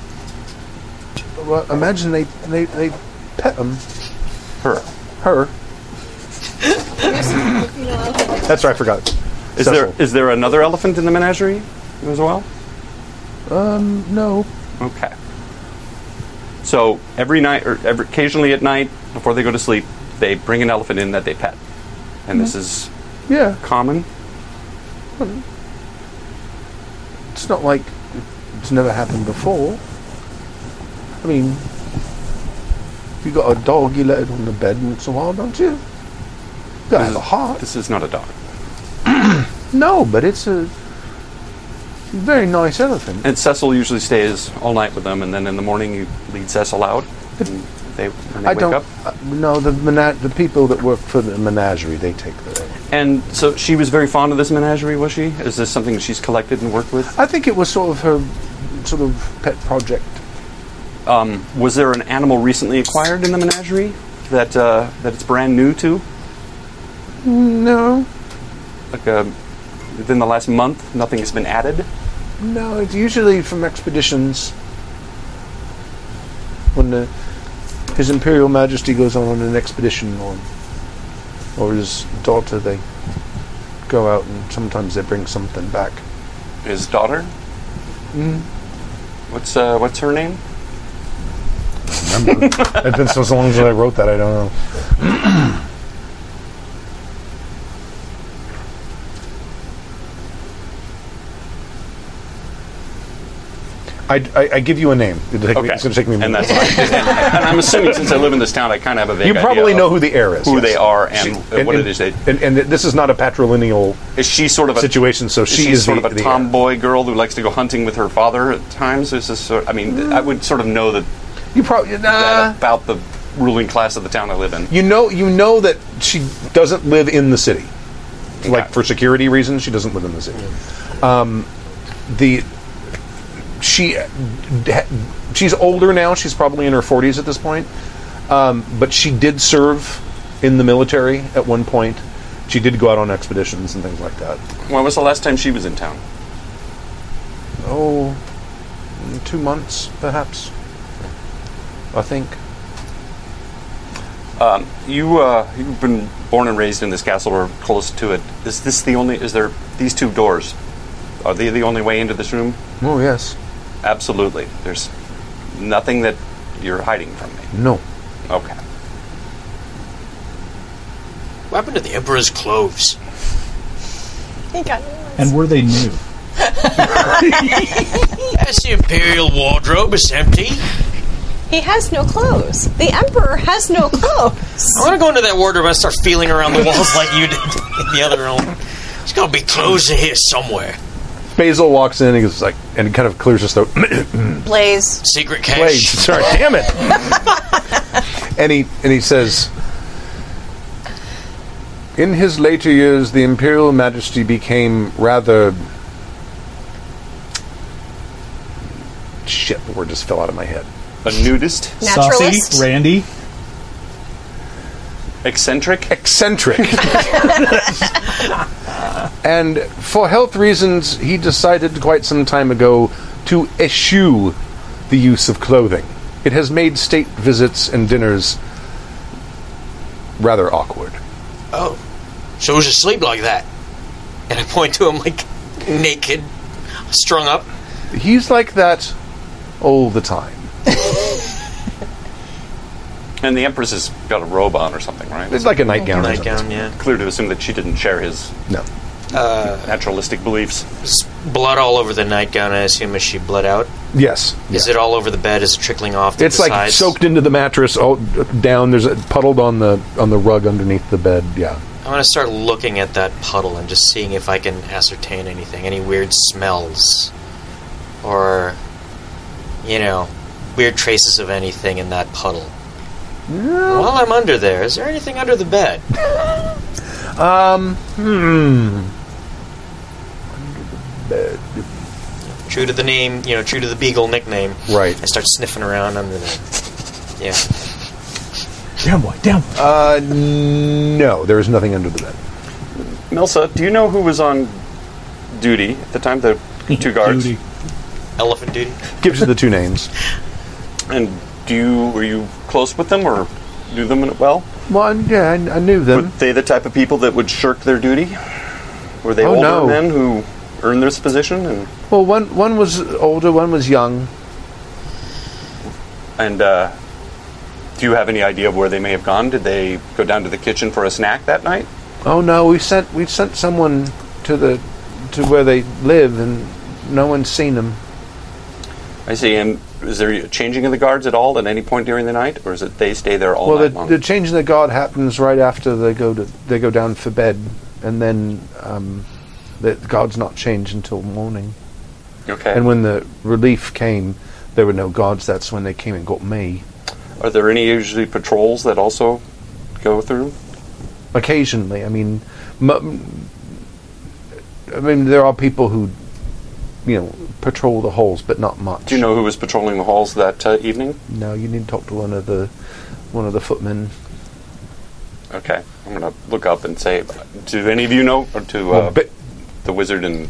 [SPEAKER 13] Well, imagine they, they, they pet him,
[SPEAKER 6] Her.
[SPEAKER 13] her. That's right, I forgot.
[SPEAKER 6] Is there is there another elephant in the menagerie as well?
[SPEAKER 13] Um, no.
[SPEAKER 6] Okay. So every night, or every, occasionally at night, before they go to sleep, they bring an elephant in that they pet, and
[SPEAKER 13] Mm-hmm.
[SPEAKER 6] this is
[SPEAKER 13] Yeah,
[SPEAKER 6] common.
[SPEAKER 13] it's not like it's never happened before. I mean, if you got a dog, you let it on the bed once in a while, don't you? Got
[SPEAKER 6] This
[SPEAKER 13] have
[SPEAKER 6] is-
[SPEAKER 13] a heart.
[SPEAKER 6] This is not a dog.
[SPEAKER 13] No, but it's a very nice elephant.
[SPEAKER 6] And Cecil usually stays all night with them, and then in the morning you lead Cecil out, and they, when they
[SPEAKER 13] I
[SPEAKER 6] wake
[SPEAKER 13] don't.
[SPEAKER 6] up.
[SPEAKER 13] Uh, no, the mena- the people that work for the menagerie they take the.
[SPEAKER 6] And so she was very fond of this menagerie, was she? Is this something she's collected and worked with?
[SPEAKER 13] I think it was sort of her sort of pet project.
[SPEAKER 6] Um, was there an animal recently acquired in the menagerie that uh, that it's brand new to?
[SPEAKER 13] No,
[SPEAKER 6] Like uh, within the last month, nothing has been added.
[SPEAKER 13] no, it's usually from expeditions when the, His Imperial Majesty goes on an expedition, or or his daughter they go out and sometimes they bring something back.
[SPEAKER 6] His daughter.
[SPEAKER 13] Mm.
[SPEAKER 6] What's uh, what's her name?
[SPEAKER 13] it's been so long since I wrote that I don't know. I, I, I give you a name. It'll take me- it's going to take me a
[SPEAKER 6] and
[SPEAKER 13] minute.
[SPEAKER 6] that's fine. and, and I'm assuming since I live in this town, I kind of have a vague
[SPEAKER 13] you probably
[SPEAKER 6] idea
[SPEAKER 13] know
[SPEAKER 6] of
[SPEAKER 13] who the heir is.
[SPEAKER 6] who
[SPEAKER 13] yes.
[SPEAKER 6] they are, and,
[SPEAKER 13] She-
[SPEAKER 6] uh, what it is. They,
[SPEAKER 13] And, and this is not a patrilineal
[SPEAKER 6] is she sort of a
[SPEAKER 13] situation, so
[SPEAKER 6] is
[SPEAKER 13] she
[SPEAKER 6] she
[SPEAKER 13] is
[SPEAKER 6] sort
[SPEAKER 13] the- uh,
[SPEAKER 6] of a
[SPEAKER 13] the heir.
[SPEAKER 6] tomboy girl who likes to go hunting with her father at times? Is this sort? I mean, I would sort of know that,
[SPEAKER 13] You probably
[SPEAKER 1] Uh.
[SPEAKER 13] nah.
[SPEAKER 6] that about the ruling class of the town I live in.
[SPEAKER 13] You know, you know that she doesn't live in the city. Like
[SPEAKER 6] Okay.
[SPEAKER 13] for security reasons, she doesn't live in the city. Um, the
[SPEAKER 1] she she's older now. She's probably in her 40s at this point. Um, but she did serve in the military at one point. She did go out on expeditions and things like that.
[SPEAKER 6] When was the last time she was in town?
[SPEAKER 1] Oh, two months, perhaps. I think.
[SPEAKER 6] Um, you uh, you've been born and raised in this castle or close to it. Is this the only? Is there these two doors? Are they the only way into this room?
[SPEAKER 1] Oh yes.
[SPEAKER 6] Absolutely. There's nothing that you're hiding from me.
[SPEAKER 1] No.
[SPEAKER 6] Okay.
[SPEAKER 4] What happened to the Emperor's clothes?
[SPEAKER 14] He got
[SPEAKER 7] And were they new?
[SPEAKER 4] That's the Imperial wardrobe. It's empty.
[SPEAKER 3] He has no clothes. The Emperor has no clothes.
[SPEAKER 4] I want to go into that wardrobe and start feeling around the walls like you did in the other room. There's got to be clothes in here somewhere.
[SPEAKER 1] Basil walks in and he's like, and kind of clears his throat.
[SPEAKER 3] Blaze.
[SPEAKER 4] Secret cache.
[SPEAKER 1] Blades. Sorry, damn it. and he and he says, in his later years, the Imperial Majesty became rather shit. The word just fell out of my head.
[SPEAKER 6] A nudist,
[SPEAKER 7] Saucy, Randy.
[SPEAKER 6] eccentric.
[SPEAKER 1] Eccentric. and for health reasons, he decided quite some time ago to eschew the use of clothing. It has made state visits and dinners rather awkward.
[SPEAKER 4] Oh, so who's asleep like that? And I point to him like naked, strung up.
[SPEAKER 1] He's like that all the time.
[SPEAKER 6] And the Empress has got a robe on or something, right?
[SPEAKER 1] It's like a nightgown. or something.
[SPEAKER 4] Nightgown, yeah.
[SPEAKER 6] clear to assume that she didn't share his
[SPEAKER 1] No.
[SPEAKER 6] naturalistic beliefs.
[SPEAKER 4] There's blood all over the nightgown. I assume as she bled out.
[SPEAKER 1] Yes.
[SPEAKER 4] Is it all over the bed? Is it trickling off? To
[SPEAKER 1] It's
[SPEAKER 4] the
[SPEAKER 1] like
[SPEAKER 4] sides?
[SPEAKER 1] soaked into the mattress, all down. There's a puddled on the on the rug underneath the bed. Yeah.
[SPEAKER 4] I'm gonna start looking at that puddle and just seeing if I can ascertain anything, any weird smells, or you know, weird traces of anything in that puddle. While I'm under there, is there anything under the bed?
[SPEAKER 1] Um. Hmm.
[SPEAKER 4] True to the name, you know, true to the beagle nickname.
[SPEAKER 1] Right.
[SPEAKER 4] I start sniffing around under there. Yeah.
[SPEAKER 7] Down boy, down.
[SPEAKER 1] Uh. No, there is nothing under the bed.
[SPEAKER 6] Milsa, do you know who was on duty at the time? The two guards.
[SPEAKER 7] Duty.
[SPEAKER 4] Elephant duty.
[SPEAKER 1] Gives you the two names.
[SPEAKER 6] And do you were you close with them or knew them well?
[SPEAKER 1] Well, yeah, I, I knew
[SPEAKER 6] Were
[SPEAKER 1] them.
[SPEAKER 6] they the type of people that would shirk their duty? Were they
[SPEAKER 1] Oh,
[SPEAKER 6] older
[SPEAKER 1] no.
[SPEAKER 6] men who earned this position and
[SPEAKER 1] Well, one one was older, one was young.
[SPEAKER 6] and uh, do you have any idea of where they may have gone? Did they go down to the kitchen for a snack that night?
[SPEAKER 1] Oh no, we sent we sent someone to the to where they live, and no one's seen them.
[SPEAKER 6] I see. And is there a changing of the guards at all at any point during the night, or is it they stay there all
[SPEAKER 1] well,
[SPEAKER 6] night
[SPEAKER 1] the,
[SPEAKER 6] long?
[SPEAKER 1] the change in the guard happens right after they go to they go down for bed, and then um, the guard's not changed until morning.
[SPEAKER 6] okay.
[SPEAKER 1] And when the relief came, there were no guards. That's when they came and got me.
[SPEAKER 6] Are there any usually patrols that also go through?
[SPEAKER 1] Occasionally, I mean, m- I mean there are people who, you know, patrol the halls, but not much.
[SPEAKER 6] Do you know who was patrolling the halls that uh, evening?
[SPEAKER 1] No, you need to talk to one of the one of the footmen.
[SPEAKER 6] Okay, I'm gonna look up and say, do any of you know, or to uh,
[SPEAKER 1] Well, Ba-
[SPEAKER 6] the wizard and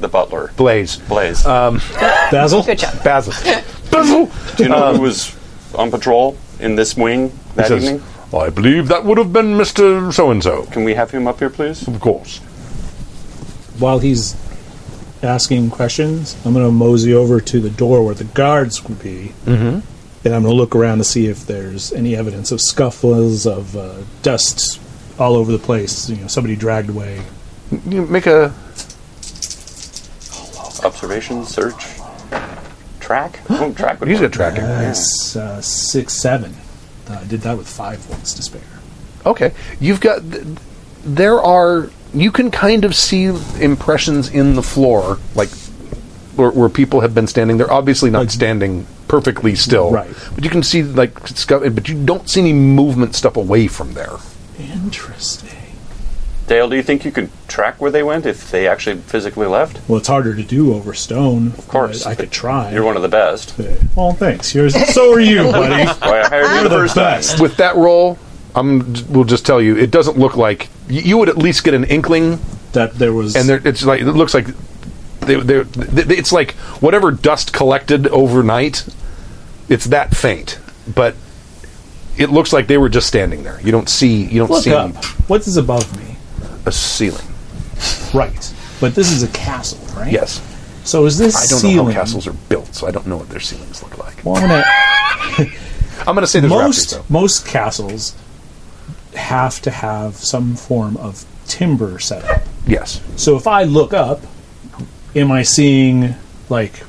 [SPEAKER 6] the butler,
[SPEAKER 1] Blaze.
[SPEAKER 6] Blaze?
[SPEAKER 7] Basil.
[SPEAKER 3] Good job.
[SPEAKER 1] Basil. Basil.
[SPEAKER 6] do you know
[SPEAKER 7] Um,
[SPEAKER 6] who was on patrol in this wing
[SPEAKER 1] He
[SPEAKER 6] that
[SPEAKER 1] says,
[SPEAKER 6] evening?
[SPEAKER 1] I believe that would have been Mister So and So.
[SPEAKER 6] Can we have him up here, please?
[SPEAKER 1] Of course.
[SPEAKER 7] While he's asking questions, I'm going to mosey over to the door where the guards would be,
[SPEAKER 1] Mhm.
[SPEAKER 7] and I'm going to look around to see if there's any evidence of scuffles, of uh, dust all over the place. You know, somebody dragged away.
[SPEAKER 1] You make a
[SPEAKER 6] Observation, search, track. Oh, track. would
[SPEAKER 1] he's
[SPEAKER 6] work.
[SPEAKER 1] got tracking.
[SPEAKER 7] That's uh, six, seven. Uh, I did that with five ones to spare.
[SPEAKER 1] Okay, you've got. th- There are. You can kind of see impressions in the floor, like where, where people have been standing. They're obviously not
[SPEAKER 7] Like-
[SPEAKER 1] standing perfectly still,
[SPEAKER 7] Right.
[SPEAKER 1] But you can see like scu- but you don't see any movement stuff away from there.
[SPEAKER 7] Interesting.
[SPEAKER 6] Dale, do you think you could track where they went if they actually physically left?
[SPEAKER 7] Well, it's harder to do over stone. Of
[SPEAKER 6] course.
[SPEAKER 7] I could try.
[SPEAKER 6] You're one of the best.
[SPEAKER 7] Well, thanks. Yours. So are you, buddy.
[SPEAKER 6] Why, I hired you
[SPEAKER 7] You're
[SPEAKER 6] the
[SPEAKER 7] the
[SPEAKER 6] first time.
[SPEAKER 7] best.
[SPEAKER 1] With that roll, I'm. We'll just tell you, it doesn't look like you, you would at least get an inkling
[SPEAKER 7] that there was,
[SPEAKER 1] and there, it's like it looks like they, they, they, it's like whatever dust collected overnight. It's that faint, but it looks like they were just standing there. You don't see. You don't
[SPEAKER 7] Look
[SPEAKER 1] see
[SPEAKER 7] up. What is above me?
[SPEAKER 1] a ceiling.
[SPEAKER 7] Right. But this is a castle, right?
[SPEAKER 1] Yes.
[SPEAKER 7] So is this
[SPEAKER 1] I don't
[SPEAKER 7] ceiling?
[SPEAKER 1] know how castles are built, so I don't know what their ceilings look like.
[SPEAKER 7] Well, I'm gonna-
[SPEAKER 1] I'm going to say there's
[SPEAKER 7] most
[SPEAKER 1] rafters, though.
[SPEAKER 7] most castles have to have some form of timber set up.
[SPEAKER 1] Yes.
[SPEAKER 7] So if I look up, am I seeing like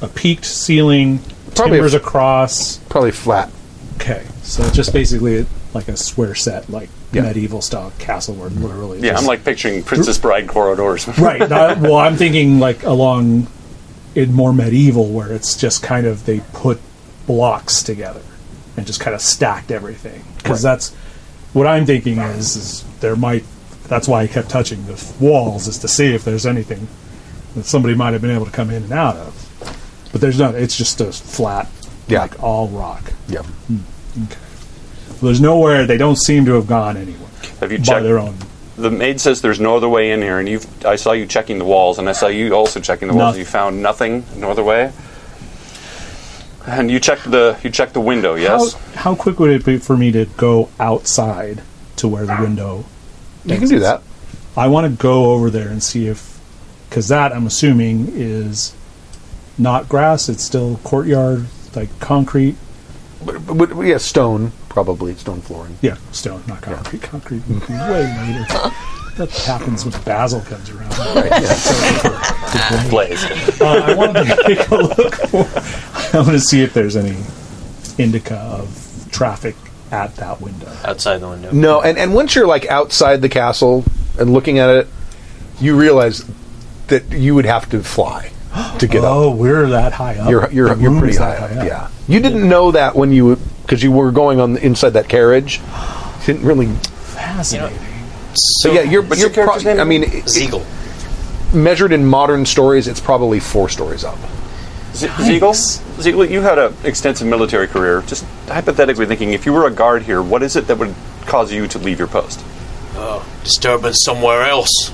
[SPEAKER 7] a peaked ceiling,
[SPEAKER 1] Probably a-
[SPEAKER 7] timbers across?
[SPEAKER 1] Probably flat.
[SPEAKER 7] Okay, so it's just basically like a square set, like
[SPEAKER 6] Yeah.
[SPEAKER 7] medieval style castle, where literally
[SPEAKER 6] Yeah, I'm
[SPEAKER 7] just-
[SPEAKER 6] like picturing Princess Bride corridors.
[SPEAKER 7] right. now- well, I'm thinking like along in more medieval, where it's just kind of they put blocks together and just kind of stacked everything because that's what I'm thinking is, is there might that's why I kept touching the f- walls is to see if there's anything that somebody might have been able to come in and out of, but there's not. It's just a flat,
[SPEAKER 1] Yeah.
[SPEAKER 7] like all rock.
[SPEAKER 1] Yeah.
[SPEAKER 7] Okay. So there's nowhere they don't seem to have gone anywhere.
[SPEAKER 6] Have you
[SPEAKER 7] by
[SPEAKER 6] checked?
[SPEAKER 7] their own?
[SPEAKER 6] The maid says there's no other way in here, and you've. I saw you checking the walls, and I saw you also checking the walls.
[SPEAKER 7] Nothing.
[SPEAKER 6] You found nothing, no other way. And you checked the you checked the window, yes?
[SPEAKER 7] How, how quick would it be for me to go outside to where the window?
[SPEAKER 1] You can do
[SPEAKER 7] exits?
[SPEAKER 1] that.
[SPEAKER 7] I want to go over there and see if, because that I'm assuming is not grass. It's still courtyard, like concrete.
[SPEAKER 1] But, but, but yeah, stone probably stone flooring.
[SPEAKER 7] Yeah, stone, not concrete. Concrete would be way later. That happens when Basil comes around.
[SPEAKER 6] Blaze.
[SPEAKER 7] Uh, I wanted to take a look. For, I want to see if there's any indica of traffic at that window.
[SPEAKER 10] outside the window.
[SPEAKER 1] No, and, and once you're like outside the castle and looking at it, you realize that you would have to fly to get up.
[SPEAKER 7] oh, we're that high up.
[SPEAKER 1] You're you're,
[SPEAKER 7] The
[SPEAKER 1] you're
[SPEAKER 7] room
[SPEAKER 1] pretty
[SPEAKER 7] is
[SPEAKER 1] high,
[SPEAKER 7] that
[SPEAKER 1] up. Yeah, you didn't know that when you because you were going on the, inside that carriage. You didn't really.
[SPEAKER 7] Fascinating.
[SPEAKER 1] So yeah, you're. But you're pro- I mean, it-
[SPEAKER 10] Ziegel.
[SPEAKER 1] measured in modern stories, it's probably four stories up.
[SPEAKER 6] Z- Ziegel, Ziegel, you had an extensive military career. Just hypothetically thinking, if you were a guard here, what is it that would cause you to leave your post?
[SPEAKER 12] Oh, disturbance somewhere else.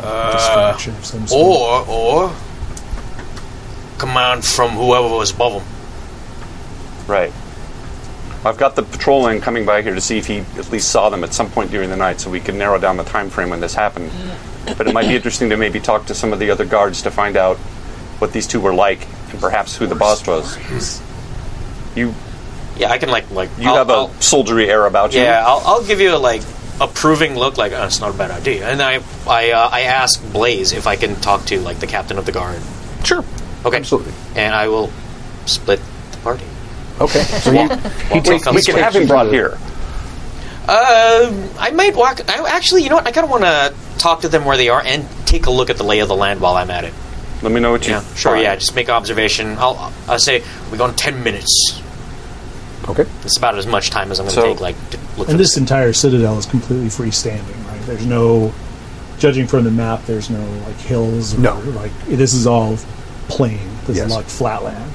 [SPEAKER 12] Uh,
[SPEAKER 7] Distraction of some sort.
[SPEAKER 12] or, or command from whoever was above them.
[SPEAKER 6] Right. I've got the patrolman coming by here to see if he at least saw them at some point during the night, so we can narrow down the time frame when this happened. But it might be interesting to maybe talk to some of the other guards to find out what these two were like, and perhaps who the boss was. You,
[SPEAKER 10] Yeah, I can like like
[SPEAKER 6] you
[SPEAKER 10] I'll-
[SPEAKER 6] have a
[SPEAKER 10] I'll-
[SPEAKER 6] soldiery air about you.
[SPEAKER 10] Yeah, I'll, I'll give you a like approving look, like oh, it's not a bad idea. And I I uh, I ask Blaze if I can talk to like the captain of the guard,
[SPEAKER 1] Sure.
[SPEAKER 10] Okay.
[SPEAKER 1] Absolutely.
[SPEAKER 10] and I will split the party.
[SPEAKER 1] Okay. So you, he
[SPEAKER 10] Wait,
[SPEAKER 1] takes-
[SPEAKER 10] we can
[SPEAKER 1] he takes
[SPEAKER 6] have
[SPEAKER 1] you
[SPEAKER 6] him brought
[SPEAKER 1] through the-
[SPEAKER 6] here.
[SPEAKER 10] Um, I might walk. I, actually, you know what? I kind of want to talk to them where they are and take a look at the lay of the land while I'm at it.
[SPEAKER 6] Let me know what you.
[SPEAKER 10] Yeah, sure.
[SPEAKER 6] find.
[SPEAKER 10] Yeah, just make observation. I'll I'll say we go in ten minutes.
[SPEAKER 1] Okay.
[SPEAKER 10] It's about as much time as I'm going to
[SPEAKER 6] So-
[SPEAKER 10] take. Like to look for
[SPEAKER 7] And this
[SPEAKER 10] this.
[SPEAKER 7] entire citadel is completely freestanding, right? There's no, judging from the map, there's no like hills. Or,
[SPEAKER 1] No.
[SPEAKER 7] Like this is all plain. This
[SPEAKER 1] Yes.
[SPEAKER 7] is like flatland.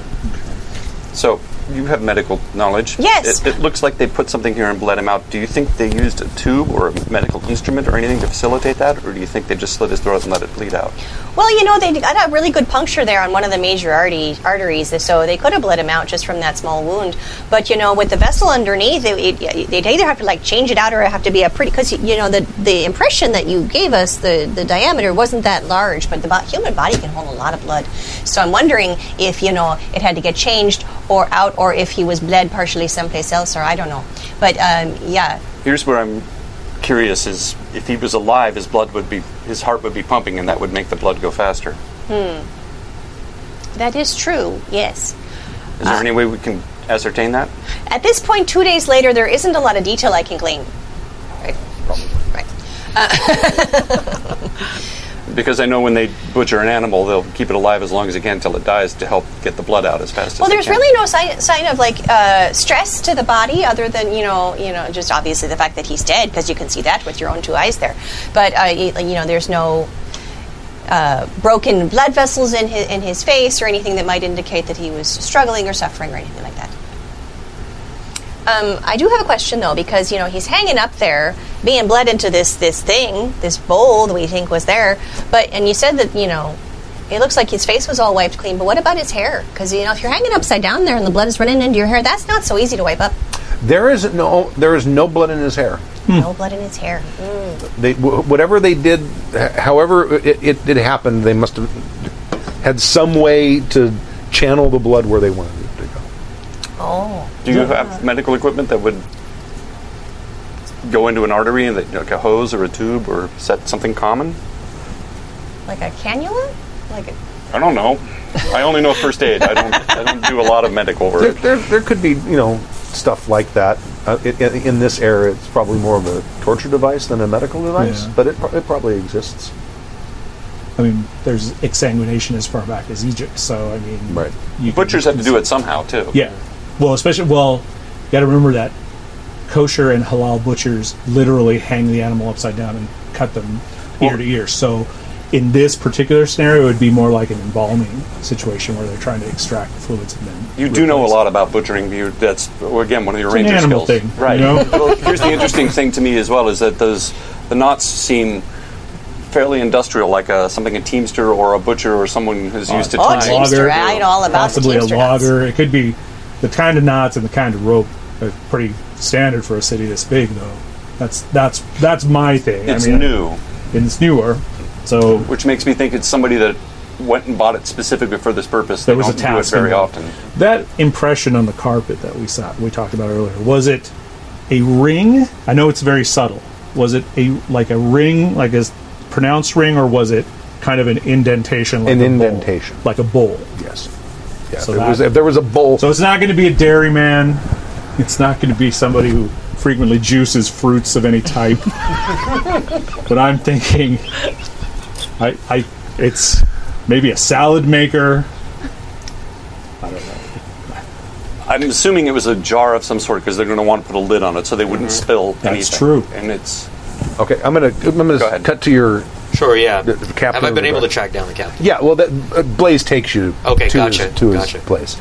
[SPEAKER 6] So you have medical knowledge.
[SPEAKER 3] Yes.
[SPEAKER 6] It, it looks like they put something here and bled him out. Do you think they used a tube or a medical instrument or anything to facilitate that, or do you think they just slit his throat and let it bleed out?
[SPEAKER 3] Well, you know, they got a really good puncture there on one of the major artery, arteries, so they could have bled him out just from that small wound. But you know, with the vessel underneath, it, it, they'd either have to like change it out, or it have to be a pretty because you know the the impression that you gave us the the diameter wasn't that large, but the bo- human body can hold a lot of blood. So I'm wondering if you know it had to get changed or out, or if he was bled partially someplace else, or I don't know. But um, yeah,
[SPEAKER 6] Here's where I'm curious: is if he was alive, his blood would be, his heart would be pumping, and that would make the blood go faster.
[SPEAKER 3] that is true. Yes.
[SPEAKER 6] Is
[SPEAKER 3] Ah.
[SPEAKER 6] there any way we can ascertain that?
[SPEAKER 3] At this point, two days later, there isn't a lot of detail I can glean. Right. Right. Uh,
[SPEAKER 6] because I know when they butcher an animal, they'll keep it alive as long as they can until it dies to help get the blood out as fast
[SPEAKER 3] Well,
[SPEAKER 6] as they
[SPEAKER 3] there's
[SPEAKER 6] can.
[SPEAKER 3] really no sign, sign of like uh, stress to the body, other than you know, you know, just obviously the fact that he's dead because you can see that with your own two eyes there. But uh, y- you know, there's no uh, broken blood vessels in his in his face or anything that might indicate that he was struggling or suffering or anything like that.
[SPEAKER 11] Um, I do have a question though, because you know he's hanging up there, being bled into this this thing, this bowl that we think was there. But and you said that you know, it looks like his face was all wiped clean. But what about his hair? Because you know if you're hanging upside down there and the blood is running into your hair, that's not so easy to wipe up.
[SPEAKER 1] There is no there is no blood in his hair.
[SPEAKER 11] No blood in his hair. Mm.
[SPEAKER 1] They w- whatever they did, h- however it, it, it happened, they must have had some way to channel the blood where they wanted it to go.
[SPEAKER 11] Oh.
[SPEAKER 6] Do you have medical equipment that would go into an artery and that, like a hose or a tube or set something common?
[SPEAKER 11] Like a cannula? Like a,
[SPEAKER 6] I don't know. I only know first aid. I don't. I don't do a lot of medical
[SPEAKER 1] There,
[SPEAKER 6] work.
[SPEAKER 1] there, there could be you know stuff like that. Uh, it, in, in this era, it's probably more of a torture device than a medical device,
[SPEAKER 7] Yeah.
[SPEAKER 1] but it, pro- it probably exists.
[SPEAKER 7] I mean, there's exsanguination as far back as Egypt, so I mean,
[SPEAKER 1] right?
[SPEAKER 6] Butchers have to do it somehow too.
[SPEAKER 7] Yeah. Well, especially well, you got to remember that kosher and halal butchers literally hang the animal upside down and cut them ear to ear. So in this particular scenario, it would be more like an embalming situation where they're trying to extract the fluids and then
[SPEAKER 6] You do know a lot about butchering. You, that's well, again one of your
[SPEAKER 7] It's an
[SPEAKER 6] ranger
[SPEAKER 7] animal
[SPEAKER 6] skills,
[SPEAKER 7] thing,
[SPEAKER 6] right?
[SPEAKER 7] you know?
[SPEAKER 6] well, here's the interesting thing to me as well is that those the knots seem fairly industrial, like a, something a teamster or a butcher or someone who's used to
[SPEAKER 3] Oh,
[SPEAKER 6] tying.
[SPEAKER 3] Teamster, I know all about the
[SPEAKER 7] possibly
[SPEAKER 3] Teamster
[SPEAKER 7] a
[SPEAKER 3] knots.
[SPEAKER 7] logger. It could be the kind of knots and the kind of rope are pretty standard for a city this big, though. That's that's that's my thing.
[SPEAKER 6] It's
[SPEAKER 7] I mean,
[SPEAKER 6] new.
[SPEAKER 7] and it's newer. So
[SPEAKER 6] which makes me think it's somebody that went and bought it specifically for this purpose.
[SPEAKER 7] There
[SPEAKER 6] they
[SPEAKER 7] was a
[SPEAKER 6] don't do it
[SPEAKER 7] task
[SPEAKER 6] very
[SPEAKER 7] involved.
[SPEAKER 6] often.
[SPEAKER 7] That impression on the carpet that we saw, we talked about earlier, was it a ring? I know it's very subtle. Was it a like a ring, like a pronounced ring, or was it kind of an indentation? Like
[SPEAKER 1] An
[SPEAKER 7] a
[SPEAKER 1] indentation.
[SPEAKER 7] bowl, like a bowl.
[SPEAKER 1] Yes. Yeah,
[SPEAKER 7] So
[SPEAKER 1] there
[SPEAKER 7] that-
[SPEAKER 1] was if there was a bowl.
[SPEAKER 7] So it's not going to be a dairyman. It's not going to be somebody who frequently juices fruits of any type. but I'm thinking, I, I, it's maybe a salad maker. I don't know.
[SPEAKER 6] I'm assuming it was a jar of some sort because they're going to want to put a lid on it so they wouldn't spill
[SPEAKER 1] That's
[SPEAKER 6] anything.
[SPEAKER 1] true.
[SPEAKER 6] And it's
[SPEAKER 1] Okay, I'm gonna I'm gonna
[SPEAKER 6] Go ahead.
[SPEAKER 1] cut to your
[SPEAKER 10] Sure, yeah.
[SPEAKER 1] the- the captain.
[SPEAKER 10] Have I
[SPEAKER 1] of
[SPEAKER 10] been
[SPEAKER 1] the
[SPEAKER 10] able
[SPEAKER 1] guard.
[SPEAKER 10] to track down the captain?
[SPEAKER 1] Yeah, well, that, uh, Blaze takes you
[SPEAKER 10] Okay,
[SPEAKER 1] to
[SPEAKER 10] gotcha,
[SPEAKER 1] his, to his
[SPEAKER 10] gotcha.
[SPEAKER 1] place,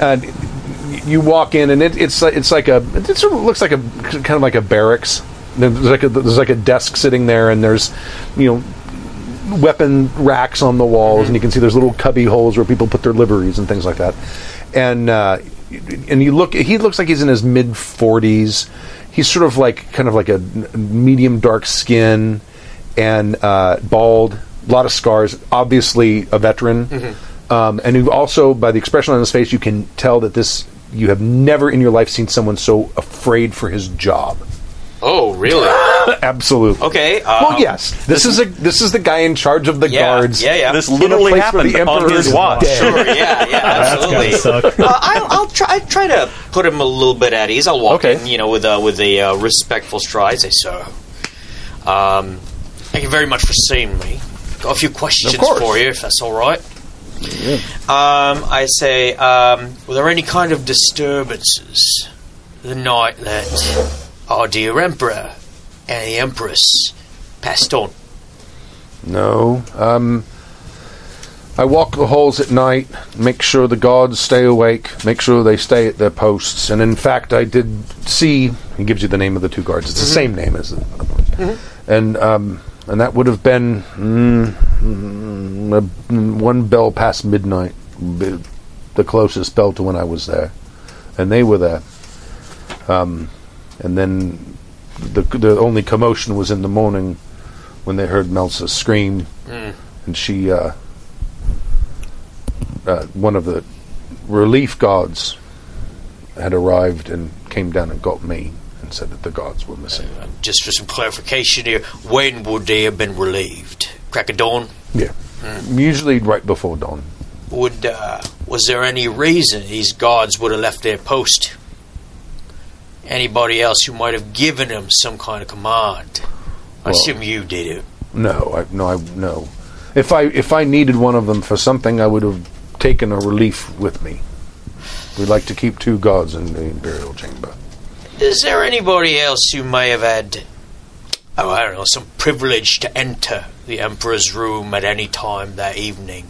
[SPEAKER 1] and y- you walk in, and it, it's like- it's like a it sort of looks like a kind of like a barracks. There's like a, there's like a desk sitting there, and there's you know weapon racks on the walls,
[SPEAKER 10] Mm-hmm.
[SPEAKER 1] and you can see there's little cubby holes where people put their liveries and things like that. And uh, and you look, he looks like he's in his mid 40s. He's sort of like kind of like a medium dark skin and uh, bald, a lot of scars. Obviously a veteran.
[SPEAKER 10] Mm-hmm.
[SPEAKER 1] Um, and you also, by the expression on his face, you can tell that this you have never in your life seen someone so afraid for his job.
[SPEAKER 10] Oh, really?
[SPEAKER 1] Absolutely.
[SPEAKER 10] Okay. Um,
[SPEAKER 1] Well, yes. This is a this is the guy in charge of the
[SPEAKER 10] Yeah,
[SPEAKER 1] guards.
[SPEAKER 10] yeah, yeah.
[SPEAKER 6] This
[SPEAKER 1] in a
[SPEAKER 6] literally
[SPEAKER 1] place where the
[SPEAKER 6] happened on
[SPEAKER 1] emperor
[SPEAKER 6] his
[SPEAKER 1] is
[SPEAKER 6] watch.
[SPEAKER 1] dead.
[SPEAKER 10] Sure, yeah, yeah, absolutely.
[SPEAKER 7] suck.
[SPEAKER 10] Uh, I'll, I'll try. I'll try to put him a little bit at ease. I'll walk in, you know, with a with a uh, respectful stride. Say, sir, um, thank you very much for seeing me. Got a few questions
[SPEAKER 12] Of course.
[SPEAKER 10] for you, if that's all right. Um, I say, um, were there any kind of disturbances the night that our dear emperor and the empress passed on?
[SPEAKER 1] No. Um, I walk the halls at night, make sure the guards stay awake, make sure they stay at their posts. And in fact, I did see. He gives you the name of the two guards. It's the same name as the other ones. And um, and that would have been mm, mm, a- mm, one bell past midnight, b- the closest bell to when I was there, and they were there. Um, and then the the only commotion was in the morning when they heard Melsa scream,
[SPEAKER 12] Mm.
[SPEAKER 1] and she, uh, uh, one of the relief guards, had arrived and came down and got me and said that the guards were missing.
[SPEAKER 12] Just for some clarification here, when would they have been relieved? Crack of dawn?
[SPEAKER 1] Yeah, usually right before dawn.
[SPEAKER 12] Would uh, was there any reason these guards would have left their post? Anybody else who might have given them some kind of command? I
[SPEAKER 1] Well-
[SPEAKER 12] assume you did it.
[SPEAKER 1] No, I, no, I, no. If I if I needed one of them for something, I would have taken a relief with me. We like to keep two gods in the imperial chamber.
[SPEAKER 4] Is there anybody else who may have had, oh, I don't know, some privilege to enter the Emperor's room at any time that evening?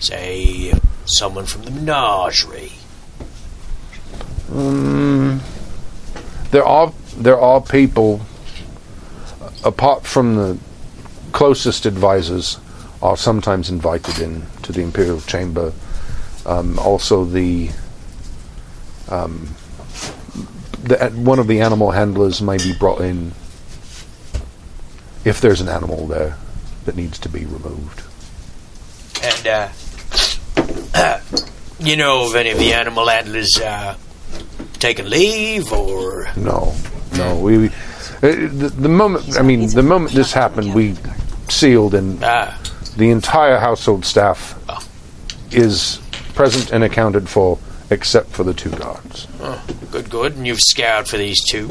[SPEAKER 4] Say, someone from the menagerie.
[SPEAKER 1] Um, there are there are people apart from the closest advisors are sometimes invited in to the imperial chamber. Um, also, the, um, the uh, one of the animal handlers may be brought in if there's an animal there that needs to be removed.
[SPEAKER 4] And, uh, you know if any of the animal handlers uh, taking leave or.
[SPEAKER 1] No, no. We, uh, the, the moment, I mean, the moment this happened, we sealed and
[SPEAKER 4] Ah.
[SPEAKER 1] the entire household staff is present and accounted for except for the two guards.
[SPEAKER 4] Oh, good, good. And you've scoured for these two.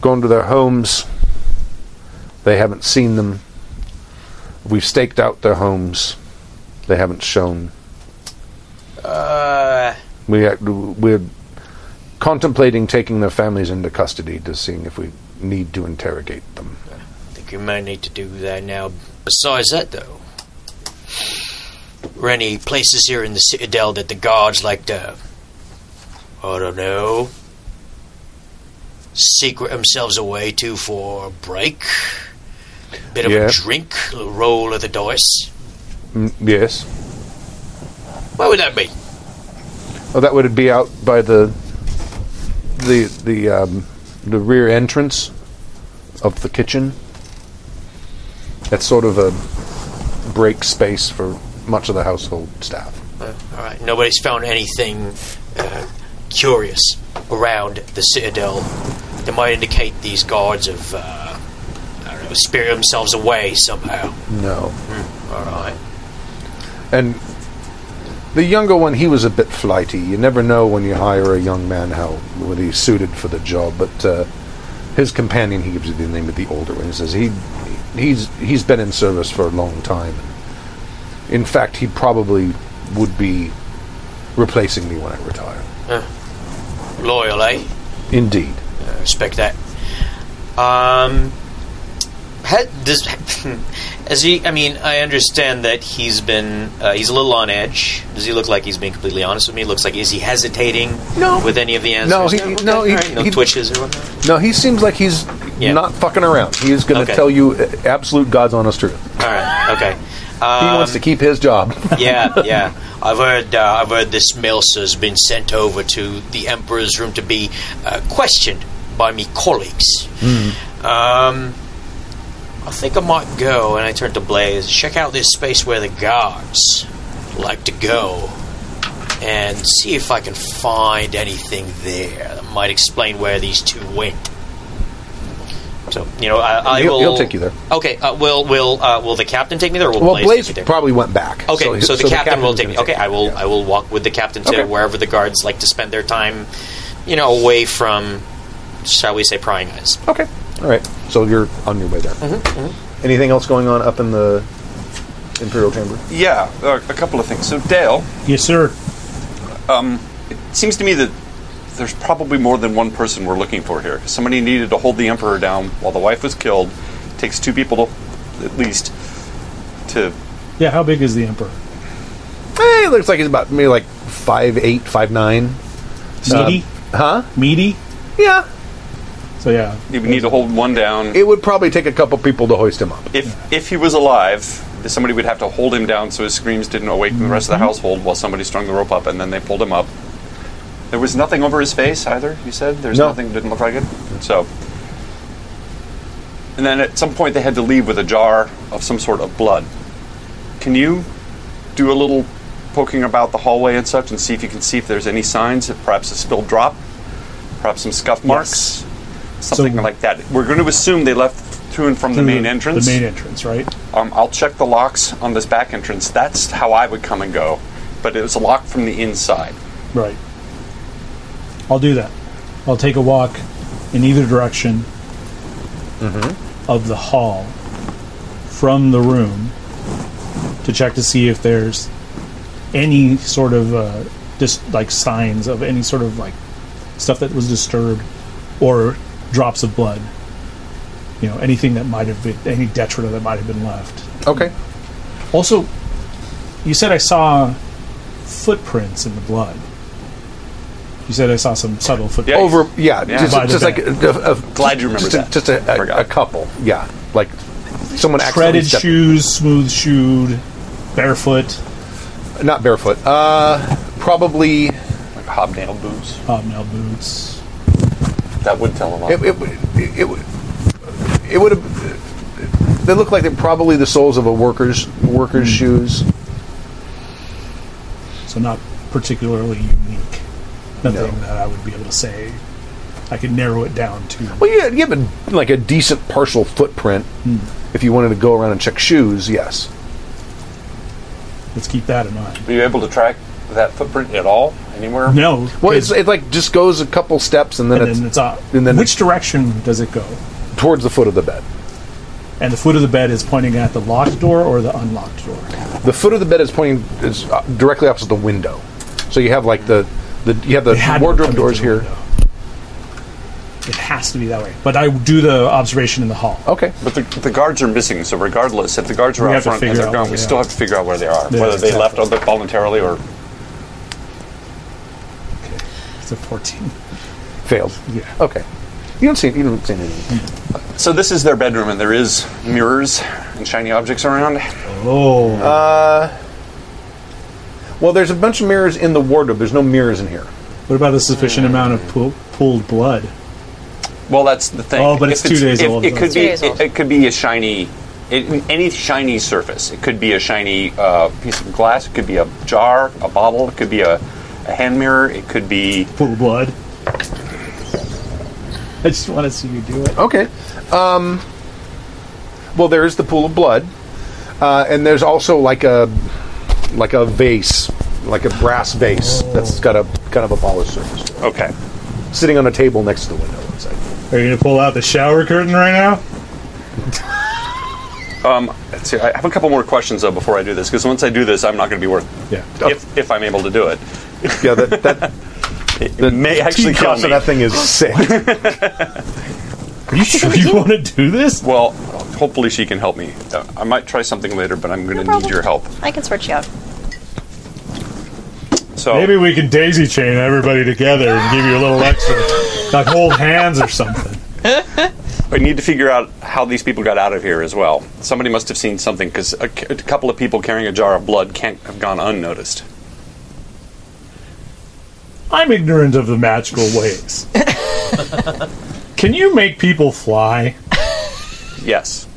[SPEAKER 1] Gone to their homes. They haven't seen them. We've staked out their homes. They haven't shown.
[SPEAKER 4] Uh,
[SPEAKER 1] We act- we're contemplating taking their families into custody to seeing if we need to interrogate them.
[SPEAKER 4] I think we may need to do that now. Besides that, though, were any places here in the citadel that the guards like to, I don't know, secret themselves away to for a break? Bit of
[SPEAKER 1] Yeah.
[SPEAKER 4] a drink, a little roll of the dice.
[SPEAKER 1] Mm, yes.
[SPEAKER 4] Where would that be?
[SPEAKER 1] Oh, that would be out by the the the um, the rear entrance of the kitchen. That's sort of a break space for much of the household staff.
[SPEAKER 4] Uh, all right. Nobody's found anything uh, curious around the citadel that might indicate these guards have, uh, I don't know, spirited themselves away somehow.
[SPEAKER 1] No.
[SPEAKER 4] All right.
[SPEAKER 1] And the younger one, he was a bit flighty. You never know when you hire a young man how whether he's suited for the job. But uh, his companion, he gives you the name of the older one. He says he he's he's been in service for a long time. In fact, he probably would be replacing me when I retire.
[SPEAKER 4] Uh, loyal, eh?
[SPEAKER 1] Indeed.
[SPEAKER 4] I respect that. Um, had does as he? I mean, I understand that he's been uh, he's a little on edge. Does he look like he's being completely honest with me? Looks like is he hesitating?
[SPEAKER 1] No.
[SPEAKER 4] with any of the answers.
[SPEAKER 1] No, he-
[SPEAKER 4] Okay,
[SPEAKER 1] no, he-
[SPEAKER 4] all right, no
[SPEAKER 1] he-
[SPEAKER 4] twitches or whatnot.
[SPEAKER 1] No, he seems like he's
[SPEAKER 4] Yeah.
[SPEAKER 1] not fucking around. He is going to
[SPEAKER 4] Okay.
[SPEAKER 1] tell you uh, absolute God's honest truth.
[SPEAKER 4] All right, okay.
[SPEAKER 1] He
[SPEAKER 4] Um,
[SPEAKER 1] wants to keep his job.
[SPEAKER 4] yeah, yeah. I've heard. Uh, I've heard this Melsa's been sent over to the Emperor's room to be uh, questioned by me colleagues.
[SPEAKER 1] Hmm.
[SPEAKER 4] Um, I think I might go. And I turn to Blaze. Check out this space where the guards like to go, and see if I can find anything there that might explain where these two went. So you know, I, I
[SPEAKER 1] He'll-
[SPEAKER 4] will.
[SPEAKER 1] he'll take you there.
[SPEAKER 4] Okay. Uh, will will uh, will the captain take me there? Or will
[SPEAKER 1] well,
[SPEAKER 4] Blaze,
[SPEAKER 1] Blaze
[SPEAKER 4] take me there?
[SPEAKER 1] probably went back.
[SPEAKER 4] Okay, so,
[SPEAKER 1] he-
[SPEAKER 4] the, captain will
[SPEAKER 1] captain's
[SPEAKER 4] take me.
[SPEAKER 1] gonna
[SPEAKER 4] Okay, I will. I will walk with the captain to
[SPEAKER 1] Okay.
[SPEAKER 4] wherever the guards like to spend their time, you know, away from, shall we say, prying eyes.
[SPEAKER 1] Okay. All right. So you're on your way there.
[SPEAKER 7] Mm-hmm,
[SPEAKER 1] Anything else going on up in the Imperial Chamber?
[SPEAKER 6] Yeah, there are a couple of things. So, Dale,
[SPEAKER 7] Yes, sir.
[SPEAKER 6] um, it seems to me that there's probably more than one person we're looking for here. Somebody needed to hold the emperor down while the wife was killed. takes two people to, at least to.
[SPEAKER 7] Yeah, how big is the emperor?
[SPEAKER 1] Hey, Eh, looks like he's about maybe like five eight, five nine.
[SPEAKER 7] Meaty?
[SPEAKER 1] huh?
[SPEAKER 7] Uh, Meaty?
[SPEAKER 1] Yeah.
[SPEAKER 7] So yeah,
[SPEAKER 6] You need to hold one down.
[SPEAKER 1] It would probably take a couple people to hoist him up.
[SPEAKER 6] If if he was alive, somebody would have to hold him down so his screams didn't awaken the rest of
[SPEAKER 7] Mm-hmm.
[SPEAKER 6] the household while somebody strung the rope up and then they pulled him up. There was nothing over his face either. You said there's
[SPEAKER 1] No.
[SPEAKER 6] nothing. Didn't look like it. So. And then at some point they had to leave with a jar of some sort of blood. Can you do a little poking about the hallway and such and see if you can see if there's any signs, perhaps a spilled drop, perhaps some scuff marks, something
[SPEAKER 7] So-
[SPEAKER 6] like that. We're going to assume they left to and from the
[SPEAKER 7] Through
[SPEAKER 6] main entrance.
[SPEAKER 7] The main entrance, right?
[SPEAKER 6] Um, I'll check the locks on this back entrance. That's how I would come and go, but it was locked from the inside.
[SPEAKER 7] Right. I'll do that. I'll take a walk in either direction of the hall from the room to check to see if there's any sort of uh, dis- like signs of any sort of like stuff that was disturbed or drops of blood. You know, anything that might have been any detriment that might have been left.
[SPEAKER 1] Okay.
[SPEAKER 7] Also, you said I saw footprints in the blood. You said I saw some subtle Oh, footprints.
[SPEAKER 1] Over, yeah, just,
[SPEAKER 7] By the
[SPEAKER 1] just like
[SPEAKER 7] bed.
[SPEAKER 1] a, a,
[SPEAKER 6] Glad you remembered
[SPEAKER 1] just a,
[SPEAKER 6] that.
[SPEAKER 1] Just a, a, a couple, yeah, like someone accidentally
[SPEAKER 7] Shredded
[SPEAKER 1] stepped-
[SPEAKER 7] shoes, smooth shoed, barefoot,
[SPEAKER 1] not barefoot. Uh, probably
[SPEAKER 6] Like hobnail boots.
[SPEAKER 7] hobnail boots.
[SPEAKER 6] That would tell a lot.
[SPEAKER 1] it, it, would- it, it, would- it would have. They look like they're probably the soles of a worker's worker's
[SPEAKER 7] Hmm.
[SPEAKER 1] shoes.
[SPEAKER 7] So not particularly unique. Nothing that I would be able to say. I could narrow it down to.
[SPEAKER 1] Well, yeah, you have a, like a decent partial footprint.
[SPEAKER 7] Hmm.
[SPEAKER 1] If you wanted to go around and check shoes, yes.
[SPEAKER 7] Let's keep that in mind.
[SPEAKER 6] Were you able to track that footprint at all anywhere?
[SPEAKER 7] No.
[SPEAKER 1] Well, it's, it like just goes a couple steps and then
[SPEAKER 7] and
[SPEAKER 1] it's,
[SPEAKER 7] then it's up.
[SPEAKER 1] and then
[SPEAKER 7] Which direction does it go?
[SPEAKER 1] towards the foot of the bed.
[SPEAKER 7] And the foot of the bed is pointing at the locked door or the unlocked door.
[SPEAKER 1] The foot of the bed is pointing is uh, directly opposite the window. So you have like the, the you have the
[SPEAKER 7] It had to
[SPEAKER 1] wardrobe
[SPEAKER 7] come
[SPEAKER 1] doors here.
[SPEAKER 7] through the window. It has to be that way. But I do the observation in the hall.
[SPEAKER 1] Okay.
[SPEAKER 6] But the, the guards are missing, so regardless, if the guards are
[SPEAKER 7] We
[SPEAKER 6] out
[SPEAKER 7] have to
[SPEAKER 6] front and
[SPEAKER 7] figure
[SPEAKER 6] they're
[SPEAKER 7] out
[SPEAKER 6] gone,
[SPEAKER 7] where
[SPEAKER 6] we
[SPEAKER 7] they
[SPEAKER 6] still
[SPEAKER 7] are.
[SPEAKER 6] have to figure out where they are,
[SPEAKER 7] Yeah,
[SPEAKER 6] whether they left
[SPEAKER 7] exactly.
[SPEAKER 6] on the- voluntarily or
[SPEAKER 7] It's a 14.
[SPEAKER 1] Failed.
[SPEAKER 7] Yeah.
[SPEAKER 1] Okay. You don't see you don't see anything.
[SPEAKER 6] So this is their bedroom, and there is mirrors and shiny objects around.
[SPEAKER 7] Oh. Hmm.
[SPEAKER 1] Well, there's a bunch of mirrors in the wardrobe. There's no mirrors in here.
[SPEAKER 7] what about the sufficient amount of pool, pooled blood?
[SPEAKER 6] Well, that's the thing.
[SPEAKER 7] Oh, but it's two days
[SPEAKER 6] if-
[SPEAKER 7] old.
[SPEAKER 6] It could
[SPEAKER 7] It's
[SPEAKER 6] be.
[SPEAKER 7] two days
[SPEAKER 6] It, it could be a shiny, it, any shiny surface. It could be a shiny uh, piece of glass. It could be a jar, a bottle. It could be a, a hand mirror. It could be.
[SPEAKER 7] Pooled blood. I just want to see you do it.
[SPEAKER 1] Okay. Um, well, there is the pool of blood, uh, and there's also like a like a vase, like a brass vase that's got a kind of a polished surface, to
[SPEAKER 6] Okay.
[SPEAKER 1] it. sitting on a table next to the window. It's like,
[SPEAKER 7] Are you going to pull out the shower curtain right now?
[SPEAKER 6] Let's see, I have a couple more questions though before I do this because once I do this, I'm not going to be worth.
[SPEAKER 7] Yeah.
[SPEAKER 6] If, if I'm able to do it,
[SPEAKER 1] yeah, that that
[SPEAKER 6] it, may actually
[SPEAKER 1] tea
[SPEAKER 6] kill
[SPEAKER 1] cost of
[SPEAKER 6] me.
[SPEAKER 1] that thing is sick.
[SPEAKER 7] Are you sure you want to do this?
[SPEAKER 6] Well, hopefully she can help me. Uh, I might try something later, but I'm going to need
[SPEAKER 3] problem.
[SPEAKER 6] your help.
[SPEAKER 3] I can sort you out.
[SPEAKER 6] So
[SPEAKER 7] Maybe we can daisy chain everybody together and give you a little extra, like hold hands or something.
[SPEAKER 6] I need to figure out how these people got out of here as well. Somebody must have seen something because a, c- a couple of people carrying a jar of blood can't have gone unnoticed.
[SPEAKER 7] I'm ignorant of the magical ways. Can you make people fly?
[SPEAKER 6] Yes.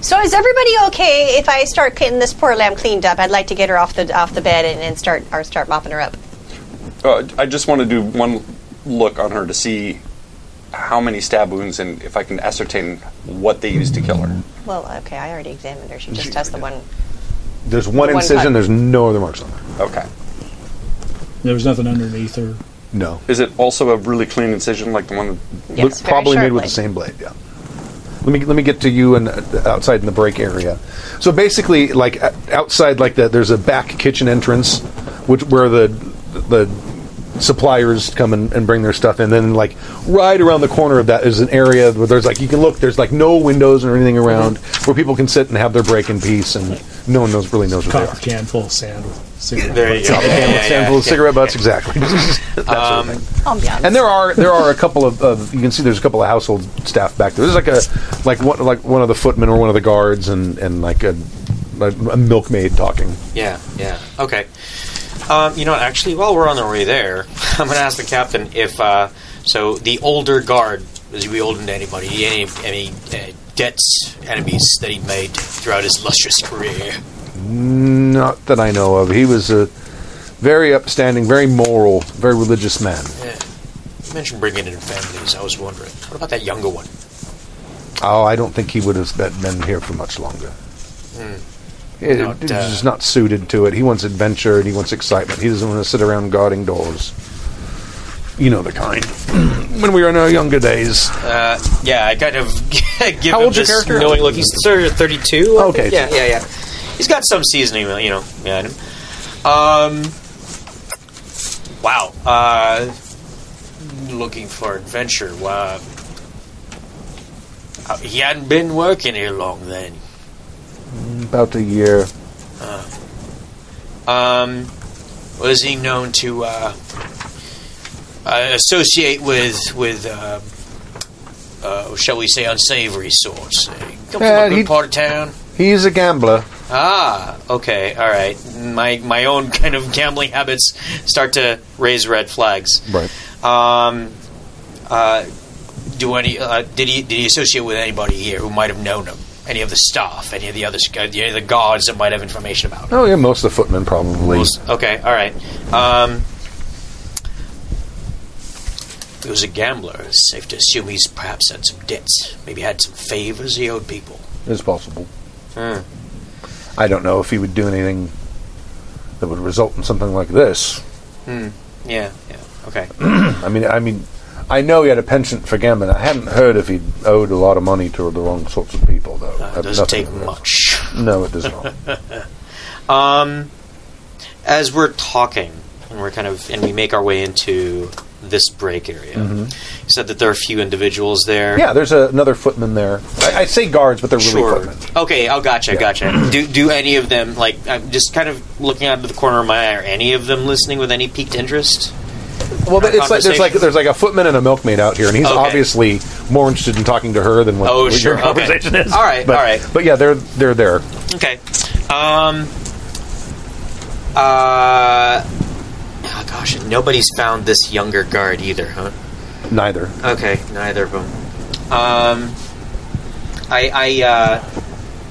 [SPEAKER 3] So is everybody okay if I start getting this poor lamb cleaned up? I'd like to get her off the off the bed and, and start or start mopping her up.
[SPEAKER 6] Uh, I just want to do one look on her to see how many stab wounds and if I can ascertain what they used to kill her.
[SPEAKER 3] Well, okay, I already examined her. She just has the one.
[SPEAKER 1] There's one,
[SPEAKER 3] One
[SPEAKER 1] incision.
[SPEAKER 3] cut.
[SPEAKER 1] There's no other marks on it.
[SPEAKER 6] Okay.
[SPEAKER 7] There was nothing underneath her.
[SPEAKER 1] No,
[SPEAKER 6] Is it also a really clean incision like the one?
[SPEAKER 3] Yes,
[SPEAKER 1] Look,
[SPEAKER 3] very
[SPEAKER 1] probably made with the
[SPEAKER 3] sharply.
[SPEAKER 1] same blade. Yeah. Let me let me get to you and uh, outside in the break area. So basically, like o- outside, like the, there's a back kitchen entrance, which where the the suppliers come and, and bring their stuff in. Then like right around the corner of that is an area where there's like you can look. There's like no windows or anything around where people can sit and have their break in peace, and no one knows really knows what
[SPEAKER 7] Coffee
[SPEAKER 1] they are.
[SPEAKER 7] can full of sand with cigarette
[SPEAKER 10] There you
[SPEAKER 7] butts.
[SPEAKER 10] go.
[SPEAKER 1] And with
[SPEAKER 10] Yeah, Um,
[SPEAKER 1] samples of cigarette butts, exactly. That sort of thing.
[SPEAKER 3] Ambiance.
[SPEAKER 1] And there are there are a couple of, of you can see there's a couple of household staff back there. There's like a like one like one of the footmen or one of the guards and and like a, like a milkmaid talking.
[SPEAKER 10] Yeah, yeah. Okay. Um, you know, actually, while we're on the way there, I'm going to ask the captain if. Uh, so, the older guard, is he older than anybody? Any, any uh, debts, enemies that he made throughout his lustrous career?
[SPEAKER 1] Not that I know of. He was a very upstanding, very moral, very religious man.
[SPEAKER 10] Yeah. You mentioned bringing in families. I was wondering. What about that younger one?
[SPEAKER 1] Oh, I don't think he would have been- been here for much longer.
[SPEAKER 10] Hmm.
[SPEAKER 1] It,
[SPEAKER 10] Not,
[SPEAKER 1] it's
[SPEAKER 10] uh,
[SPEAKER 1] just not suited to it. He wants adventure and he wants excitement. He doesn't want to sit around guarding doors. You know the kind. when we were in our younger days.
[SPEAKER 4] Uh, yeah, I kind of give
[SPEAKER 1] How
[SPEAKER 4] him
[SPEAKER 1] old's your
[SPEAKER 4] this
[SPEAKER 1] character?
[SPEAKER 4] knowing look. He's thir- 32. I
[SPEAKER 1] Okay,
[SPEAKER 4] think. Yeah, yeah, yeah. He's got some seasoning, you know, behind him. Um, wow. Uh, looking for adventure. Wow. Uh, he hadn't been working here long then.
[SPEAKER 1] About a year.
[SPEAKER 4] Uh, um, was he known to uh, uh, associate with with uh, uh, shall we say unsavory sorts? Uh, Come from
[SPEAKER 1] Uh,
[SPEAKER 4] a good
[SPEAKER 1] he-
[SPEAKER 4] part of town.
[SPEAKER 1] He's a gambler.
[SPEAKER 4] Ah, okay, all right. My my own kind of gambling habits start to raise red flags.
[SPEAKER 1] Right.
[SPEAKER 4] Um, uh, do any uh, did he did he associate with anybody here who might have known him? Any of the staff? Any of the other any of the guards that might have information about? him?
[SPEAKER 1] Oh, yeah, most of the footmen probably.
[SPEAKER 4] Okay, all right. Um, he was a gambler. It's safe to assume he's perhaps had some debts. Maybe had some favors he owed people.
[SPEAKER 1] It's possible. I don't know if he would do anything that would result in something like this.
[SPEAKER 4] Hmm. Yeah. Yeah. Okay.
[SPEAKER 1] I mean, I mean, I know he had a penchant for gambling. I hadn't heard if he owed a lot of money to the wrong sorts of people, though.
[SPEAKER 4] Uh, it
[SPEAKER 1] I've
[SPEAKER 4] doesn't
[SPEAKER 1] nothing
[SPEAKER 4] take
[SPEAKER 1] of that.
[SPEAKER 4] much.
[SPEAKER 1] No, it does not.
[SPEAKER 4] um, as we're talking, and we're kind of, and we make our way into this break area.
[SPEAKER 1] Mhm.
[SPEAKER 4] You said that there are a few individuals there.
[SPEAKER 1] yeah, there's a, another footman there. I, I say guards, but they're really
[SPEAKER 4] Sure.
[SPEAKER 1] footmen.
[SPEAKER 4] Okay. Oh, gotcha. Gotcha. Do do any of them like? I'm just kind of looking out of the corner of my eye. Are any of them listening with any piqued interest?
[SPEAKER 1] Well,
[SPEAKER 4] Our
[SPEAKER 1] it's like there's like
[SPEAKER 4] conversation.
[SPEAKER 1] there's like a footman and a milkmaid out here, and he's
[SPEAKER 4] Okay.
[SPEAKER 1] obviously more interested in talking to her than what,
[SPEAKER 4] Oh,
[SPEAKER 1] what
[SPEAKER 4] sure.
[SPEAKER 1] your
[SPEAKER 4] Okay.
[SPEAKER 1] conversation is.
[SPEAKER 4] All right,
[SPEAKER 1] but,
[SPEAKER 4] all right.
[SPEAKER 1] But yeah, they're they're there.
[SPEAKER 4] Okay. Um. Uh. Oh gosh, nobody's found this younger guard either, huh?
[SPEAKER 1] Neither.
[SPEAKER 4] Okay, neither of them. Um. I I uh.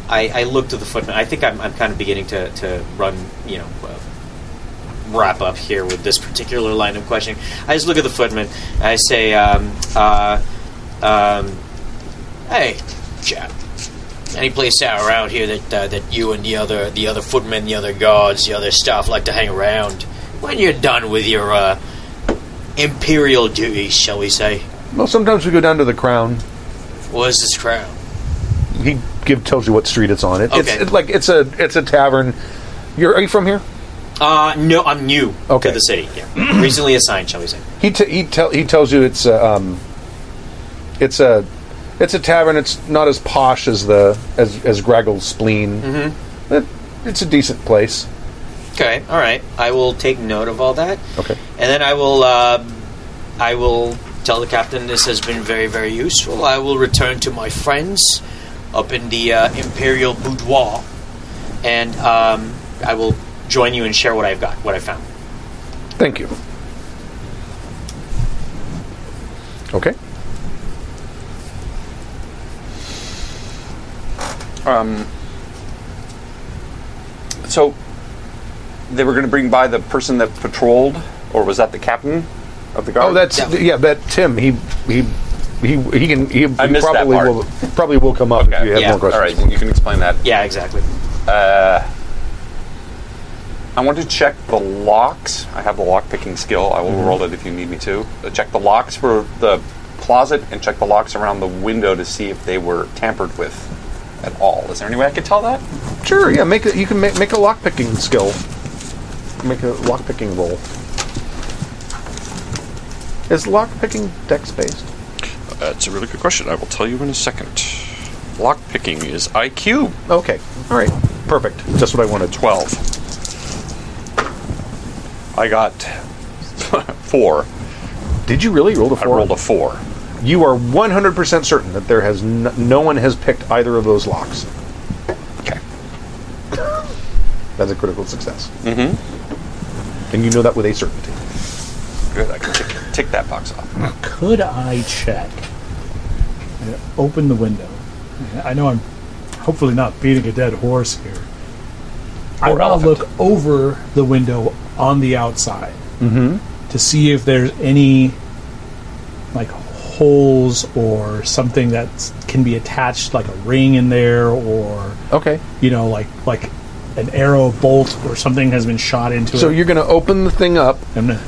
[SPEAKER 4] I, I look to the footman. I think I'm, I'm kind of beginning to, to run, you know, uh, wrap up here with this particular line of questioning. I just look at the footman. And I say, um, uh, um, "Hey, chap,
[SPEAKER 12] Any place out around here that uh, that you and the other the other footmen, the other guards, the other staff like to hang around when you're done with your uh, imperial duties, shall we say?
[SPEAKER 1] Well, sometimes we go down to the Crown.
[SPEAKER 12] Where's this crown?
[SPEAKER 1] He give tells you what street it's on. It,
[SPEAKER 4] Okay.
[SPEAKER 1] It's it, like it's a it's a tavern. You're are you from here?
[SPEAKER 4] Uh, no, I'm new
[SPEAKER 1] Okay.
[SPEAKER 4] to the city. Yeah. Recently assigned, shall we say.
[SPEAKER 1] He t- he tell he tells you it's a, um it's a it's a tavern. It's not as posh as the as as Graggle's spleen. Mm-hmm. It, it's a decent place.
[SPEAKER 4] Okay, all right. I will take note of all that,
[SPEAKER 1] Okay.
[SPEAKER 4] and then I will, uh, I will tell the captain this has been very, very useful. I will return to my friends up in the uh, imperial boudoir, and um, I will join you and share what I've got, what I found.
[SPEAKER 1] Thank you. Okay.
[SPEAKER 6] Um, so they were going to bring by the person that patrolled, or was that the captain of the guard?
[SPEAKER 1] Oh, that's yeah. that Tim. He he he he can he,
[SPEAKER 6] I
[SPEAKER 1] he
[SPEAKER 6] missed that
[SPEAKER 1] probably
[SPEAKER 6] part.
[SPEAKER 1] will probably will come up if you have
[SPEAKER 6] yeah.
[SPEAKER 1] more
[SPEAKER 6] All
[SPEAKER 1] questions.
[SPEAKER 6] right, you can explain that.
[SPEAKER 4] Yeah, exactly.
[SPEAKER 6] Uh, I want to check the locks. I have the lock picking skill. I will roll it if you need me to. Uh, Check the locks for the closet and check the locks around the window to see if they were tampered with at all. Is there any way I could tell that?
[SPEAKER 1] Sure. Yeah. Make a, you can make, make a lock picking skill. Make a lock picking roll. Is lock picking dex based?
[SPEAKER 6] That's a really good question. I will tell you in a second. Lock picking is IQ.
[SPEAKER 1] Okay. All right. Perfect. Just what I wanted.
[SPEAKER 6] 12. I got four.
[SPEAKER 1] Did you really roll a
[SPEAKER 6] I
[SPEAKER 1] four?
[SPEAKER 6] rolled a four.
[SPEAKER 1] You are one hundred percent certain that there has n- no one has picked either of those locks.
[SPEAKER 6] Okay.
[SPEAKER 1] That's a critical success,
[SPEAKER 6] Mm-hmm.
[SPEAKER 1] and you know that with a certainty.
[SPEAKER 6] Good. I can tick, tick that box off.
[SPEAKER 7] Could I check? and Open the window. I know I'm hopefully not beating a dead horse here. I
[SPEAKER 6] Or
[SPEAKER 7] want to
[SPEAKER 6] elephant.
[SPEAKER 7] look over the window on the outside
[SPEAKER 1] Mm-hmm.
[SPEAKER 7] to see if there's any like holes or something that can be attached, like a ring in there, or
[SPEAKER 1] Okay.
[SPEAKER 7] you know, like like an arrow, bolt, or something has been shot into
[SPEAKER 1] So
[SPEAKER 7] it.
[SPEAKER 1] you're going to open the thing up,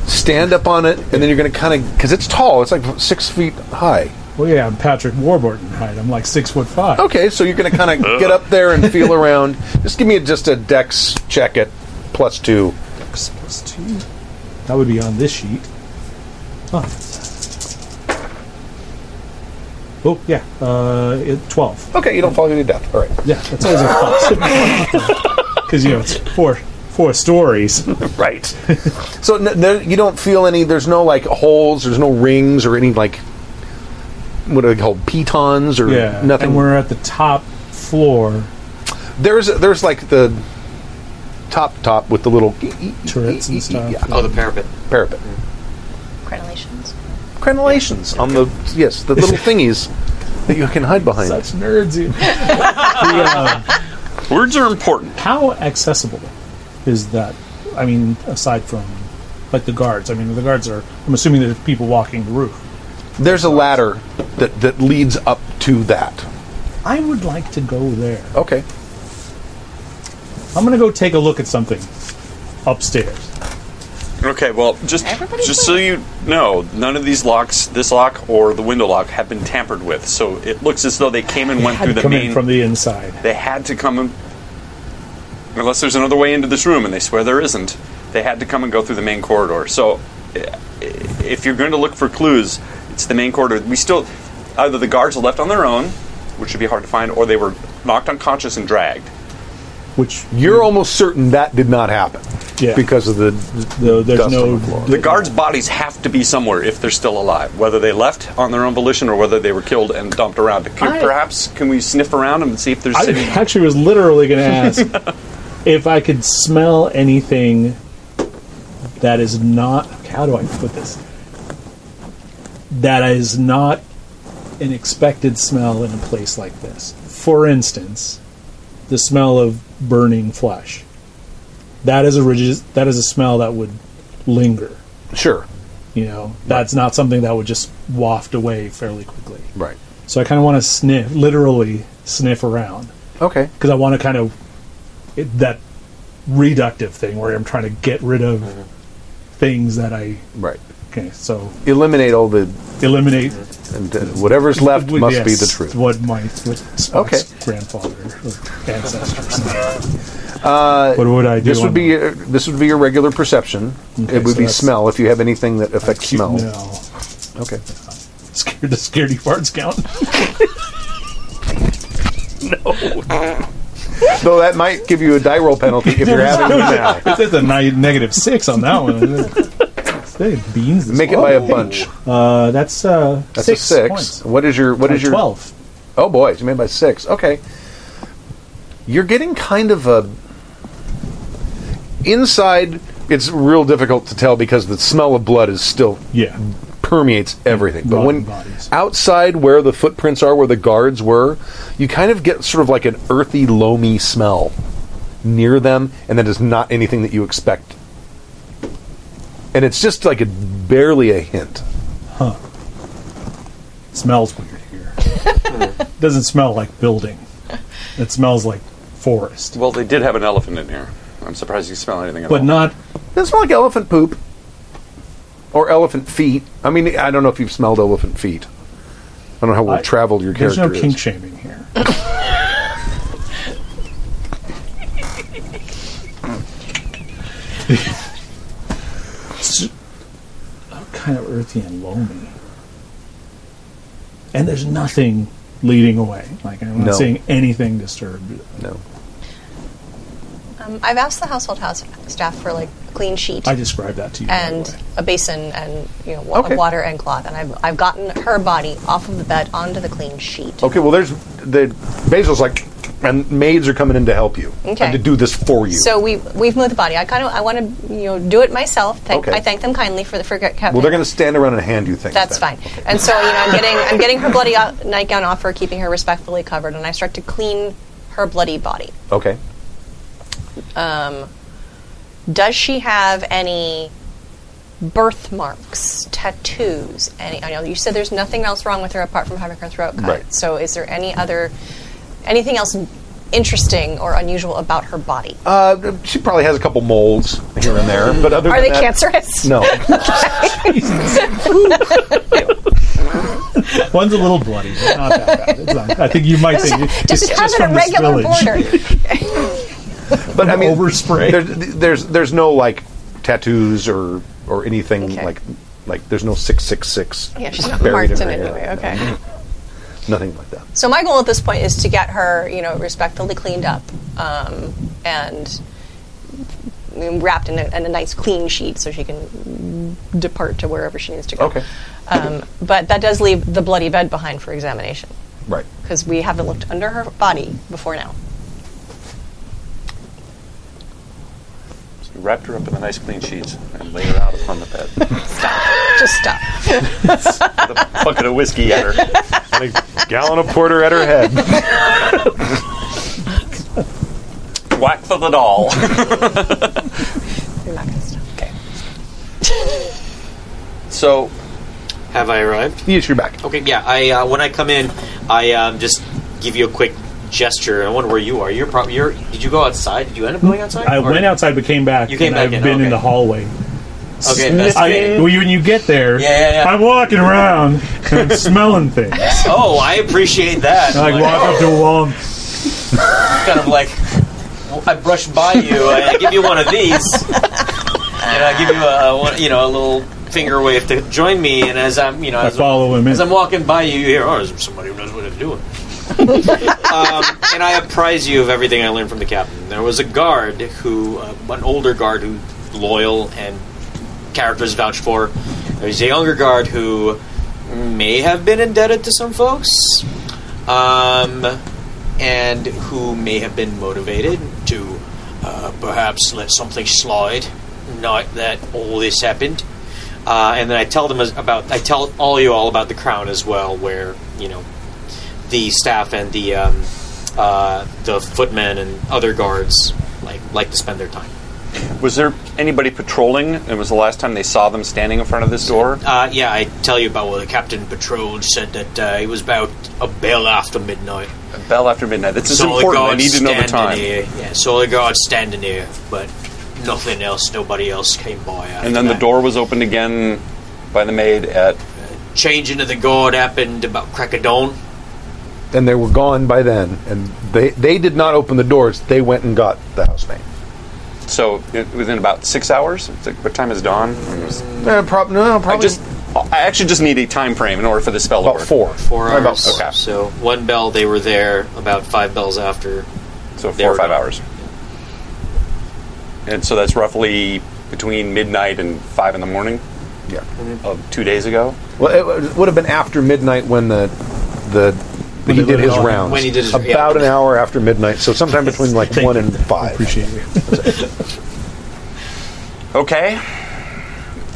[SPEAKER 1] stand up on it, and then you're going to kind of because it's tall. It's like six feet high.
[SPEAKER 7] Well, yeah, I'm Patrick Warburton, right? I'm like six foot five.
[SPEAKER 1] Okay, so you're going to kind of get up there and feel around. Just give me a, just a dex check at plus two.
[SPEAKER 7] Dex plus two. That would be on this sheet. Huh. Oh yeah, uh, it- twelve.
[SPEAKER 1] Okay, you don't fall to your death. All right.
[SPEAKER 7] Yeah, that's always a because you know it's four four stories.
[SPEAKER 1] right. So n- there, you don't feel any. There's no like holes. There's no rings or any like what are they called? Pitons or
[SPEAKER 7] Yeah,
[SPEAKER 1] nothing.
[SPEAKER 7] and we're at the top floor.
[SPEAKER 1] There's there's like the top top with the little turrets and stuff.
[SPEAKER 10] Oh, the parapet.
[SPEAKER 1] Parapet.
[SPEAKER 11] Crenellations.
[SPEAKER 1] Crenellations on the yes the little thingies that you can hide behind.
[SPEAKER 7] Such nerds, you.
[SPEAKER 6] Words are important.
[SPEAKER 7] How accessible is that? I mean, aside from like the guards. I mean, the guards are. I'm assuming there's people walking the roof.
[SPEAKER 1] There's a ladder that that leads up to that.
[SPEAKER 7] I would like to go there.
[SPEAKER 1] Okay.
[SPEAKER 7] I'm gonna go take a look at something upstairs.
[SPEAKER 6] Okay, well, just just so you know, none of these locks, this lock or the window lock, have been tampered with. So it looks as though they came and went
[SPEAKER 7] Had
[SPEAKER 6] through
[SPEAKER 7] to
[SPEAKER 6] the
[SPEAKER 7] come
[SPEAKER 6] main.
[SPEAKER 7] in from the inside.
[SPEAKER 6] they had to come in, unless there's another way into this room, and they swear there isn't. They had to come and go through the main corridor. So i- if you're going to look for clues, it's the main corridor. We still either the guards are left on their own, which would be hard to find, or they were knocked unconscious and dragged.
[SPEAKER 7] Which
[SPEAKER 1] you're almost certain that did not happen.
[SPEAKER 6] Yeah.
[SPEAKER 1] Because of the,
[SPEAKER 7] the
[SPEAKER 6] there's
[SPEAKER 1] no the floor.
[SPEAKER 6] The guards' bodies have to be somewhere if they're still alive, whether they left on their own volition or whether they were killed and dumped around. Can-
[SPEAKER 7] I-
[SPEAKER 6] perhaps can we sniff around and see if there's
[SPEAKER 7] I
[SPEAKER 6] any?
[SPEAKER 7] actually was literally going to ask if I could smell anything that is not. okay, How do I put this? That is not an expected smell in a place like this. For instance, the smell of burning flesh. That is a rigid, that is a smell that would linger.
[SPEAKER 1] Sure.
[SPEAKER 7] You know, that's not something that would just waft away fairly quickly.
[SPEAKER 1] Right.
[SPEAKER 7] So I kind of want to sniff, literally sniff around.
[SPEAKER 1] Okay.
[SPEAKER 7] Because I want to kind of it, that reductive thing where I'm trying to get rid of things that I
[SPEAKER 1] Right.
[SPEAKER 7] okay. So
[SPEAKER 1] Eliminate all the
[SPEAKER 7] eliminate
[SPEAKER 1] and uh, whatever's left
[SPEAKER 7] Well,
[SPEAKER 1] must
[SPEAKER 7] yes,
[SPEAKER 1] be the truth.
[SPEAKER 7] What my what Spock's
[SPEAKER 1] Okay.
[SPEAKER 7] grandfather or ancestors.
[SPEAKER 1] Uh,
[SPEAKER 7] what would I do
[SPEAKER 1] This
[SPEAKER 7] on
[SPEAKER 1] would be your, this would be your regular perception.
[SPEAKER 7] Okay,
[SPEAKER 1] it would
[SPEAKER 7] so
[SPEAKER 1] be
[SPEAKER 7] that's-
[SPEAKER 1] smell if you have anything that affects smell.
[SPEAKER 7] No,
[SPEAKER 1] Okay.
[SPEAKER 7] scared the scaredy farts count.
[SPEAKER 1] no. Though that might give you a die roll penalty if you're having it now.
[SPEAKER 7] It's at the ni- negative six on that one. They had beans. this
[SPEAKER 1] Make it by a
[SPEAKER 7] morning.
[SPEAKER 1] bunch.
[SPEAKER 7] Uh, that's uh,
[SPEAKER 1] That's
[SPEAKER 7] six
[SPEAKER 1] a six.
[SPEAKER 7] points.
[SPEAKER 1] What is your what
[SPEAKER 7] Uh,
[SPEAKER 1] is your
[SPEAKER 7] 12.
[SPEAKER 1] Oh boy, you made by six. Okay. You're getting kind of a inside it's real difficult to tell because the smell of blood is still
[SPEAKER 7] yeah
[SPEAKER 1] permeates everything. But when
[SPEAKER 7] Rotten
[SPEAKER 1] outside where the footprints are where the guards were, you kind of get sort of like an earthy loamy smell near them and that is not anything that you expect. And it's just like a, barely a hint.
[SPEAKER 7] Huh. Smells weird here. Doesn't smell like building. It smells like forest,
[SPEAKER 6] Well, they did have an elephant in here. I'm surprised you smell anything at
[SPEAKER 7] but
[SPEAKER 6] all.
[SPEAKER 7] not.
[SPEAKER 1] It smells like elephant poop or elephant feet. I mean, I don't know if you've smelled elephant feet. I don't know how well
[SPEAKER 7] I-
[SPEAKER 1] traveled your
[SPEAKER 7] There's
[SPEAKER 1] character
[SPEAKER 7] no
[SPEAKER 1] is.
[SPEAKER 7] kink shaming here. S- kind of earthy and loamy, and there's nothing leading away. Like I'm not
[SPEAKER 1] No.
[SPEAKER 7] seeing anything disturbed.
[SPEAKER 1] No.
[SPEAKER 11] Um, I've asked the household house staff for like a clean sheet.
[SPEAKER 7] I described that to you. by the
[SPEAKER 11] and
[SPEAKER 7] way.
[SPEAKER 11] a basin and you know wa-
[SPEAKER 1] Okay.
[SPEAKER 11] water and cloth and I've, I've gotten her body off of the bed onto the clean sheet
[SPEAKER 1] Okay, well, there's the Basil's like, and maids are coming in to help you
[SPEAKER 11] Okay.
[SPEAKER 1] and to do this for you.
[SPEAKER 11] so we we've moved the body I kind of I want to you know do it myself thank,
[SPEAKER 1] Okay.
[SPEAKER 11] I thank them kindly for the for
[SPEAKER 1] well, they're going to stand around and hand you things.
[SPEAKER 11] that's
[SPEAKER 1] then.
[SPEAKER 11] fine and so you know I'm getting I'm getting her bloody o- nightgown off her keeping her respectfully covered and I start to clean her bloody body
[SPEAKER 1] Okay.
[SPEAKER 11] um, does she have any birthmarks, tattoos? Any? I know you said there's nothing else wrong with her apart from having her throat cut.
[SPEAKER 1] Right.
[SPEAKER 11] So, is there any other anything else interesting or unusual about her body?
[SPEAKER 1] Uh, she probably has a couple molds here and there, but other
[SPEAKER 11] Are
[SPEAKER 1] than
[SPEAKER 11] they
[SPEAKER 1] that-
[SPEAKER 11] cancerous?
[SPEAKER 1] No.
[SPEAKER 7] One's a little bloody, but not that bad. It's not, I think you might think it-
[SPEAKER 11] Does
[SPEAKER 7] it's
[SPEAKER 11] it have
[SPEAKER 7] just
[SPEAKER 11] an
[SPEAKER 7] from this
[SPEAKER 11] irregular
[SPEAKER 7] village.
[SPEAKER 11] border?
[SPEAKER 1] but I mean,
[SPEAKER 7] overspray.
[SPEAKER 1] There's, there's there's no like tattoos or or anything like like there's no six six six.
[SPEAKER 11] Yeah, she's not marked in any way. Okay.
[SPEAKER 1] Nothing like that.
[SPEAKER 11] So my goal at this point is to get her, you know, respectfully cleaned up um, and wrapped in a, in a nice clean sheet so she can depart to wherever she needs to go.
[SPEAKER 1] Okay.
[SPEAKER 11] Um, but that does leave the bloody bed behind for examination
[SPEAKER 1] Right.
[SPEAKER 11] because we haven't looked under her body before now.
[SPEAKER 6] So you wrapped her up in the nice clean sheets and laid her out upon the bed.
[SPEAKER 11] Just stop.
[SPEAKER 6] With a bucket of whiskey at her.
[SPEAKER 1] And a gallon of porter at her head.
[SPEAKER 6] Whack for the doll.
[SPEAKER 11] You're not going to stop. Okay.
[SPEAKER 6] so,
[SPEAKER 4] Have I arrived?
[SPEAKER 1] Yes, you're back.
[SPEAKER 4] Okay, yeah. I uh, when I come in, I um, just give you a quick gesture. I wonder where you are. You're probably. You're. Did you go outside? Did you end up going outside?
[SPEAKER 7] I
[SPEAKER 4] Or-
[SPEAKER 7] went outside but came back.
[SPEAKER 4] You came
[SPEAKER 7] and
[SPEAKER 4] back
[SPEAKER 7] I've
[SPEAKER 4] in,
[SPEAKER 7] been
[SPEAKER 4] okay.
[SPEAKER 7] in the hallway.
[SPEAKER 4] Okay, that's
[SPEAKER 7] I-
[SPEAKER 4] good.
[SPEAKER 7] well, you- when you get there,
[SPEAKER 4] Yeah, yeah, yeah.
[SPEAKER 7] I'm walking around and I'm smelling things.
[SPEAKER 4] Oh, I appreciate that.
[SPEAKER 7] And I walk up to a wall. and-
[SPEAKER 4] kind of like well, I brush by you. I, I give you one of these, and I give you a, a one, you know a little finger wave to join me. And as I'm you know
[SPEAKER 7] I
[SPEAKER 4] as,
[SPEAKER 7] follow him in.
[SPEAKER 4] as I'm walking by you, you hear oh, there's somebody who knows what they're doing. um, and I apprise you of everything I learned from the captain. There was a guard who, uh, an older guard who, loyal and characters vouched for. There's a younger guard who may have been indebted to some folks, um, and who may have been motivated to uh, perhaps let something slide. Not that all this happened. Uh, and then I tell them as- about I tell all you all about the crown as well, where you know the staff and the um, uh, the footmen and other guards like like to spend their time.
[SPEAKER 6] was there anybody patrolling? It was the last time they saw them standing in front of this door.
[SPEAKER 4] Uh, yeah, I tell you about what the captain patrolled said that uh, it was about a bell after midnight.
[SPEAKER 6] A bell after midnight. This is
[SPEAKER 4] Solid
[SPEAKER 6] important. I
[SPEAKER 4] guards
[SPEAKER 6] need to know the
[SPEAKER 4] standing
[SPEAKER 6] time.
[SPEAKER 4] Here. Yeah, saw the guards standing here, but nothing else. Nobody else came by. after
[SPEAKER 6] And then the
[SPEAKER 4] that.
[SPEAKER 6] door was opened again by the maid at
[SPEAKER 4] changing of the guard happened about crack of dawn.
[SPEAKER 1] And they were gone by then, and they they did not open the doors. They went and got the housemaid.
[SPEAKER 6] so it, within about six hours. It's like, what time is dawn? It was-
[SPEAKER 1] Uh, prob- no,
[SPEAKER 6] I
[SPEAKER 1] probably
[SPEAKER 6] just I actually just need a time frame in order for this spell to
[SPEAKER 1] about
[SPEAKER 6] work.
[SPEAKER 1] four.
[SPEAKER 4] Four
[SPEAKER 1] Right about
[SPEAKER 4] hours.
[SPEAKER 1] four.
[SPEAKER 4] So one bell, they were there about five bells after.
[SPEAKER 6] So
[SPEAKER 4] They
[SPEAKER 6] four or
[SPEAKER 4] were
[SPEAKER 6] five
[SPEAKER 4] gone.
[SPEAKER 6] hours. And so that's roughly between midnight and five in the morning
[SPEAKER 1] Yeah.
[SPEAKER 6] of two days ago.
[SPEAKER 1] Well, it w- would have been after midnight when the the.
[SPEAKER 7] When
[SPEAKER 1] he
[SPEAKER 7] they
[SPEAKER 1] did
[SPEAKER 7] let
[SPEAKER 1] his
[SPEAKER 7] it all-
[SPEAKER 1] rounds.
[SPEAKER 4] when he did his-
[SPEAKER 1] about
[SPEAKER 4] yeah.
[SPEAKER 1] an hour after midnight, so sometime between like
[SPEAKER 7] Thank
[SPEAKER 1] one
[SPEAKER 7] you.
[SPEAKER 1] and five.
[SPEAKER 7] Appreciate it.
[SPEAKER 6] Okay.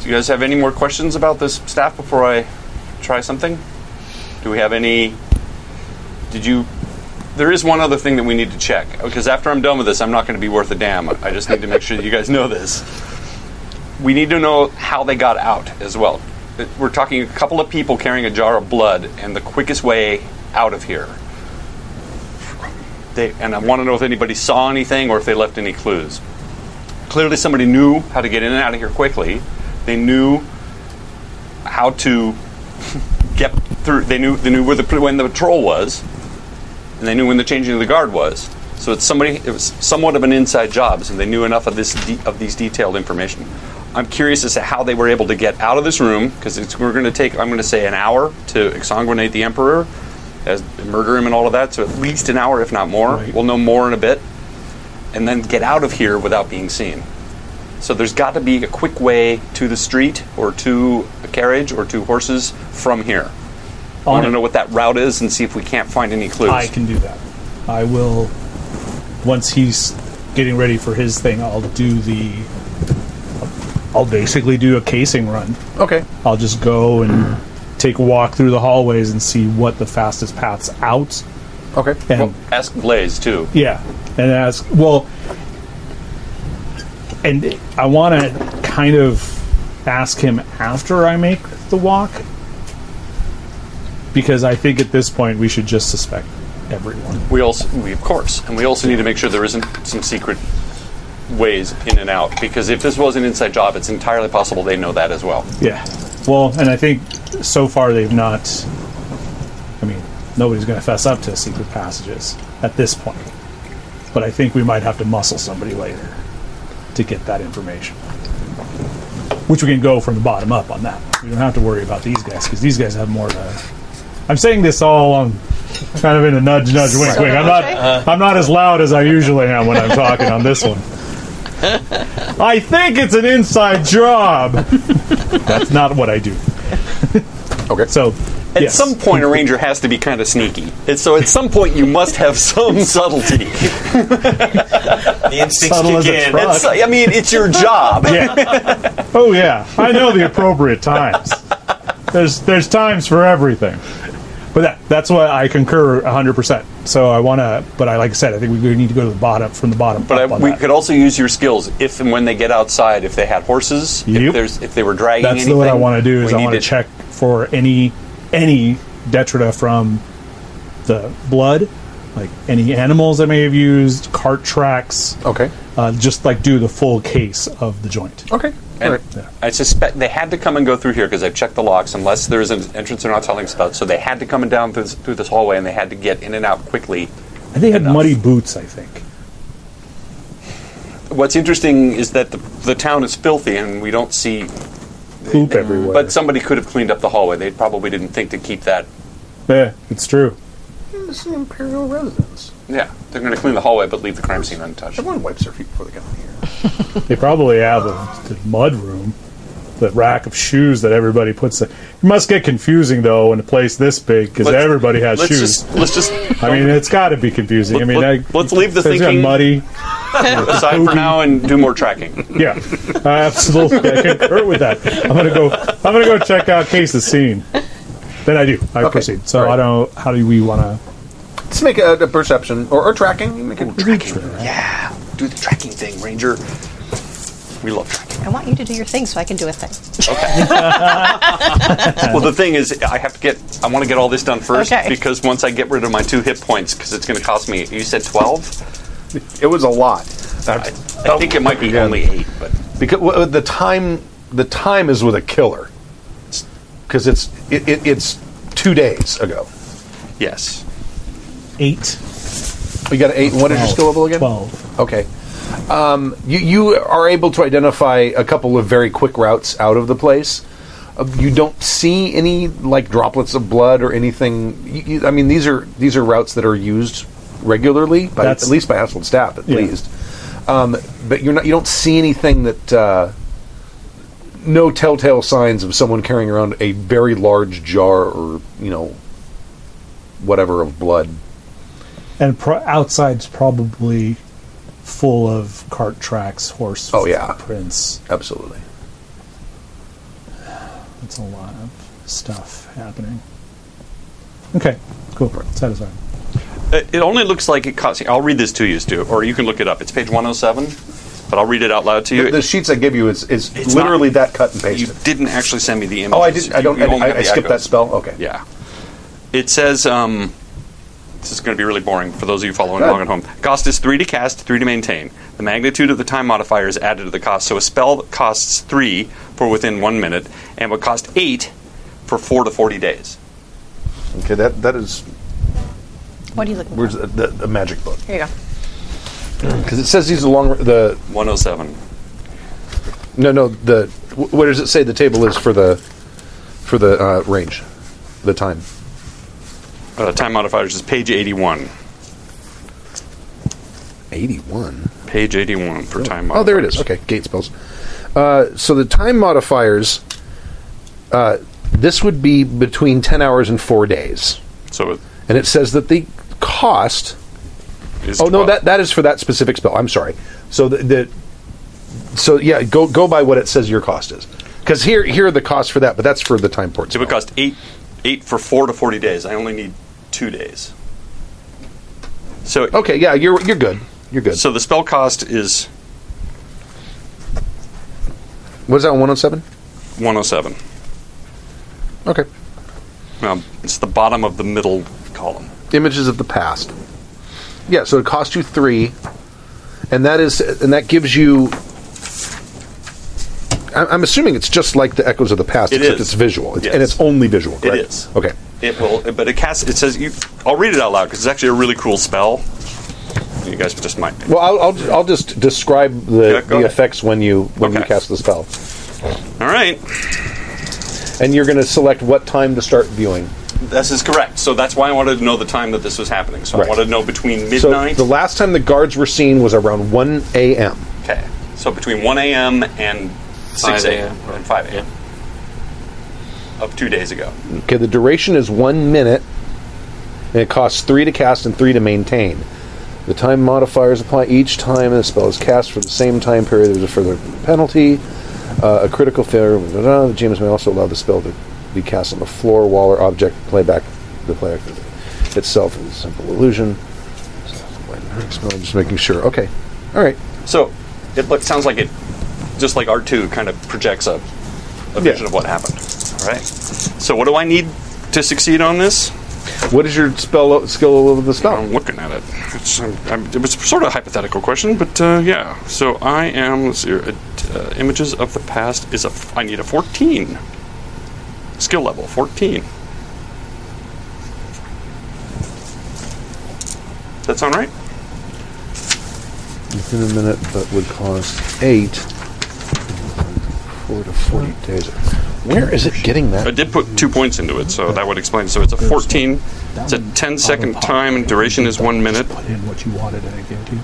[SPEAKER 6] Do you guys have any more questions about this staff before I try something? Do we have any? Did you? There is one other thing that we need to check because after I'm done with this, I'm not going to be worth a damn. I just need to make sure that you guys know this. We need to know how they got out as well. It- We're talking a couple of people carrying a jar of blood, and the quickest way out of here. They, and I want to know if anybody saw anything or if they left any clues clearly somebody knew how to get in and out of here quickly. They knew how to get through. They knew they knew where the when the patrol was, and they knew when the changing of the guard was. So it's somebody. It was somewhat of an inside job, so they knew enough of this de- of these detailed information. I'm curious as to how they were able to get out of this room because we're going to take. I'm going to say an hour to exsanguinate the emperor, as murder him and all of that. So at least an hour, if not more.
[SPEAKER 7] Right.
[SPEAKER 6] We'll know more in a bit and then get out of here without being seen. So there's got to be a quick way to the street or to a carriage or to horses from here. I
[SPEAKER 7] On
[SPEAKER 6] want to
[SPEAKER 7] it.
[SPEAKER 6] know what that route is and see if we can't find any clues.
[SPEAKER 7] I can do that. I will. Once he's getting ready for his thing, I'll do the. I'll basically do a casing run.
[SPEAKER 1] Okay.
[SPEAKER 7] I'll just go and take a walk through the hallways and see what the fastest paths out.
[SPEAKER 1] Okay.
[SPEAKER 7] And
[SPEAKER 6] Well, ask Blaze too.
[SPEAKER 7] yeah, and ask well. And I want to kind of ask him after I make the walk because I think at this point we should just suspect. everyone.
[SPEAKER 6] We also, we, of course, and we also need to make sure there isn't some secret ways in and out because if this was an inside job, it's entirely possible they know that as well.
[SPEAKER 7] Yeah. Well, and I think so far they've not. I mean, nobody's going to fess up to secret passages at this point. But I think we might have to muscle somebody later to get that information. Which we can go from the bottom up on that. We don't have to worry about these guys because these guys have more of a. I'm saying this all on kind of in a nudge, nudge, wink, wink. I'm not. I'm not as loud as I usually am when I'm talking on this one. I think it's an inside job. That's not what I do.
[SPEAKER 1] okay.
[SPEAKER 7] So
[SPEAKER 6] At
[SPEAKER 7] yes.
[SPEAKER 6] some point, a ranger has to be kind of sneaky. And so at some point, you must have some subtlety.
[SPEAKER 4] The instincts
[SPEAKER 7] Subtle as
[SPEAKER 4] kick
[SPEAKER 7] it's
[SPEAKER 4] in.
[SPEAKER 7] rough.
[SPEAKER 6] It's, I mean, it's your job.
[SPEAKER 7] Yeah. Oh yeah, I know the appropriate times. There's there's times for everything. But that that's why I concur 100%. So I want to but I like I said I think we need to go to the bottom from the bottom
[SPEAKER 6] But I,
[SPEAKER 7] up on
[SPEAKER 6] we
[SPEAKER 7] that.
[SPEAKER 6] could also use your skills if and when they get outside. If they had horses, if,
[SPEAKER 7] Yep.
[SPEAKER 6] there's, if they were dragging
[SPEAKER 7] That's
[SPEAKER 6] anything.
[SPEAKER 7] what I want to do. Is
[SPEAKER 6] we
[SPEAKER 7] I
[SPEAKER 6] need
[SPEAKER 7] want to check for any any detrita from the blood, like any animals that may have used, cart tracks.
[SPEAKER 1] Okay.
[SPEAKER 7] Uh, just like do the full case of the joint.
[SPEAKER 1] Okay.
[SPEAKER 6] And I suspect they had to come and go through here because I've checked the locks. Unless there is an entrance they're not telling us about, so they had to come and down through this, through this hallway, and they had to get in and out quickly.
[SPEAKER 7] And they had muddy boots, I think.
[SPEAKER 6] What's interesting is that the, the town is filthy, and we don't see
[SPEAKER 7] Poop everywhere.
[SPEAKER 6] But somebody could have cleaned up the hallway. They probably didn't think to keep that.
[SPEAKER 7] yeah, it's true.
[SPEAKER 1] This is an imperial residence.
[SPEAKER 6] Yeah, they're going to clean the hallway, but leave the crime scene untouched.
[SPEAKER 1] Everyone wipes their feet before they come in here.
[SPEAKER 7] They probably have a, the mud room, the rack of shoes that everybody puts. In. It must get confusing though in a place this big because
[SPEAKER 6] Let's-
[SPEAKER 7] everybody has
[SPEAKER 6] let's
[SPEAKER 7] shoes.
[SPEAKER 6] Just, let's just.
[SPEAKER 7] I mean, it's got to be confusing. I
[SPEAKER 6] Let-
[SPEAKER 7] mean,
[SPEAKER 6] let-
[SPEAKER 7] I,
[SPEAKER 6] let's leave the
[SPEAKER 7] it's got
[SPEAKER 6] thinking-
[SPEAKER 7] muddy.
[SPEAKER 6] aside for now and do more tracking.
[SPEAKER 7] Yeah, I absolutely I concur with that. I'm gonna go. I'm gonna go check out Case's scene. Then I do. I
[SPEAKER 1] Okay.
[SPEAKER 7] proceed. So
[SPEAKER 1] All right.
[SPEAKER 7] I don't. How do we want to?
[SPEAKER 1] Let's make a, a perception or, or tracking. You Make it
[SPEAKER 6] Yeah, do the tracking thing, Ranger. We love tracking.
[SPEAKER 3] I want you to do your thing so I can do a thing.
[SPEAKER 6] well, the thing is, I have to get. I want to get all this done first
[SPEAKER 3] Okay.
[SPEAKER 6] because once I get rid of my two hit points, because it's going to cost me. You said twelve.
[SPEAKER 1] It was a lot.
[SPEAKER 6] I, I think it might be
[SPEAKER 1] Oh. Yeah.
[SPEAKER 6] only eight, but
[SPEAKER 1] because well, the time the time is with a killer because it's it, it, it's two days ago.
[SPEAKER 6] yes.
[SPEAKER 7] Eight.
[SPEAKER 1] You got an eight. What is your skill level again?
[SPEAKER 7] Twelve.
[SPEAKER 1] Okay. Um, you you are able to identify a couple of very quick routes out of the place. Uh, You don't see any like droplets of blood or anything. You, you, I mean, these are these are routes that are used regularly, by, at
[SPEAKER 7] That's-
[SPEAKER 1] least by household staff, at
[SPEAKER 7] Yeah.
[SPEAKER 1] least. Um, but you're not you don't see anything that uh, no telltale signs of someone carrying around a very large jar or you know whatever of blood.
[SPEAKER 7] And pro- outside's probably full of cart tracks, horse.
[SPEAKER 1] Oh, yeah.
[SPEAKER 7] prints.
[SPEAKER 1] Absolutely.
[SPEAKER 7] That's a lot of stuff happening. Okay, cool. Satisfying.
[SPEAKER 6] Uh, It it only looks like it costs. I'll read this to you, Stu, or you can look it up. It's page 107, but I'll read it out loud to you.
[SPEAKER 1] The, the sheets I give you is, is
[SPEAKER 6] It's
[SPEAKER 1] literally
[SPEAKER 6] not-
[SPEAKER 1] that cut and pasted.
[SPEAKER 6] you didn't actually send me the image.
[SPEAKER 1] Oh, I did. I don't. I, I skipped that spell. Okay.
[SPEAKER 6] Yeah. It says, um, this is going to be really boring for those of you following
[SPEAKER 1] Good.
[SPEAKER 6] along at home. Cost is 3 to cast, 3 to maintain. The magnitude of the time modifier is added to the cost. So a spell that costs 3 for within 1 minute and would cost 8 for 4 to 40 days.
[SPEAKER 1] Okay. That that is.
[SPEAKER 3] What are you looking
[SPEAKER 1] Where's
[SPEAKER 3] for?
[SPEAKER 1] the, the, the magic book?
[SPEAKER 3] Here you go.
[SPEAKER 1] Because it says these are long. The
[SPEAKER 6] 107.
[SPEAKER 1] no, no. The wh- what does it say? The table is for the for the uh, range, the time.
[SPEAKER 6] Uh, time modifiers is page 81.
[SPEAKER 1] Eighty-one.
[SPEAKER 6] Page 81 for time
[SPEAKER 1] Oh,
[SPEAKER 6] modifiers.
[SPEAKER 1] there it is. Okay, gate spells. Uh, so the time modifiers. Uh, this would be between ten hours and four days,
[SPEAKER 6] So it
[SPEAKER 1] and it says that the cost
[SPEAKER 6] is
[SPEAKER 1] Oh no,
[SPEAKER 6] 12.
[SPEAKER 1] that that is for that specific spell. I'm sorry. So the, the so yeah, go go by what it says your cost is. Because here here are the costs for that, but that's for the time port.
[SPEAKER 6] It would
[SPEAKER 1] spell.
[SPEAKER 6] cost eight, eight for four to forty days. I only need two days. So
[SPEAKER 1] Okay, yeah, you're you're good. You're Oh, good.
[SPEAKER 6] So the spell cost is
[SPEAKER 1] was that one hundred seven?
[SPEAKER 6] one hundred seven.
[SPEAKER 1] Okay.
[SPEAKER 6] Um, it's the bottom of the middle column.
[SPEAKER 1] images of the past. Yeah, so it costs you three, and that is, and that gives you. I- I'm assuming it's just like the Echoes of the Past,
[SPEAKER 6] It
[SPEAKER 1] except
[SPEAKER 6] is.
[SPEAKER 1] it's visual, It's- and
[SPEAKER 6] Yes.
[SPEAKER 1] it's only visual.
[SPEAKER 6] It
[SPEAKER 1] Correct?
[SPEAKER 6] is.
[SPEAKER 1] Okay.
[SPEAKER 6] It will, but it casts. It says you. I'll read it out loud because it's actually a really cool spell. You guys just might.
[SPEAKER 1] Well, I'll, I'll, I'll just describe the,
[SPEAKER 6] Yeah, go
[SPEAKER 1] the
[SPEAKER 6] ahead.
[SPEAKER 1] effects when you when you
[SPEAKER 6] Okay.
[SPEAKER 1] cast the spell,
[SPEAKER 6] All right,
[SPEAKER 1] and you're going to select what time to start viewing.
[SPEAKER 6] this is correct. So that's why I wanted to know the time that this was happening. So
[SPEAKER 1] Right.
[SPEAKER 6] I wanted to know between
[SPEAKER 1] So
[SPEAKER 6] midnight.
[SPEAKER 1] the last time the guards were seen was around 1 a.m.
[SPEAKER 6] okay, so between 1 a.m. and 6
[SPEAKER 10] 5
[SPEAKER 6] a.m. and 5 a.m. Of two days ago.
[SPEAKER 1] Okay, the duration is one minute, and it costs three to cast and three to maintain. The time modifiers apply each time the spell is cast for the same time period. There's a further penalty. Uh, a critical failure. blah, blah, blah. The GMs may also allow the spell to be cast on the floor, wall, or object. Playback the player itself is a simple illusion. Spell, Just making sure. Okay. All right.
[SPEAKER 6] So it look, sounds like it, just like R2 kind of projects a, a vision of what happened. All right. So what do I need to succeed on this?
[SPEAKER 1] What is your spell skill of the spell?
[SPEAKER 6] I'm looking at it. It's, um, I'm, it was sort of a hypothetical question, but uh, yeah. So I am. Let's see, here, uh, uh, images of the past is a. f- I need a 14 skill level. 14. That sound right?
[SPEAKER 1] Within a minute, but would cost eight. Four to forty days. Where is it getting that?
[SPEAKER 6] I did put two points into it, so that would explain. So it's a 14. It's a 10 second time, and duration is one minute.
[SPEAKER 7] Put in what you wanted, and I gave it to you.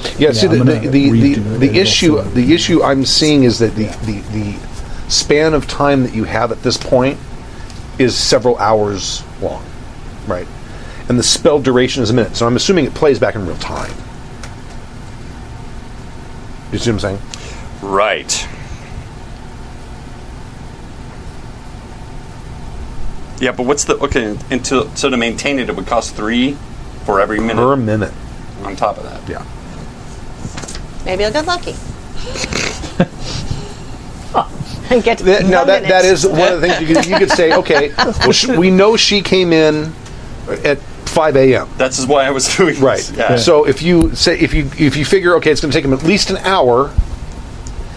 [SPEAKER 7] Okay.
[SPEAKER 1] Yeah, see,
[SPEAKER 7] Yeah,
[SPEAKER 1] the,
[SPEAKER 7] I'm
[SPEAKER 1] the,
[SPEAKER 7] gonna
[SPEAKER 1] the, the,
[SPEAKER 7] redo it
[SPEAKER 1] the
[SPEAKER 7] and
[SPEAKER 1] issue
[SPEAKER 7] it'll
[SPEAKER 1] the issue I'm seeing is that the, the, the span of time that you have at this point is several hours long, right? And the spell duration is a minute, so I'm assuming it plays back in real time. You see what I'm saying?
[SPEAKER 6] Right. Yeah, but what's the okay? And to, so to maintain it, it would cost three for every minute.
[SPEAKER 1] Per minute.
[SPEAKER 6] On top of that,
[SPEAKER 1] yeah.
[SPEAKER 11] Maybe I'll get lucky. and get to
[SPEAKER 1] That, now
[SPEAKER 11] one
[SPEAKER 1] that, that
[SPEAKER 11] minute.
[SPEAKER 1] is one of the things you could, you could say. Okay, well, sh- we know she came in at 5 a.m.
[SPEAKER 6] That's why I was doing
[SPEAKER 1] right.
[SPEAKER 6] Yeah.
[SPEAKER 1] So if you say if you if you figure okay, it's going to take them at least an hour,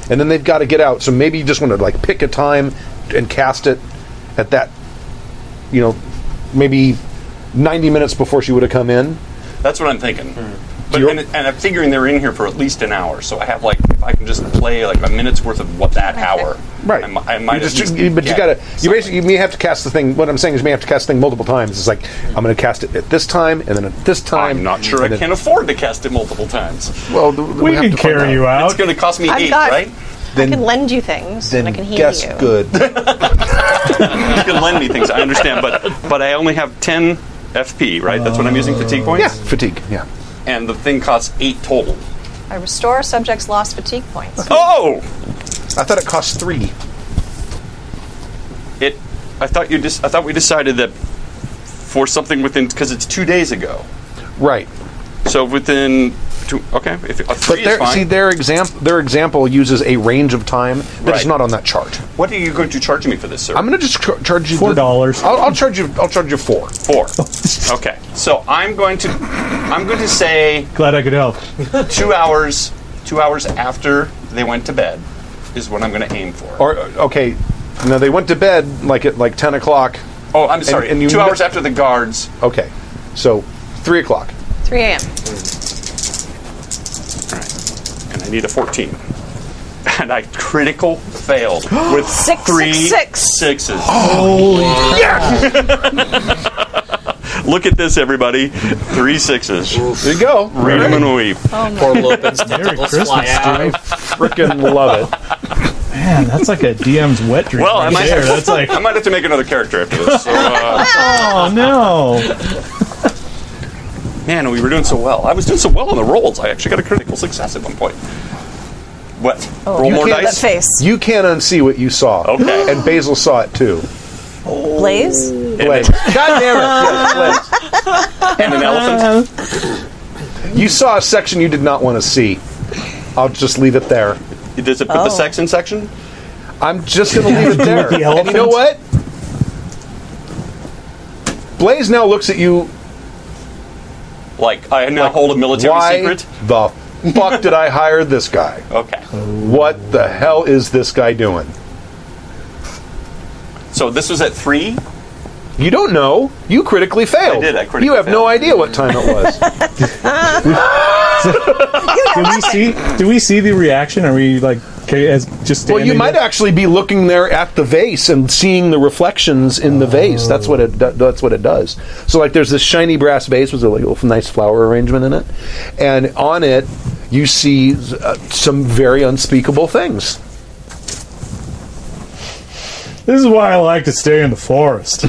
[SPEAKER 1] and then they've got to get out. So maybe you just want to like pick a time and cast it at that, you know, maybe 90 minutes before she would have come in.
[SPEAKER 6] that's what I'm thinking. But and, and I'm figuring they're in here for at least an hour, so I have like if I can just play like a minute's worth of what that hour.
[SPEAKER 1] Right.
[SPEAKER 6] I, mi- I might.
[SPEAKER 1] You
[SPEAKER 6] at
[SPEAKER 1] just-
[SPEAKER 6] least
[SPEAKER 1] you- but you
[SPEAKER 6] get
[SPEAKER 1] gotta. You basically you may have to cast the thing. What I'm saying is, you may have to cast the thing multiple times. It's like I'm going to cast it at this time, and then at this time.
[SPEAKER 6] I'm not sure
[SPEAKER 1] and
[SPEAKER 6] I
[SPEAKER 1] then-
[SPEAKER 6] can afford to cast it multiple times.
[SPEAKER 1] Well, th- we have to find out.
[SPEAKER 6] It's going to cost me
[SPEAKER 11] I've
[SPEAKER 6] eight,
[SPEAKER 11] got-
[SPEAKER 6] right?
[SPEAKER 11] I can lend you things, and I can heal
[SPEAKER 1] guess
[SPEAKER 11] you.
[SPEAKER 1] good.
[SPEAKER 6] you can lend me things. I understand, but but I only have ten FP, right? That's what I'm using fatigue points.
[SPEAKER 1] Yeah, fatigue. Yeah.
[SPEAKER 6] And the thing costs eight total.
[SPEAKER 11] I restore subjects lost fatigue points.
[SPEAKER 6] Oh,
[SPEAKER 1] I thought it cost three.
[SPEAKER 6] it. I thought you just. I thought we decided that for something within because it's two days ago.
[SPEAKER 1] Right.
[SPEAKER 6] So within two. Okay, if uh,
[SPEAKER 1] But
[SPEAKER 6] three is
[SPEAKER 1] their,
[SPEAKER 6] fine.
[SPEAKER 1] see, their example their example uses a range of time that is
[SPEAKER 6] Right.
[SPEAKER 1] not on that chart.
[SPEAKER 6] what are you going to charge me for this, sir?
[SPEAKER 1] I'm going to just char- charge you the- Oh.
[SPEAKER 7] Four dollars.
[SPEAKER 1] I'll, I'll charge you. I'll charge you four.
[SPEAKER 6] Four. okay. So I'm going to. I'm going to say
[SPEAKER 7] Glad I could help.
[SPEAKER 6] two hours. Two hours after they went to bed is what I'm going to aim for.
[SPEAKER 1] Or okay, now they went to bed like at like ten o'clock.
[SPEAKER 6] Oh, I'm sorry.
[SPEAKER 1] and you
[SPEAKER 6] two
[SPEAKER 1] kn-
[SPEAKER 6] hours after the guards.
[SPEAKER 1] Okay, so three o'clock.
[SPEAKER 11] 3 a.m.
[SPEAKER 6] and I need a 14. And I critical failed with
[SPEAKER 11] Six,
[SPEAKER 6] three
[SPEAKER 11] six, six.
[SPEAKER 6] sixes. Look at this, everybody. Three sixes.
[SPEAKER 1] There you go.
[SPEAKER 6] Read 'em and weep.
[SPEAKER 10] Poor Lopin's
[SPEAKER 7] Merry
[SPEAKER 10] tentacles
[SPEAKER 7] Christmas,
[SPEAKER 10] fly out.
[SPEAKER 1] Freaking love it.
[SPEAKER 7] Man, that's like a DM's wet dream.
[SPEAKER 6] Well, I
[SPEAKER 7] right
[SPEAKER 6] might,
[SPEAKER 7] there. That's like,
[SPEAKER 6] I might have to make another character after this. So, uh,
[SPEAKER 7] oh no.
[SPEAKER 6] man, we were doing so well. I was doing so well on the rolls. I actually got a critical success at one point. What?
[SPEAKER 11] Oh,
[SPEAKER 6] Roll more
[SPEAKER 11] That
[SPEAKER 6] dice?
[SPEAKER 11] face.
[SPEAKER 1] You can't unsee what you saw.
[SPEAKER 6] Okay.
[SPEAKER 1] And Basil saw it too.
[SPEAKER 11] Blaze?
[SPEAKER 1] Blaze. God damn it! Yes,
[SPEAKER 6] And an elephant?
[SPEAKER 1] Blaze. You saw a section you did not want to see. I'll just leave it there.
[SPEAKER 6] Does it put the
[SPEAKER 11] Oh.
[SPEAKER 6] sex in section?
[SPEAKER 1] I'm just going to leave it there.
[SPEAKER 7] the
[SPEAKER 1] and you know what? Blaze now looks at you
[SPEAKER 6] Like, I now hold a military
[SPEAKER 1] why
[SPEAKER 6] secret?
[SPEAKER 1] the fuck did I hire this guy?
[SPEAKER 6] Okay.
[SPEAKER 1] What the hell is this guy doing?
[SPEAKER 6] So this was at three?
[SPEAKER 1] You don't know. You critically failed.
[SPEAKER 6] I did, I critically
[SPEAKER 1] You have no
[SPEAKER 6] failed.
[SPEAKER 1] idea what time it was.
[SPEAKER 15] do we see? Do we see the reaction? Are we like okay, as just?
[SPEAKER 1] well, you
[SPEAKER 15] standing
[SPEAKER 1] might
[SPEAKER 15] there?
[SPEAKER 1] actually be looking there at the vase and seeing the reflections in the vase. That's what it. that- That's what it does. So, like, there's this shiny brass vase with a like, nice flower arrangement in it, and on it you see uh, some very unspeakable things.
[SPEAKER 15] This is why I like to stay in the forest.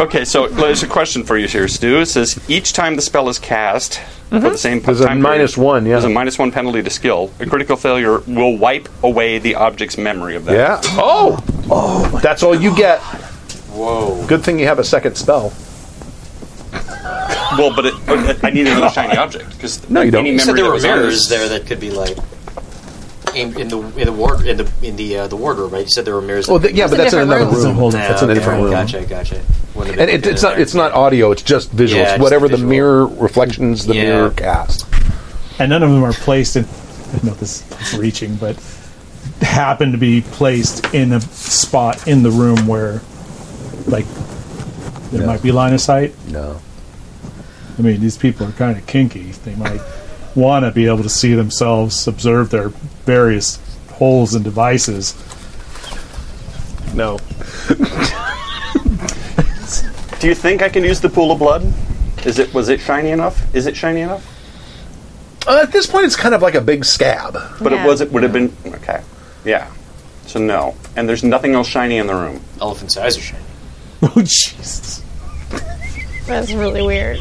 [SPEAKER 6] Okay, so there's a question for you here, Stu. It says each time the spell is cast for the same
[SPEAKER 1] There's a
[SPEAKER 6] time
[SPEAKER 1] minus
[SPEAKER 6] period,
[SPEAKER 1] one, yeah.
[SPEAKER 6] There's a minus one penalty to skill. A critical failure will wipe away the object's memory of that.
[SPEAKER 1] Yeah. Oh. Oh. That's all you get. Whoa. Good thing you have a second spell.
[SPEAKER 6] Well, but it, I need another shiny object because
[SPEAKER 1] No, you don't.
[SPEAKER 6] Any
[SPEAKER 1] You
[SPEAKER 6] memory
[SPEAKER 1] said
[SPEAKER 6] that
[SPEAKER 10] there were
[SPEAKER 6] was on
[SPEAKER 10] mirrors
[SPEAKER 6] this-
[SPEAKER 10] there that could be like aimed in the in the ward in the in the uh, the wardroom, right? You said there were mirrors.
[SPEAKER 1] Well,
[SPEAKER 10] that
[SPEAKER 1] th- yeah,
[SPEAKER 10] could
[SPEAKER 1] but
[SPEAKER 10] be-
[SPEAKER 1] that's in another room. That's a whole- that's in a
[SPEAKER 10] okay.
[SPEAKER 1] different room.
[SPEAKER 10] Gotcha, gotcha. Wouldn't have been
[SPEAKER 1] And it,
[SPEAKER 10] good
[SPEAKER 1] it's
[SPEAKER 10] in
[SPEAKER 1] not.
[SPEAKER 10] there.
[SPEAKER 1] It's not audio. It's just visuals.
[SPEAKER 10] Yeah, it's
[SPEAKER 1] Whatever the mirror reflections, the
[SPEAKER 10] Yeah.
[SPEAKER 1] mirror cast.
[SPEAKER 7] and none of them are placed in. I know this is reaching, but happen to be placed in a spot in the room where, like, there
[SPEAKER 1] Yeah.
[SPEAKER 7] might be line of sight.
[SPEAKER 1] No.
[SPEAKER 7] I mean, these people are kind of kinky. They might want to be able to see themselves, observe their various holes and devices.
[SPEAKER 1] No.
[SPEAKER 6] Do you think I can use the pool of blood? Is it was it shiny enough? Is it shiny enough?
[SPEAKER 1] Uh, at this point, it's kind of like a big scab.
[SPEAKER 6] But it was. It would have been okay. Yeah. So no. And there's nothing else shiny in the room.
[SPEAKER 10] Elephant's eyes are shiny.
[SPEAKER 6] Oh Jesus.
[SPEAKER 11] That's really weird.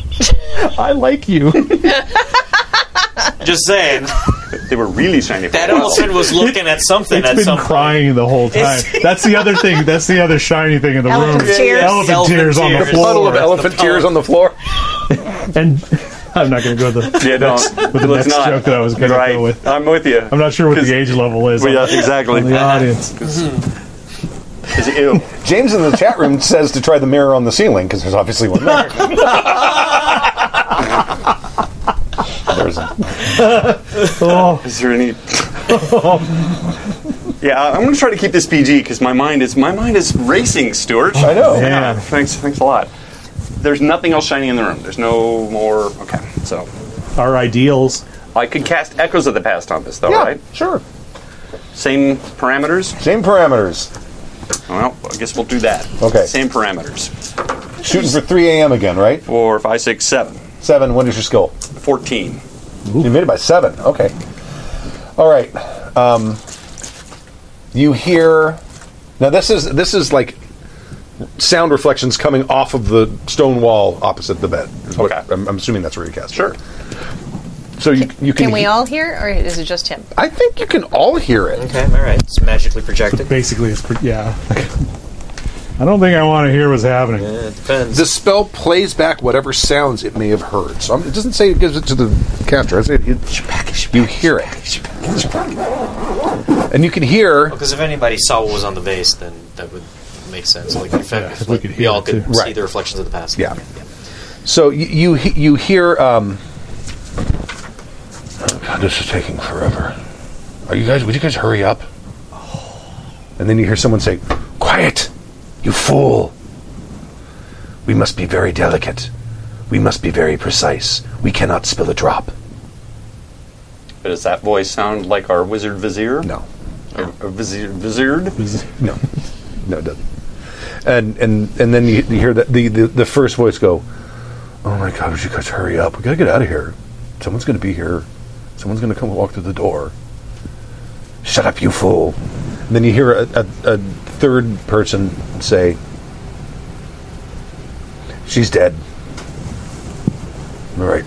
[SPEAKER 15] I like you.
[SPEAKER 10] Just saying.
[SPEAKER 6] They were really shiny. For
[SPEAKER 10] That
[SPEAKER 6] a while.
[SPEAKER 10] elephant was looking at something
[SPEAKER 15] It's
[SPEAKER 10] at
[SPEAKER 15] been
[SPEAKER 10] some
[SPEAKER 15] crying the whole time.
[SPEAKER 10] It's-
[SPEAKER 15] That's the other thing. That's the other shiny thing in the
[SPEAKER 11] Elephant
[SPEAKER 15] room.
[SPEAKER 11] tears.
[SPEAKER 15] Elephant,
[SPEAKER 11] Elephant
[SPEAKER 15] tears on the
[SPEAKER 1] There's a
[SPEAKER 15] floor.
[SPEAKER 1] puddle of elephant tears on the floor.
[SPEAKER 15] And I'm not going to go the
[SPEAKER 6] Yeah, don't.
[SPEAKER 15] next, with the
[SPEAKER 6] Let's
[SPEAKER 15] next
[SPEAKER 6] not.
[SPEAKER 15] joke that I was going to
[SPEAKER 6] Right.
[SPEAKER 15] go with.
[SPEAKER 6] I'm with you.
[SPEAKER 15] I'm not sure what the age level is.
[SPEAKER 6] Well, yeah,
[SPEAKER 15] on the-
[SPEAKER 6] exactly.
[SPEAKER 15] on the audience.
[SPEAKER 6] Is it ew?
[SPEAKER 1] James in the chat room says to try the mirror on the ceiling because there's obviously one there. there's
[SPEAKER 7] Oh,
[SPEAKER 6] Is there any? yeah, I- I'm going to try to keep this PG because my mind is my mind is racing, Stuart.
[SPEAKER 1] I know.
[SPEAKER 6] Yeah. Thanks. Thanks a lot. There's nothing else shiny in the room. There's no more. Okay. So
[SPEAKER 7] Our ideals.
[SPEAKER 6] I could cast echoes of the past on this, though,
[SPEAKER 1] yeah,
[SPEAKER 6] right?
[SPEAKER 1] sure.
[SPEAKER 6] Same parameters.
[SPEAKER 1] Same parameters.
[SPEAKER 6] Well, I guess we'll do that.
[SPEAKER 1] Okay.
[SPEAKER 6] Same parameters.
[SPEAKER 1] Shooting for 3 a.m. again, right?
[SPEAKER 6] Four, five, six, seven.
[SPEAKER 1] Seven. What is your skill?
[SPEAKER 6] Fourteen.
[SPEAKER 1] You made it by seven. Okay. All right. Um, you hear now. This is this is like sound reflections coming off of the stone wall opposite the bed. is what-
[SPEAKER 6] Okay.
[SPEAKER 1] I'm, I'm assuming that's where you cast. it.
[SPEAKER 6] Sure.
[SPEAKER 1] So you you can.
[SPEAKER 11] Can we
[SPEAKER 1] he-
[SPEAKER 11] all hear, or is it just him?
[SPEAKER 1] I think you can all hear it.
[SPEAKER 10] Okay, all right. It's magically projected.
[SPEAKER 15] Basically, it's pre- yeah. I don't think I want to hear what's happening.
[SPEAKER 10] Yeah, it depends.
[SPEAKER 1] The spell plays back whatever sounds it may have heard. So I'm, it doesn't say it gives it to the caster. I say it, you hear it, and you can hear.
[SPEAKER 10] Because if anybody saw what was on the vase, then that would make sense. Like, if, if,
[SPEAKER 15] if we
[SPEAKER 10] like,
[SPEAKER 15] could
[SPEAKER 10] we
[SPEAKER 15] hear
[SPEAKER 10] all
[SPEAKER 15] it,
[SPEAKER 10] could
[SPEAKER 15] too.
[SPEAKER 10] see
[SPEAKER 1] Right.
[SPEAKER 10] the reflections of the past.
[SPEAKER 1] Yeah. So you you, he- you hear. Um, oh God, this is taking forever. Are you guys? Would you guys hurry up? And then you hear someone say, "Quiet, you fool! We must be very delicate. We must be very precise. We cannot spill a drop."
[SPEAKER 6] Does that voice sound like our wizard vizier?
[SPEAKER 1] No,
[SPEAKER 6] Or, or vizier, viziered?
[SPEAKER 1] no, no, it doesn't. And and and then you, you hear that the, the the first voice go, "Oh my God! Would you guys hurry up? We gotta get out of here. Someone's gonna be here. Someone's gonna come walk through the door. Shut up, you fool!" And then you hear a, a, a third person say, "She's dead." All right.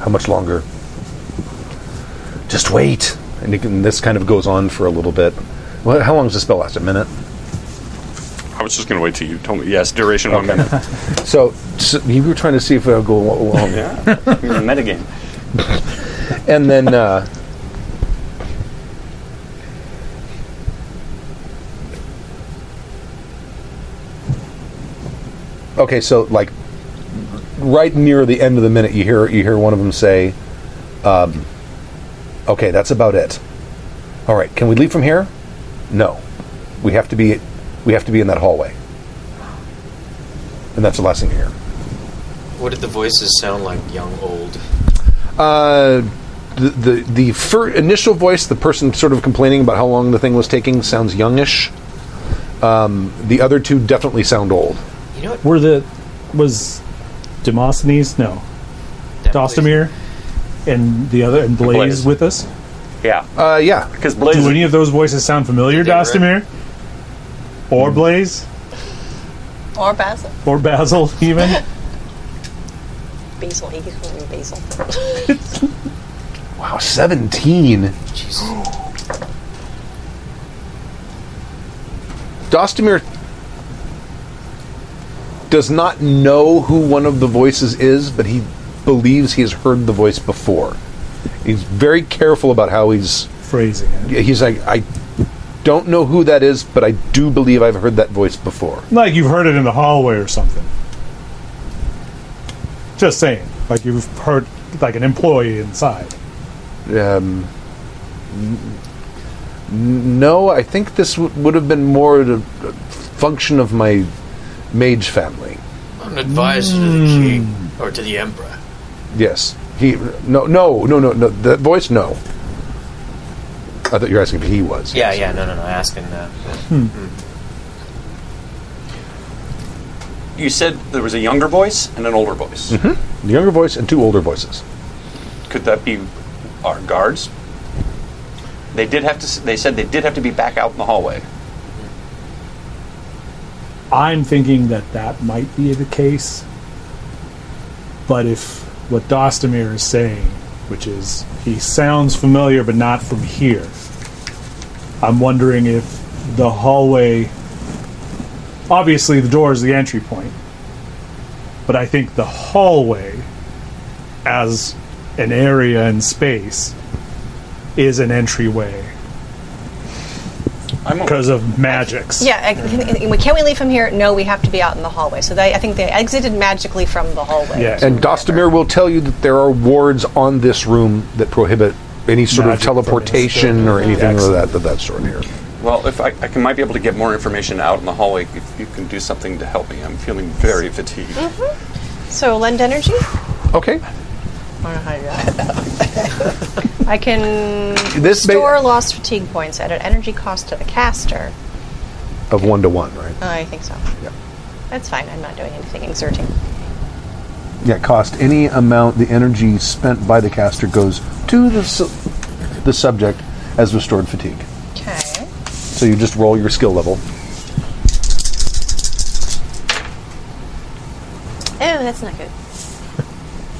[SPEAKER 1] How much longer? Just wait. And you can, this kind of goes on for a little bit. Well, how long does the spell last? A minute.
[SPEAKER 6] I was just going to wait till you told me. Yes, duration one minute.
[SPEAKER 1] So, so you were trying to see if it'll go long.
[SPEAKER 6] yeah, you're in metagame.
[SPEAKER 1] and then uh, Okay, so like right near the end of the minute, you hear you hear one of them say, um, "Okay, that's about it. All right, can we leave from here? No, we have to be we have to be in that hallway." And that's the last thing you hear.
[SPEAKER 4] What did the voices sound like? Young, old.
[SPEAKER 1] Uh, the the the fir- initial voice, the person sort of complaining about how long the thing was taking, sounds youngish. Um, the other two definitely sound old.
[SPEAKER 4] You know what?
[SPEAKER 7] Were the was Demosthenes? No, Dostomir, and the other and Blaze,
[SPEAKER 6] Blaze.
[SPEAKER 7] with us.
[SPEAKER 6] Yeah.
[SPEAKER 1] Uh, yeah.
[SPEAKER 6] Because Blaze.
[SPEAKER 7] Do any of those voices sound familiar,
[SPEAKER 6] They Hmm. were-
[SPEAKER 7] Dostomir, or Blaze,
[SPEAKER 3] Or basil.
[SPEAKER 7] or Basil? Even
[SPEAKER 3] Basil. He keeps calling me basil.
[SPEAKER 1] Wow, seventeen. Dostomir does not know who one of the voices is, but he believes he has heard the voice before. He's very careful about how he's
[SPEAKER 7] phrasing it.
[SPEAKER 1] Yeah, He's like, I don't know who that is, but I do believe I've heard that voice before.
[SPEAKER 7] like you've heard it in the hallway or something. Just saying, like you've heard like an employee inside.
[SPEAKER 1] Um, n- n- no, I think this w- would have been more the the function of my mage family.
[SPEAKER 16] I'm an
[SPEAKER 15] Hmm.
[SPEAKER 16] advisor to the king or to the emperor.
[SPEAKER 1] Yes, he. No, no, no, no, no. That voice, no. I thought you were asking if he was.
[SPEAKER 4] Yeah, yeah, no, no, no. Asking
[SPEAKER 10] uh,
[SPEAKER 4] that.
[SPEAKER 15] Hmm.
[SPEAKER 6] You said there was a younger voice and an older voice.
[SPEAKER 1] Mm-hmm. The younger voice and two older voices.
[SPEAKER 6] Could that be our guards? They did have to. s- They said they did have to be back out in the hallway.
[SPEAKER 7] I'm thinking that that might be the case. But if what Dostomir is saying, which is he sounds familiar but not from here, I'm wondering if the hallway. Obviously, the door is the entry point. But I think the hallway, as an area in space, is an entryway. Because of magics.
[SPEAKER 3] Yeah, I- can, can- can we leave from here? No, we have to be out in the hallway. So they, I think they exited magically from the hallway.
[SPEAKER 1] And Dostomir will tell you that there are wards on this room that prohibit any sort of
[SPEAKER 6] Magic from this
[SPEAKER 1] teleportation or
[SPEAKER 6] building.
[SPEAKER 1] anything of
[SPEAKER 6] Excellent.
[SPEAKER 1] that, of that sort here.
[SPEAKER 6] Well, if I, I can, might be able to get more information out in the hallway, if you can do something to help me. I'm feeling very fatigued.
[SPEAKER 3] So lend energy.
[SPEAKER 1] Okay.
[SPEAKER 3] I don't know how to do that. I can
[SPEAKER 1] This may-
[SPEAKER 3] store lost fatigue points at an energy cost to the caster.
[SPEAKER 1] Of one to one, right?
[SPEAKER 3] Oh, I think so.
[SPEAKER 1] Yeah.
[SPEAKER 3] That's fine. I'm not doing anything exerting.
[SPEAKER 1] Yeah, cost any amount the energy spent by the caster goes to the su- the subject as restored fatigue.
[SPEAKER 3] Okay.
[SPEAKER 1] So you just roll your skill level.
[SPEAKER 3] Oh, that's not good.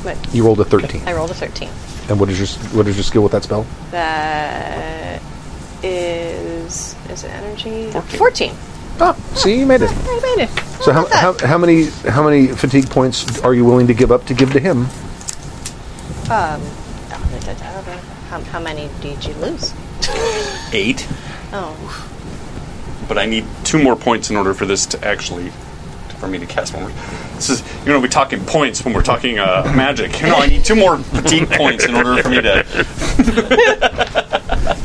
[SPEAKER 3] But
[SPEAKER 1] You rolled a thirteen.
[SPEAKER 3] I rolled a 13.
[SPEAKER 1] And what is your s- what is your skill with that spell?
[SPEAKER 3] That is is it energy 14.
[SPEAKER 1] Ah, see, you made it.
[SPEAKER 3] I made it.
[SPEAKER 1] So how, how, how many how many fatigue points are you willing to give up to give to him?
[SPEAKER 3] Um, oh, I don't know. how, how many did you lose?
[SPEAKER 6] Eight,
[SPEAKER 3] Oh,
[SPEAKER 6] but I need two more points in order for this to actually, for me to cast one. more. This is you know we're talking points when we're talking uh, magic. You know I need two more fatigue points in order for me to.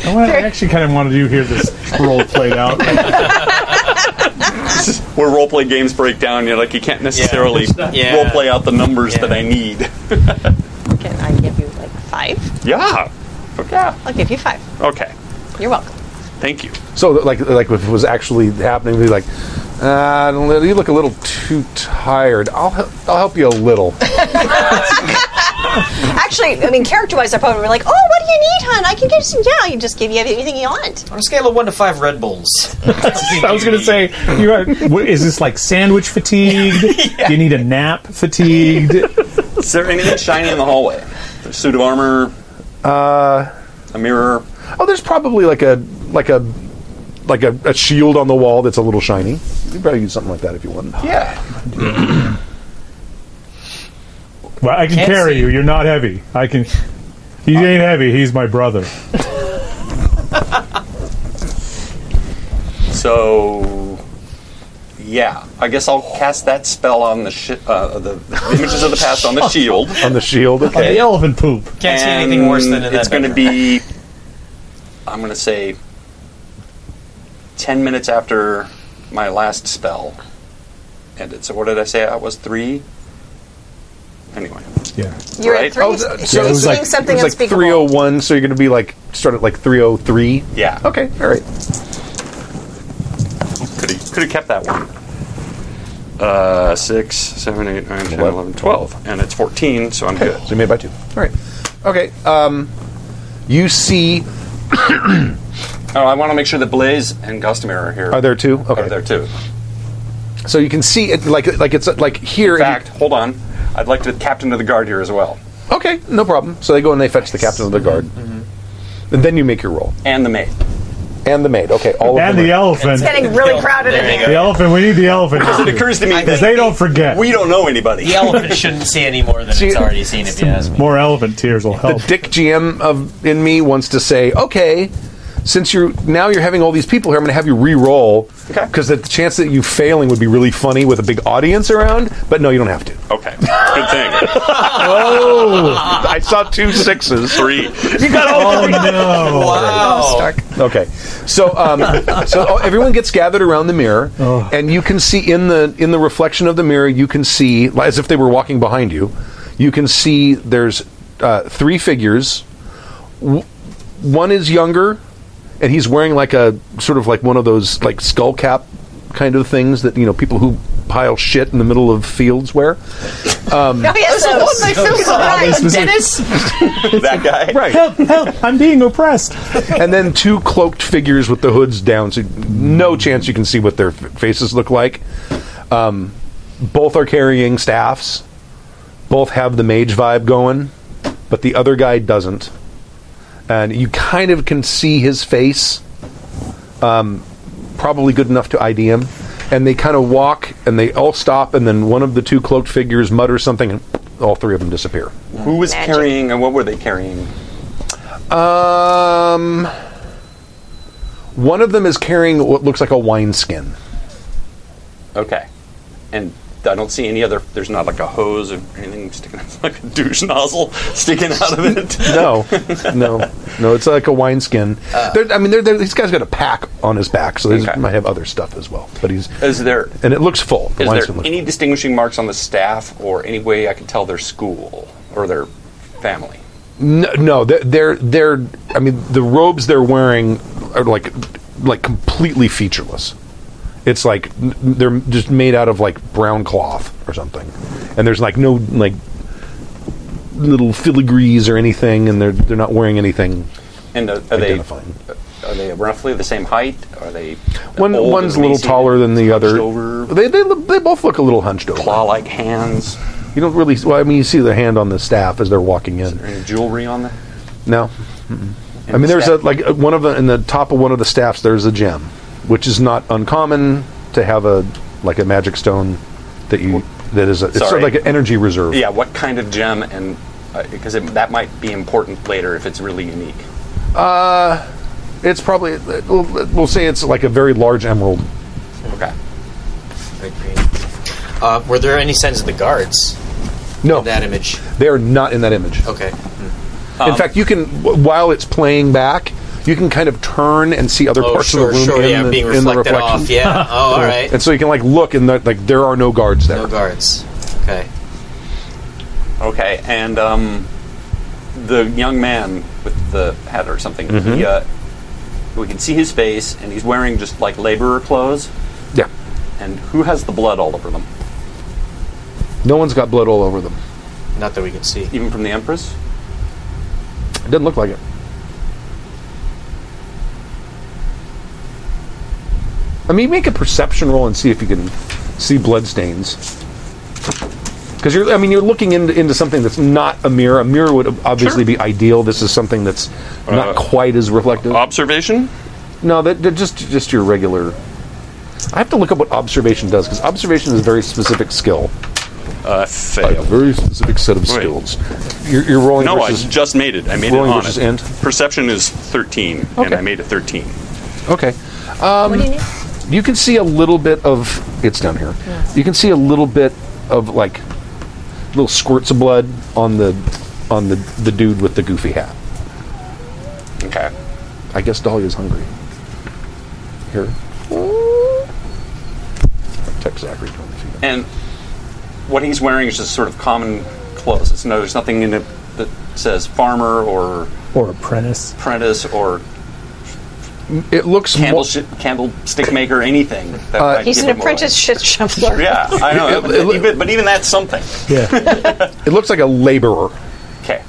[SPEAKER 7] I, wanna, I actually kind of wanted you to hear this role played out.
[SPEAKER 6] Where roleplay games break down, you're like you can't necessarily
[SPEAKER 3] Yeah.
[SPEAKER 6] roleplay out the numbers that I need.
[SPEAKER 3] can I give you like five?
[SPEAKER 6] Yeah. Yeah.
[SPEAKER 3] I'll give you five.
[SPEAKER 6] Okay.
[SPEAKER 3] You're welcome.
[SPEAKER 6] Thank you.
[SPEAKER 1] So like like if it was actually happening, we'd be like, uh, you look a little too tired. I'll hel- I'll help you a little.
[SPEAKER 3] Actually, I mean, character-wise, I probably were like, "Oh, what do you need, hon? I can give some. Yeah, I can just give you anything you want."
[SPEAKER 4] On a scale of one to five Red Bulls.
[SPEAKER 7] I was going to say, you are, what, is this like sandwich fatigued? Do you need a nap fatigued?
[SPEAKER 6] Is there anything shiny in the hallway? A suit of armor.
[SPEAKER 1] Uh,
[SPEAKER 6] a mirror.
[SPEAKER 1] Oh, there's probably like a like a like a, a shield on the wall that's a little shiny. You could probably use something like that if you want.
[SPEAKER 6] Yeah.
[SPEAKER 7] Well, I can
[SPEAKER 1] Can't
[SPEAKER 7] carry
[SPEAKER 1] see.
[SPEAKER 7] you. You're not heavy. I can. He ain't heavy. He's my brother.
[SPEAKER 6] So, yeah, I guess I'll cast that spell on the shi uh, the, the images of the past on the shield.
[SPEAKER 1] on the shield,
[SPEAKER 7] Oh,
[SPEAKER 15] On the elephant poop.
[SPEAKER 6] Can't
[SPEAKER 4] see anything worse than in that
[SPEAKER 6] it's going to
[SPEAKER 4] picture.
[SPEAKER 6] be. I'm going to say ten minutes after my last spell ended. So what did I say? I was three. Anyway,
[SPEAKER 15] Yeah.
[SPEAKER 11] You're
[SPEAKER 6] Right?
[SPEAKER 11] at three.
[SPEAKER 6] Oh,
[SPEAKER 11] so
[SPEAKER 6] th-
[SPEAKER 1] so it
[SPEAKER 11] it's
[SPEAKER 1] was
[SPEAKER 11] doing
[SPEAKER 1] like,
[SPEAKER 11] something
[SPEAKER 1] it was like
[SPEAKER 11] unspeakable.
[SPEAKER 1] 301, so you're going to be like, start at like 303?
[SPEAKER 6] Yeah.
[SPEAKER 1] Okay, all right.
[SPEAKER 6] could have could have kept that one. Uh, six, seven, eight, nine, 10, 11, 12. And it's 14, so I'm
[SPEAKER 1] Okay,
[SPEAKER 6] good.
[SPEAKER 1] so you made by two. All right. Okay, um, you see.
[SPEAKER 6] Oh, I want to make sure that Blaze and Gustamir are here.
[SPEAKER 1] Are there two? Okay.
[SPEAKER 6] Are there too?
[SPEAKER 1] So you can see it, like, like it's like here.
[SPEAKER 6] In fact, hold on. I'd like to captain of the guard here as well,
[SPEAKER 1] Okay, no problem. So they go and they fetch the captain of the guard. And then you make your roll.
[SPEAKER 6] and the mate.
[SPEAKER 1] And the maid. Okay, all of
[SPEAKER 15] And
[SPEAKER 1] them.
[SPEAKER 15] the
[SPEAKER 1] are-
[SPEAKER 15] elephant.
[SPEAKER 11] It's getting really crowded in
[SPEAKER 15] The
[SPEAKER 11] here.
[SPEAKER 15] elephant. We need the elephant.
[SPEAKER 6] Because it occurs to me
[SPEAKER 15] Because
[SPEAKER 6] that
[SPEAKER 15] they don't forget.
[SPEAKER 6] we don't know anybody.
[SPEAKER 10] The elephant shouldn't see any more than
[SPEAKER 1] See-
[SPEAKER 10] it's already seen, if you ask me.
[SPEAKER 15] More elephant tears will help.
[SPEAKER 7] Oh.
[SPEAKER 1] the dick GM of in me wants to say, okay, since you're now you're having all these people here, I'm going to have you re-roll
[SPEAKER 6] Okay.
[SPEAKER 1] because the chance that you failing would be really funny with a big audience around. But no, you don't have to.
[SPEAKER 6] Okay. Good thing.
[SPEAKER 1] Oh, I saw two sixes.
[SPEAKER 6] Three.
[SPEAKER 1] You got
[SPEAKER 7] Oh,
[SPEAKER 1] all three.
[SPEAKER 10] Wow.
[SPEAKER 1] Okay, so um, so all- everyone gets gathered around the mirror, and you can see in the in the reflection of the mirror, you can see like, as if they were walking behind you. You can see there's uh, three figures. W- one is younger, and he's wearing like a sort of like one of those like skull cap kind of things that you know people who pile shit in the middle of fields wear.
[SPEAKER 11] Oh, yes, those.
[SPEAKER 6] that guy.
[SPEAKER 1] Right.
[SPEAKER 15] help! Help! I'm being oppressed.
[SPEAKER 1] and then two cloaked figures with the hoods down, so no chance you can see what their f- faces look like. Um, both are carrying staffs. Both have the mage vibe going, but the other guy doesn't. And you kind of can see his face, um, probably good enough to ID him. And they kind of walk, and they all stop, and then one of the two cloaked figures mutters something, and all three of them disappear.
[SPEAKER 6] Who was
[SPEAKER 11] Magic.
[SPEAKER 6] carrying and what were they carrying?
[SPEAKER 1] Um, one of them is carrying what looks like a wineskin.
[SPEAKER 6] Okay. And I don't see any other. There's not like a hose or anything sticking out, like a douche nozzle sticking out of it.
[SPEAKER 1] No, no, no. It's like a wineskin. They're I mean, they're, they're, this guy's got a pack on his back, so he
[SPEAKER 6] Uh. Okay.
[SPEAKER 1] might have other stuff as well. But he's
[SPEAKER 6] Is there
[SPEAKER 1] and it looks full. The
[SPEAKER 6] Is
[SPEAKER 1] wineskin
[SPEAKER 6] there
[SPEAKER 1] looks
[SPEAKER 6] any distinguishing marks on the staff or any way I can tell their school or their family?
[SPEAKER 1] No, no, they're, they're they're. I mean, the robes they're wearing are like like completely featureless. It's like n- they're just made out of like brown cloth or something, and there's like no like little filigrees or anything, and they're they're not wearing anything.
[SPEAKER 6] And uh, are, are they
[SPEAKER 1] Identifying.
[SPEAKER 6] are they roughly the same height? Are they
[SPEAKER 1] One
[SPEAKER 6] old
[SPEAKER 1] one's a
[SPEAKER 6] and
[SPEAKER 1] little
[SPEAKER 6] racy,
[SPEAKER 1] taller than the
[SPEAKER 6] hunched
[SPEAKER 1] other.
[SPEAKER 6] Over
[SPEAKER 1] They they look- they both look a little hunched over.
[SPEAKER 6] claw-like hands.
[SPEAKER 1] You don't really. Well, I mean, you see the hand on the staff as they're walking in.
[SPEAKER 6] Any jewelry on them?
[SPEAKER 1] No. I mean, there's a like uh, one of the in the top of one of the staffs. There's a gem, which is not uncommon to have a like a magic stone that you that is a, it's sort
[SPEAKER 6] Sorry.
[SPEAKER 1] of like an energy reserve.
[SPEAKER 6] yeah. What kind of gem and because it that might be important later if it's really unique.
[SPEAKER 1] it's probably we'll, we'll say it's like a very large emerald.
[SPEAKER 6] Okay.
[SPEAKER 10] Uh, were there any signs of the guards
[SPEAKER 1] No,
[SPEAKER 10] in that Oh, um, image?
[SPEAKER 1] they are not in that image.
[SPEAKER 10] Okay.
[SPEAKER 1] in fact, you can wh- while it's playing back, you can kind of turn and see other
[SPEAKER 10] Oh,
[SPEAKER 1] parts
[SPEAKER 10] sure,
[SPEAKER 1] of the room
[SPEAKER 10] sure.
[SPEAKER 1] in,
[SPEAKER 10] Yeah,
[SPEAKER 1] the,
[SPEAKER 10] being
[SPEAKER 1] in the
[SPEAKER 10] reflected
[SPEAKER 1] reflection.
[SPEAKER 10] off. Yeah. Oh, all right.
[SPEAKER 1] And so you can like look and there- like there are no guards there.
[SPEAKER 10] No guards. Okay.
[SPEAKER 6] Okay, and um, the young man with the hat or something, he, uh, we can see his face, and he's wearing just like laborer clothes.
[SPEAKER 1] Yeah,
[SPEAKER 6] And who has the blood all over them?
[SPEAKER 1] no one's got blood all over them.
[SPEAKER 10] Not that we can see.
[SPEAKER 6] Even from the Empress?
[SPEAKER 1] It doesn't look like it. I mean, make a perception roll and see if you can see bloodstains. Because you're, I mean, you're looking into, into something that's not a mirror. A mirror would obviously be ideal. This is something that's
[SPEAKER 6] Uh,
[SPEAKER 1] not quite as reflective.
[SPEAKER 6] Observation?
[SPEAKER 1] no, that, that just just your regular. I have to look up what observation does because observation is a very specific skill.
[SPEAKER 6] Uh,
[SPEAKER 1] A
[SPEAKER 6] fail.
[SPEAKER 1] very specific set of
[SPEAKER 6] Wait.
[SPEAKER 1] skills. You're, you're rolling
[SPEAKER 6] No, I
[SPEAKER 1] versus
[SPEAKER 6] just made it. I made
[SPEAKER 1] rolling
[SPEAKER 6] it on
[SPEAKER 1] versus
[SPEAKER 6] it.
[SPEAKER 1] end.
[SPEAKER 6] Perception is 13, and
[SPEAKER 1] Okay.
[SPEAKER 6] I made it 13.
[SPEAKER 1] Okay.
[SPEAKER 11] What
[SPEAKER 3] Um,
[SPEAKER 11] do you need?
[SPEAKER 1] you can see a little bit of it's down here.
[SPEAKER 17] Yes.
[SPEAKER 1] You can see a little bit of like little squirts of blood on the on the the dude with the goofy hat.
[SPEAKER 6] Okay.
[SPEAKER 1] I guess Dahlia's hungry. Here. Text Zachary.
[SPEAKER 6] And what he's wearing is just sort of common clothes. It's no, there's nothing in it that says farmer or
[SPEAKER 7] or apprentice,
[SPEAKER 6] apprentice or
[SPEAKER 1] it looks
[SPEAKER 6] candle shi- candlestick maker, anything. That might
[SPEAKER 11] He's
[SPEAKER 6] give
[SPEAKER 11] an
[SPEAKER 6] him away.
[SPEAKER 11] apprentice shit shoveler.
[SPEAKER 6] Yeah, I know.
[SPEAKER 1] It-
[SPEAKER 6] but,
[SPEAKER 1] it-
[SPEAKER 6] even, but even that's something.
[SPEAKER 1] Yeah. it looks like a laborer.
[SPEAKER 6] Okay.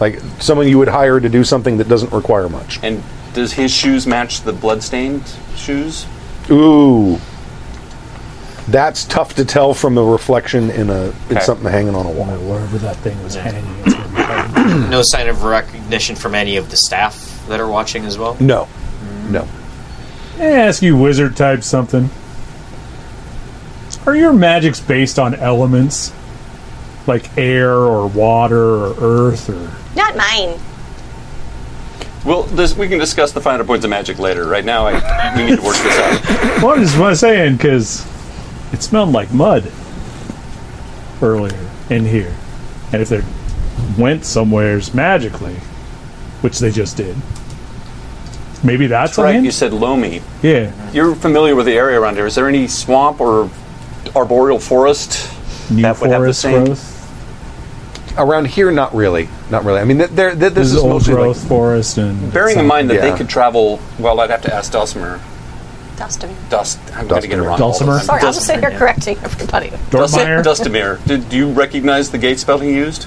[SPEAKER 1] Like someone you would hire to do something that doesn't require much.
[SPEAKER 6] And does his shoes match the bloodstained shoes?
[SPEAKER 1] Ooh. That's tough to tell from the reflection in a in
[SPEAKER 6] Okay.
[SPEAKER 1] something hanging on a wall.
[SPEAKER 7] wherever that thing was hanging.
[SPEAKER 1] Hmm.
[SPEAKER 10] no sign of recognition from any of the staff that are watching as well.
[SPEAKER 1] No. No.
[SPEAKER 7] Eh, ask you wizard type something. Are your magics based on elements? Like air or water or earth or
[SPEAKER 11] Not mine.
[SPEAKER 6] Well, this, we can discuss the finer points of magic later. Right now, I, we need to work this out.
[SPEAKER 7] what is what I'm saying? Because it smelled like mud earlier in here, and if they went somewheres magically, which they just did, maybe that's
[SPEAKER 6] Right?
[SPEAKER 7] something.
[SPEAKER 6] You said loamy.
[SPEAKER 7] Yeah,
[SPEAKER 6] You're familiar with the area around here. Is there any swamp or arboreal forest
[SPEAKER 7] New
[SPEAKER 6] that would have the
[SPEAKER 7] forest
[SPEAKER 6] same?
[SPEAKER 1] Around here, not really. Not really. I mean, th- there, th- this
[SPEAKER 7] There's
[SPEAKER 1] is
[SPEAKER 7] old
[SPEAKER 1] mostly like
[SPEAKER 7] growth forest and
[SPEAKER 6] Bearing in mind that
[SPEAKER 1] Yeah.
[SPEAKER 6] they could travel. Well, I'd have to ask Dulcimer.
[SPEAKER 11] Dustin.
[SPEAKER 6] Dust. I'm going to get it
[SPEAKER 1] Dulcimer.
[SPEAKER 6] wrong. all the
[SPEAKER 7] Dulcimer?
[SPEAKER 6] time.
[SPEAKER 11] Sorry, I'll just
[SPEAKER 6] Dulcimer,
[SPEAKER 11] sit here
[SPEAKER 6] yeah.
[SPEAKER 11] correcting everybody.
[SPEAKER 6] Dulci- Dustimir. Do, do you recognize the gate spell he used?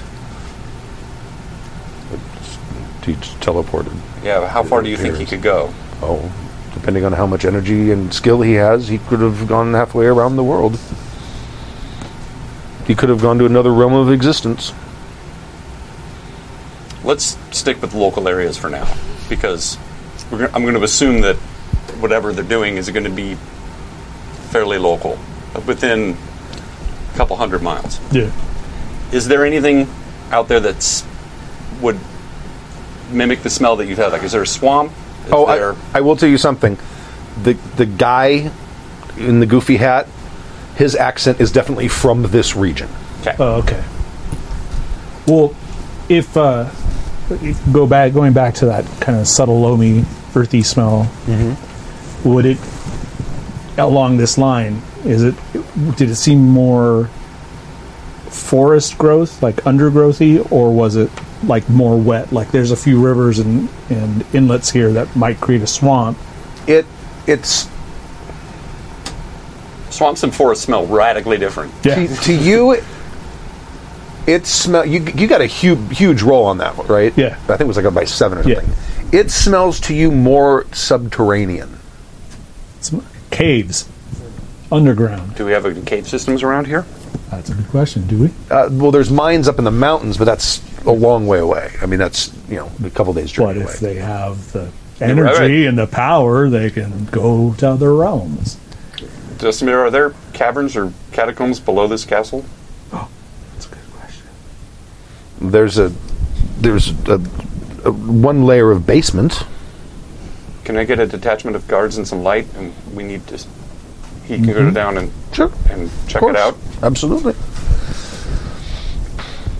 [SPEAKER 1] he just teleported.
[SPEAKER 6] Yeah. but How far do you think he could go?
[SPEAKER 1] Oh, depending on how much energy and skill he has, he could have gone halfway around the world. He could have gone to another realm of existence.
[SPEAKER 6] Let's stick with local areas for now, because we're gonna, I'm going to assume that whatever they're doing is going to be fairly local, within a couple hundred miles.
[SPEAKER 7] yeah.
[SPEAKER 6] Is there anything out there that's would mimic the smell that you've had? Like, is there a swamp? Is
[SPEAKER 1] oh,
[SPEAKER 6] there,
[SPEAKER 1] I, I will tell you something. The the guy in the goofy hat, his accent is definitely from this region.
[SPEAKER 7] Oh, okay. Well, if uh, if- go back, going back to that kind of subtle, loamy, earthy smell, would it along this line? Is it? Did it seem more forest growth, like undergrowthy, or was it like more wet? Like there's a few rivers and and inlets here that might create a swamp.
[SPEAKER 1] It it's
[SPEAKER 6] swamps and forests smell radically different.
[SPEAKER 1] to, to you. It smell you. You got a huge huge roll on that one, right? Yeah, I think it was like up by seven or
[SPEAKER 7] Yeah.
[SPEAKER 1] something. It smells to you more subterranean.
[SPEAKER 7] Some caves, underground.
[SPEAKER 6] Do we have any cave systems around here?
[SPEAKER 7] That's a good question. Do we?
[SPEAKER 1] Uh, well, there's mines up in the mountains, but that's a long way away. I mean, that's you know a couple days journey.
[SPEAKER 7] But if they have the
[SPEAKER 1] Yeah,
[SPEAKER 7] energy
[SPEAKER 1] right, right.
[SPEAKER 7] and the power, they can go to other realms.
[SPEAKER 6] Justin, are there caverns or catacombs below this castle?
[SPEAKER 1] There's a there's a, a one layer of basement.
[SPEAKER 6] Can I get a detachment of guards and some light? And we need to. He can go
[SPEAKER 1] Mhm.
[SPEAKER 6] down and and check it
[SPEAKER 1] course.
[SPEAKER 6] out.
[SPEAKER 1] Absolutely.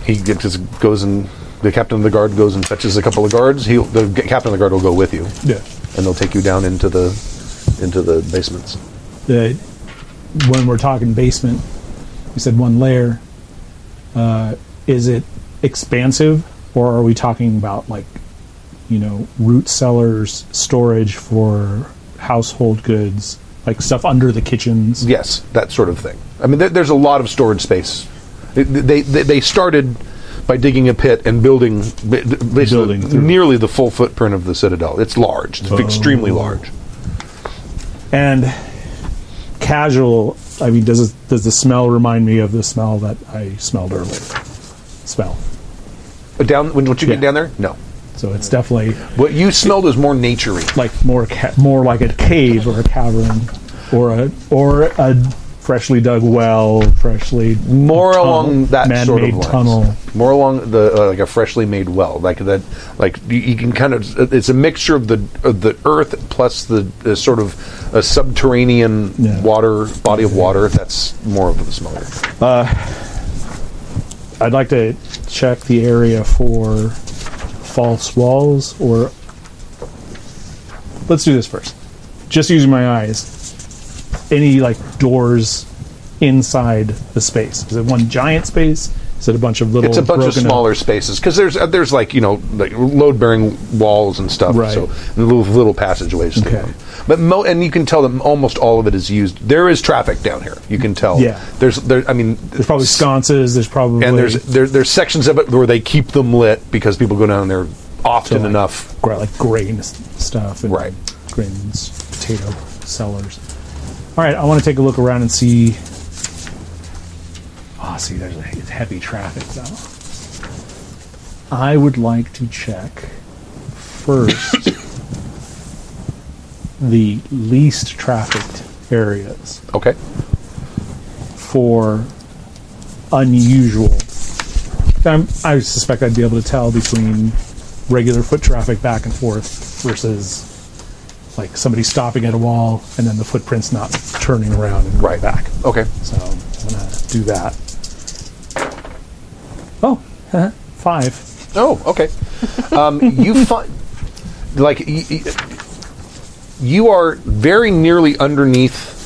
[SPEAKER 1] He get- just goes and the captain of the guard goes and fetches a couple of guards. He the g- captain of the guard will go with you.
[SPEAKER 7] Yeah.
[SPEAKER 1] and they'll take you down into the into the basements.
[SPEAKER 7] The, when we're talking basement, you said one layer. Uh, is it expansive, or are we talking about like, you know, root cellars, storage for household goods, like stuff under the kitchens?
[SPEAKER 1] Yes, that sort of thing. I mean, there, there's a lot of storage space. They, they, they they started by digging a pit and building ba- basically nearly the full footprint of the citadel. It's large. It's extremely large.
[SPEAKER 7] and casual. I mean, does it, does the smell remind me of the smell that I smelled earlier? Smell.
[SPEAKER 1] But Uh, down when once you
[SPEAKER 7] Yeah.
[SPEAKER 1] get down there, no.
[SPEAKER 7] So it's definitely
[SPEAKER 1] What you smelled is more naturey,
[SPEAKER 7] like more ca- more like a cave or a cavern or a or a freshly dug well, freshly
[SPEAKER 1] more
[SPEAKER 7] tunnel,
[SPEAKER 1] along that sort of
[SPEAKER 7] man-made
[SPEAKER 1] lines.
[SPEAKER 7] tunnel.
[SPEAKER 1] More along the uh, like a freshly made well, like that. Like you, you can kind of it's a mixture of the of the earth plus the uh, sort of a subterranean water body of water. That's more of the smaller.
[SPEAKER 7] I'd like to check the area for false walls, or let's do this first. Just using my eyes, any like doors inside the space. Is it one giant space? Is it a bunch of little?
[SPEAKER 1] it's a bunch of
[SPEAKER 7] broken up-
[SPEAKER 1] smaller spaces because there's uh, there's like you know like load bearing walls and stuff.
[SPEAKER 7] Right.
[SPEAKER 1] So and little, little passageways through
[SPEAKER 7] Okay.
[SPEAKER 1] them. But mo- and you can tell that almost all of it is used. There is traffic down here. You can tell.
[SPEAKER 7] Yeah.
[SPEAKER 1] There's there. I mean,
[SPEAKER 7] There's probably sconces. There's probably
[SPEAKER 1] and there's there, there's sections of it where they keep them lit because people go down there often enough.
[SPEAKER 7] gra- like grain s- stuff and right. grains, potato cellars. All right, I want to take a look around and see. Ah, see, there's a, it's heavy traffic though. I would like to check first the least trafficked areas.
[SPEAKER 1] Okay.
[SPEAKER 7] For unusual. I'm, I suspect I'd be able to tell between regular foot traffic back and forth versus like somebody stopping at a wall and then the footprints not turning around and right back.
[SPEAKER 1] Okay.
[SPEAKER 7] So I'm gonna do that. Oh, five.
[SPEAKER 1] Oh, okay. Um, you find like y- y- you are very nearly underneath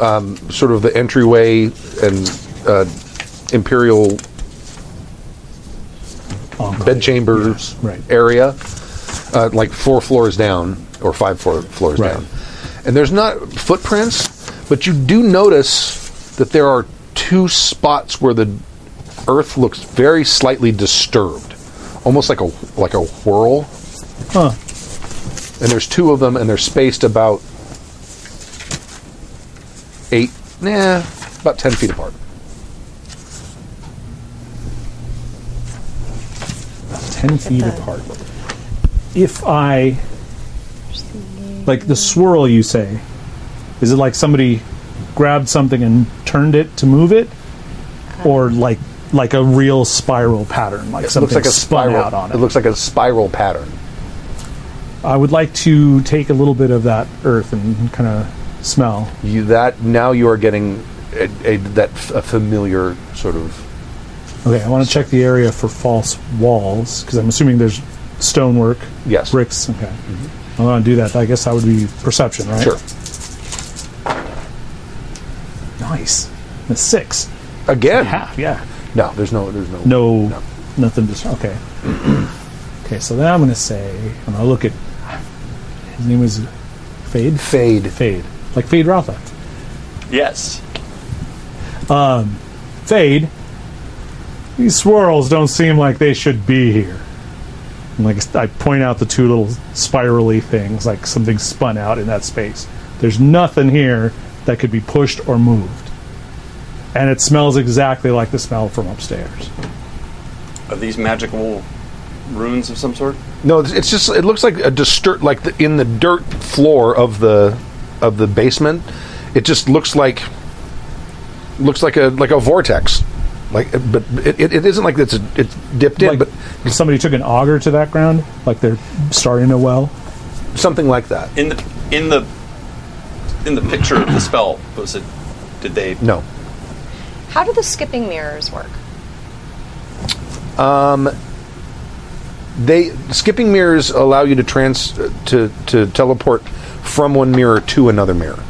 [SPEAKER 1] um, sort of the entryway and uh, imperial
[SPEAKER 7] Oh,
[SPEAKER 1] bedchambers area, uh, like four floors down or five floor, floors down. And there's not footprints, but you do notice that there are two spots where the earth looks very slightly disturbed, almost like a like a whirl.
[SPEAKER 7] Huh.
[SPEAKER 1] And there's two of them, and they're spaced about eight, nah, about ten feet apart.
[SPEAKER 7] ten feet apart. If I like the swirl you say, is it like somebody grabbed something and turned it to move it, or like like a real spiral pattern, like
[SPEAKER 1] it looks
[SPEAKER 7] something
[SPEAKER 1] like a
[SPEAKER 7] spun
[SPEAKER 1] spiral.
[SPEAKER 7] out on it?
[SPEAKER 1] looks like a spiral pattern.
[SPEAKER 7] I would like to take a little bit of that earth and kind of smell.
[SPEAKER 1] You that now you are getting a, a, that f- a familiar sort of
[SPEAKER 7] Okay, I want to check the area for false walls because I'm assuming there's stonework.
[SPEAKER 1] Yes.
[SPEAKER 7] Bricks. Okay. I want to do that. I guess that would be perception, right?
[SPEAKER 1] Sure.
[SPEAKER 7] Nice. A six.
[SPEAKER 1] Again.
[SPEAKER 7] half. Yeah.
[SPEAKER 1] no. There's no. There's no.
[SPEAKER 7] No. Nothing. Just okay. okay. So then I'm going to say I'm going to look at. His name was Fade.
[SPEAKER 1] Fade.
[SPEAKER 7] Fade. Like Fade Rotha.
[SPEAKER 6] Yes.
[SPEAKER 7] Um, Fade, these swirls don't seem like they should be here. And like I point out the two little spirally things, like something spun out in that space. There's nothing here that could be pushed or moved. And it smells exactly like the smell from upstairs.
[SPEAKER 6] Are these magical runes of some sort?
[SPEAKER 1] No. It's, it's just. It looks like a distur Like the, in the dirt floor of the of the basement. It just looks like looks like a like a vortex. Like, but it, it, it isn't like it's it's dipped in, but
[SPEAKER 7] If somebody took an auger to that ground, like they're starting a well.
[SPEAKER 1] something like that.
[SPEAKER 6] In the in the in the picture of the spell was it? Did they?
[SPEAKER 1] No.
[SPEAKER 3] How do the skipping mirrors work?
[SPEAKER 1] Um, they skipping mirrors allow you to trans to to teleport from one mirror to another mirror.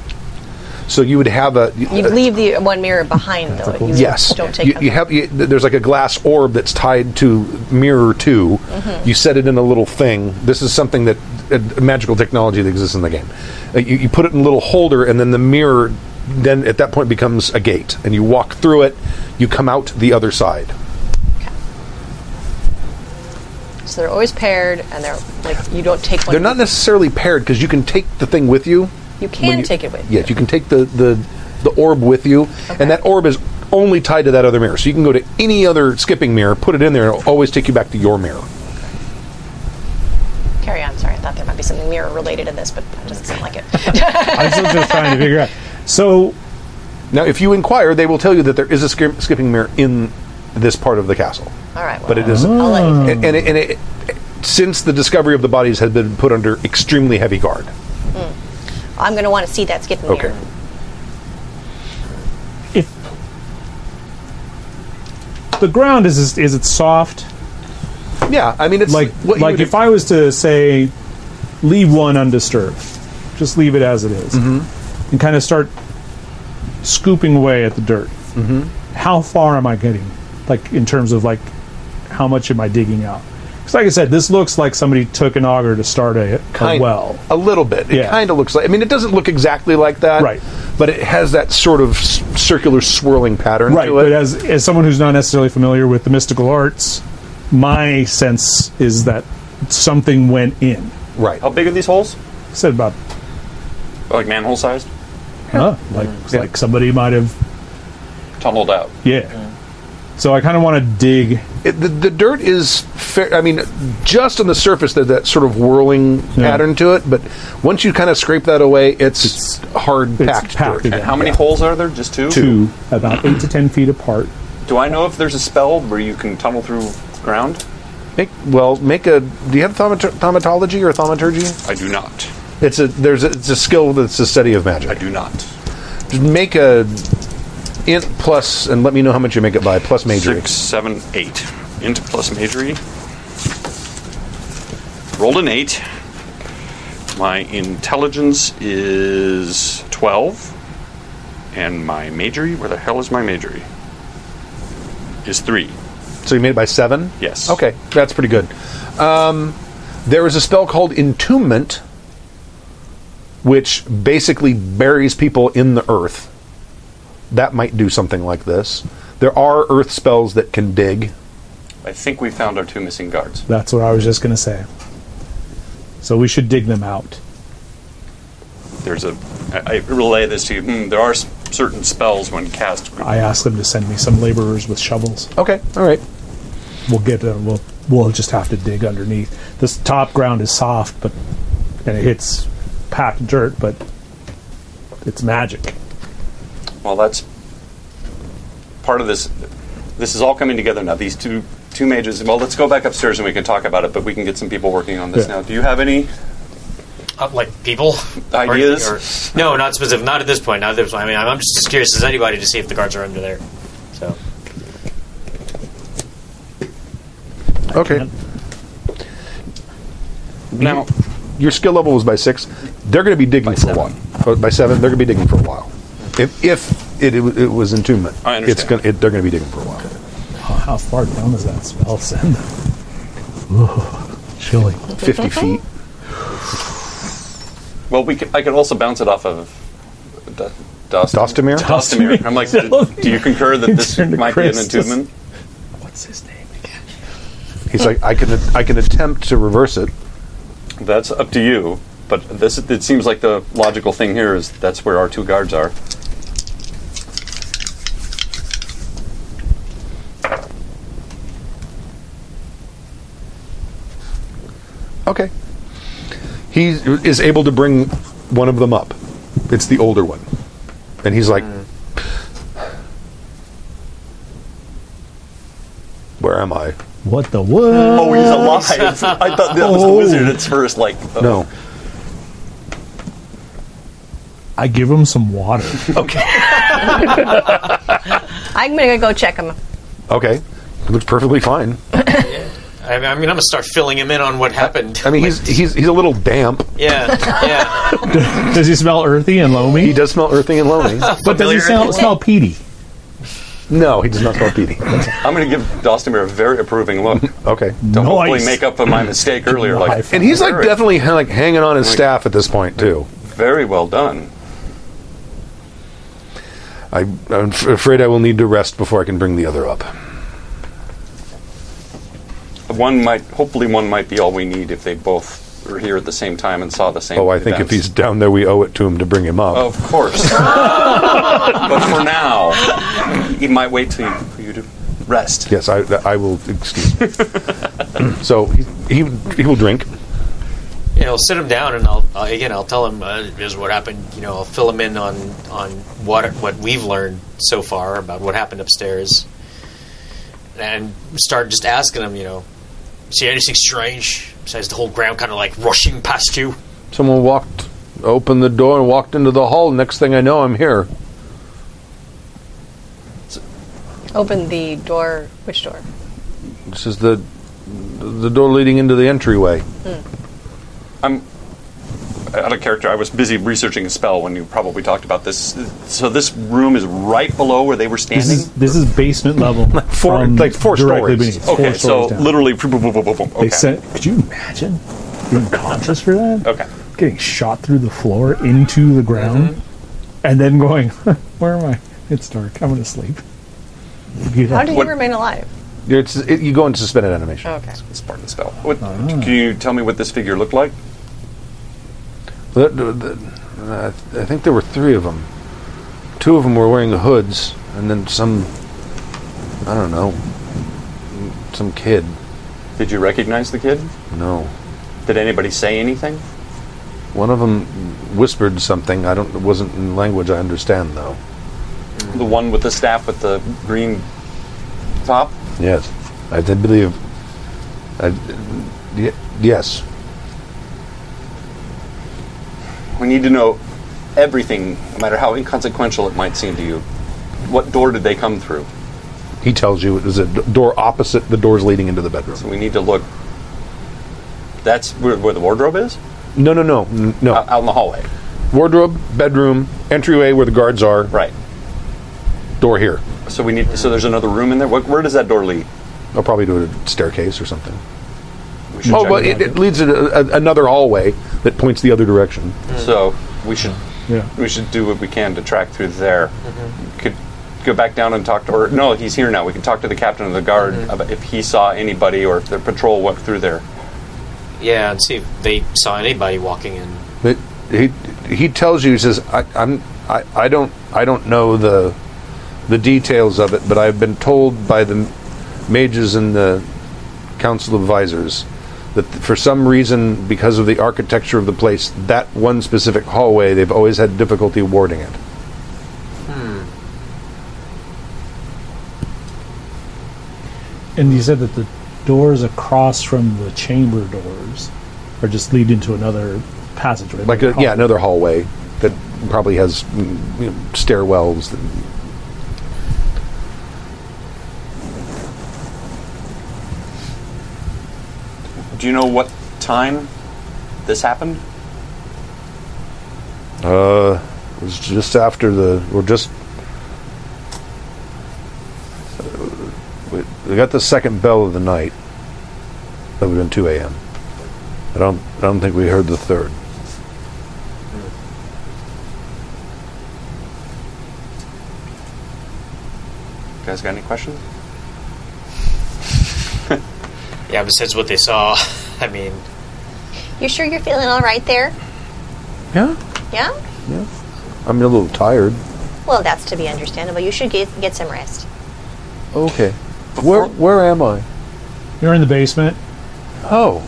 [SPEAKER 1] So you would have a uh,
[SPEAKER 3] You
[SPEAKER 6] Uh,
[SPEAKER 3] leave the one mirror behind, though. You
[SPEAKER 1] yes.
[SPEAKER 3] Don't take
[SPEAKER 1] you,
[SPEAKER 3] them.
[SPEAKER 1] you have you, there's like a glass orb that's tied to mirror 2
[SPEAKER 3] Mhm.
[SPEAKER 1] You set it in a little thing. This is something that uh, magical technology that exists in the game. Uh, you, you put it in a little holder, and then the mirror then at that point becomes a gate, and you walk through it. You come out the other side.
[SPEAKER 3] So they're always paired, and they're like you don't take one.
[SPEAKER 1] They're not necessarily paired because you can take the thing with you.
[SPEAKER 3] You can
[SPEAKER 1] when
[SPEAKER 3] take it with
[SPEAKER 1] Yes, you can take the the, the orb with you, and that orb is only tied to that other mirror. So you can go to any other skipping mirror, put it in there, and it'll always take you back to your mirror.
[SPEAKER 3] Carry on. Sorry, I thought there might be something mirror related in this, but that doesn't sound like it.
[SPEAKER 7] I'm still just trying to figure out. So,
[SPEAKER 1] Now, if you inquire, they will tell you that there is a skip- skipping mirror in this part of the castle.
[SPEAKER 3] All right, well,
[SPEAKER 1] but it is.
[SPEAKER 3] I'll let you
[SPEAKER 1] and, and, it, and it, since the discovery of the bodies has been put under extremely heavy guard.
[SPEAKER 3] Mm. I'm going to want to see that skipping
[SPEAKER 1] Okay.
[SPEAKER 3] mirror.
[SPEAKER 7] The ground is is, is it soft?
[SPEAKER 1] Yeah, I mean it's
[SPEAKER 7] like
[SPEAKER 1] what you
[SPEAKER 7] like
[SPEAKER 1] would-
[SPEAKER 7] if I was to say, leave one undisturbed, just leave it as it is,
[SPEAKER 1] Mm-hmm.
[SPEAKER 7] and kind of start scooping away at the dirt. Mm-hmm. How far am I getting? Like in terms of like how much am I digging out? Because like I said, this looks like somebody took an auger to start a, a
[SPEAKER 1] Kind-
[SPEAKER 7] well.
[SPEAKER 1] a little bit. It
[SPEAKER 7] Yeah.
[SPEAKER 1] kind of looks like. I mean, it doesn't look exactly like that, right? But it has that sort of s- circular swirling pattern
[SPEAKER 7] Right,
[SPEAKER 1] to it.
[SPEAKER 7] but as as someone who's not necessarily familiar with the mystical arts, my sense is that something went in.
[SPEAKER 1] Right.
[SPEAKER 6] How big are these holes?
[SPEAKER 7] said about
[SPEAKER 6] Like manhole sized?
[SPEAKER 7] huh, like
[SPEAKER 1] Mm.
[SPEAKER 7] like somebody might have
[SPEAKER 6] Tunneled out.
[SPEAKER 7] yeah.
[SPEAKER 1] Mm.
[SPEAKER 7] So I kind of want to dig.
[SPEAKER 1] It, the, the dirt is fair. I mean, just on the surface, there's that sort of whirling pattern to it. But once you kind of scrape that away, it's, hard packed, dirt.
[SPEAKER 6] And how many holes are there? Just two?
[SPEAKER 7] two about eight to ten feet apart.
[SPEAKER 6] Do I know if there's a spell where you can tunnel through ground?
[SPEAKER 1] Make, well, make a. Do you have thaumatur- thaumatology or thaumaturgy?
[SPEAKER 6] I do not.
[SPEAKER 1] It's a there's a, it's a skill that's a study of magic. I
[SPEAKER 6] do not.
[SPEAKER 1] Just make a int plus and let me know how much you make it by plus majory.
[SPEAKER 6] Six, seven, eight. Int plus majory. Rolled an eight. My intelligence is 12. And my majory, where the hell is my majory? Is three.
[SPEAKER 1] So you made it by seven?
[SPEAKER 6] Yes.
[SPEAKER 1] Okay, that's pretty good. Um, there is a spell called Entombment, which basically buries people in the earth. That might do something like this. There are earth spells that can dig.
[SPEAKER 6] I think we found our two missing guards.
[SPEAKER 7] That's what I was just gonna say. So we should dig them out.
[SPEAKER 6] There's a. I, I relay this to you. Hmm, there are s- certain spells when cast.
[SPEAKER 7] I asked them to send me some laborers with shovels.
[SPEAKER 1] Okay, all right.
[SPEAKER 7] We'll get them. We'll we'll just have to dig underneath. This top ground is soft, but and it hits packed dirt, but it's magic.
[SPEAKER 6] Well, that's part of this. This is all coming together now. These two two mages. Well, let's go back upstairs and we can talk about it. But we can get some people working on this
[SPEAKER 4] Yeah.
[SPEAKER 6] now. Do you have any?
[SPEAKER 4] Uh, like people
[SPEAKER 6] Ideas?
[SPEAKER 4] Or- no, not specific. Not at this point. Not at this point. I mean, I'm just as curious as anybody to see if the guards are under there. So
[SPEAKER 1] Okay. Now, your skill level was by six. They're going to be digging for a while. But By seven, they're going to be digging for a while. If, if it, it, wa- it was entombment,
[SPEAKER 7] I
[SPEAKER 1] it's
[SPEAKER 7] understand.
[SPEAKER 1] gonna, it, they're going to be digging for a while.
[SPEAKER 7] Oh, how far down does that spell send them? Ooh, chilling.
[SPEAKER 1] 50 feet.
[SPEAKER 6] Well, we could, I could also bounce it off of D- Dost-
[SPEAKER 1] Dostomir?
[SPEAKER 6] Dostomir. I'm like, do, do you concur that this
[SPEAKER 1] Turn to
[SPEAKER 6] might be an
[SPEAKER 1] Chris.
[SPEAKER 6] entombment?
[SPEAKER 1] He's like, I can, I can attempt to reverse it.
[SPEAKER 6] That's up to you. But this it seems like the logical thing here is that's where our two guards are.
[SPEAKER 1] Okay. He is able to bring one of them up. It's the older one. And he's like, Where am I?
[SPEAKER 7] What the what?
[SPEAKER 6] Oh, he's alive! I thought that was the
[SPEAKER 1] Oh.
[SPEAKER 6] wizard at first. Like, uh,
[SPEAKER 1] No.
[SPEAKER 7] I give him some water.
[SPEAKER 6] okay.
[SPEAKER 3] I'm going to go check them.
[SPEAKER 1] Okay. It looks perfectly fine.
[SPEAKER 4] I mean, I mean, I'm gonna start filling him in on what happened.
[SPEAKER 1] I mean, he's, he's, he's a little damp.
[SPEAKER 4] Yeah, yeah.
[SPEAKER 7] does he smell earthy and loamy? He
[SPEAKER 1] does smell earthy and loamy.
[SPEAKER 7] but does he
[SPEAKER 6] Familiar.
[SPEAKER 7] smell, smell peaty?
[SPEAKER 1] No, he does not smell peaty.
[SPEAKER 6] I'm going to give Dostomir a very approving look.
[SPEAKER 1] Okay.
[SPEAKER 6] To hopefully make up for my mistake earlier. Like,
[SPEAKER 1] and he's like
[SPEAKER 6] very,
[SPEAKER 1] definitely ha- like hanging on his staff at this point too.
[SPEAKER 6] very well done.
[SPEAKER 1] I, I'm f- afraid I will need to rest before I can bring the other up.
[SPEAKER 6] One might, hopefully, one might be all we need if they both were here at the same time and saw the same.
[SPEAKER 1] Oh, I think if he's down there, we owe it to him to bring him up.
[SPEAKER 6] Of course. but for now, he might wait till you, for you to rest.
[SPEAKER 1] Yes, I, I will. Excuse me. so he, he he will drink.
[SPEAKER 4] you know, sit him down, and I'll uh, again, I'll tell him uh, this is what happened. You know, I'll fill him in on on what what we've learned so far about what happened upstairs, and start just asking him. You know, see anything strange besides the whole ground kind of like rushing past you?
[SPEAKER 1] Someone walked, opened the door, and walked into the hall. Next thing I know, I'm here.
[SPEAKER 3] Open the door. Which door?
[SPEAKER 1] This is the the door leading into the entryway.
[SPEAKER 3] Hmm.
[SPEAKER 6] I'm out of character. I was busy researching a spell when you probably talked about this. So this room is right below where they were standing.
[SPEAKER 7] This is this is basement level. like
[SPEAKER 1] four- like four
[SPEAKER 7] directly
[SPEAKER 1] stories.
[SPEAKER 7] beneath.
[SPEAKER 6] okay,
[SPEAKER 7] four
[SPEAKER 6] so
[SPEAKER 7] stories down.
[SPEAKER 6] literally, boom, boom, boom, boom, boom, boom.
[SPEAKER 7] They
[SPEAKER 6] Okay.
[SPEAKER 7] sent. Could you imagine being conscious for that?
[SPEAKER 6] Okay.
[SPEAKER 7] Getting shot through the floor into the ground, and then going, "Where am I? It's dark. I'm going to sleep." You
[SPEAKER 3] How do you
[SPEAKER 6] What-
[SPEAKER 3] remain alive?
[SPEAKER 1] It's, it, you go into suspended animation.
[SPEAKER 3] Okay.
[SPEAKER 6] It's part of the spell. What,
[SPEAKER 1] Ah.
[SPEAKER 6] Can you tell me what this figure looked like?
[SPEAKER 1] The- the- the- uh, I think there were three of them. Two of them were wearing hoods, and then some. I don't know. Some kid.
[SPEAKER 6] Did you recognize the kid?
[SPEAKER 1] No.
[SPEAKER 6] Did anybody say anything?
[SPEAKER 1] One of them whispered something. I don't. It wasn't in language I understand, though.
[SPEAKER 6] The one with the staff with the green top.
[SPEAKER 1] Yes, I did believe. I, y- yes,
[SPEAKER 6] We need to know everything, no matter how inconsequential it might seem to you. What door did they come through?
[SPEAKER 1] he tells you it was a d- door opposite the doors leading into the bedroom.
[SPEAKER 6] So we need to look. That's where, where the wardrobe is?
[SPEAKER 1] No, no, no, n- no.
[SPEAKER 6] Out, out in the hallway.
[SPEAKER 1] Uh, Wardrobe, bedroom, entryway where the guards are.
[SPEAKER 6] Right.
[SPEAKER 1] Door here.
[SPEAKER 6] So we need. So there's another room in there. What, where does that door lead?
[SPEAKER 1] I'll probably do it a staircase or something.
[SPEAKER 6] We should
[SPEAKER 1] oh,
[SPEAKER 6] check
[SPEAKER 1] well,
[SPEAKER 6] it out.
[SPEAKER 1] it, it leads to a, a, another hallway that points the other direction.
[SPEAKER 6] So we should
[SPEAKER 7] Yeah.
[SPEAKER 6] we should do what we can to track through there.
[SPEAKER 1] Mm-hmm.
[SPEAKER 6] Could go back down and talk to, or no, he's here now. We can talk to the captain of the guard
[SPEAKER 1] Mm-hmm.
[SPEAKER 6] about if he saw anybody or if the patrol went through there.
[SPEAKER 4] Yeah, and see if they saw anybody walking in.
[SPEAKER 1] But he he tells you he says I, I'm I, I don't I don't know the the details of it, but I've been told by the mages and the council of visors that for some reason, because of the architecture of the place, that one specific hallway, they've always had difficulty warding it.
[SPEAKER 7] And you said that the doors across from the chamber doors are just lead into another passageway.
[SPEAKER 1] Like a, yeah, another hallway that probably has mm, you know, stairwells. That,
[SPEAKER 6] Do you know what time this happened?
[SPEAKER 1] uh, it was just after the or just we, we got the second bell of the night. That would have been two a.m. I don't I don't think we heard the third.
[SPEAKER 6] You guys got any questions?
[SPEAKER 4] Yeah, besides what they saw, I mean,
[SPEAKER 3] You sure you're feeling all right there?
[SPEAKER 1] Yeah,
[SPEAKER 3] Yeah.
[SPEAKER 1] yeah. I'm a little tired.
[SPEAKER 3] Well, that's to be understandable. You should get get some rest.
[SPEAKER 1] Okay. Where where am I?
[SPEAKER 7] You're in the basement.
[SPEAKER 1] Oh,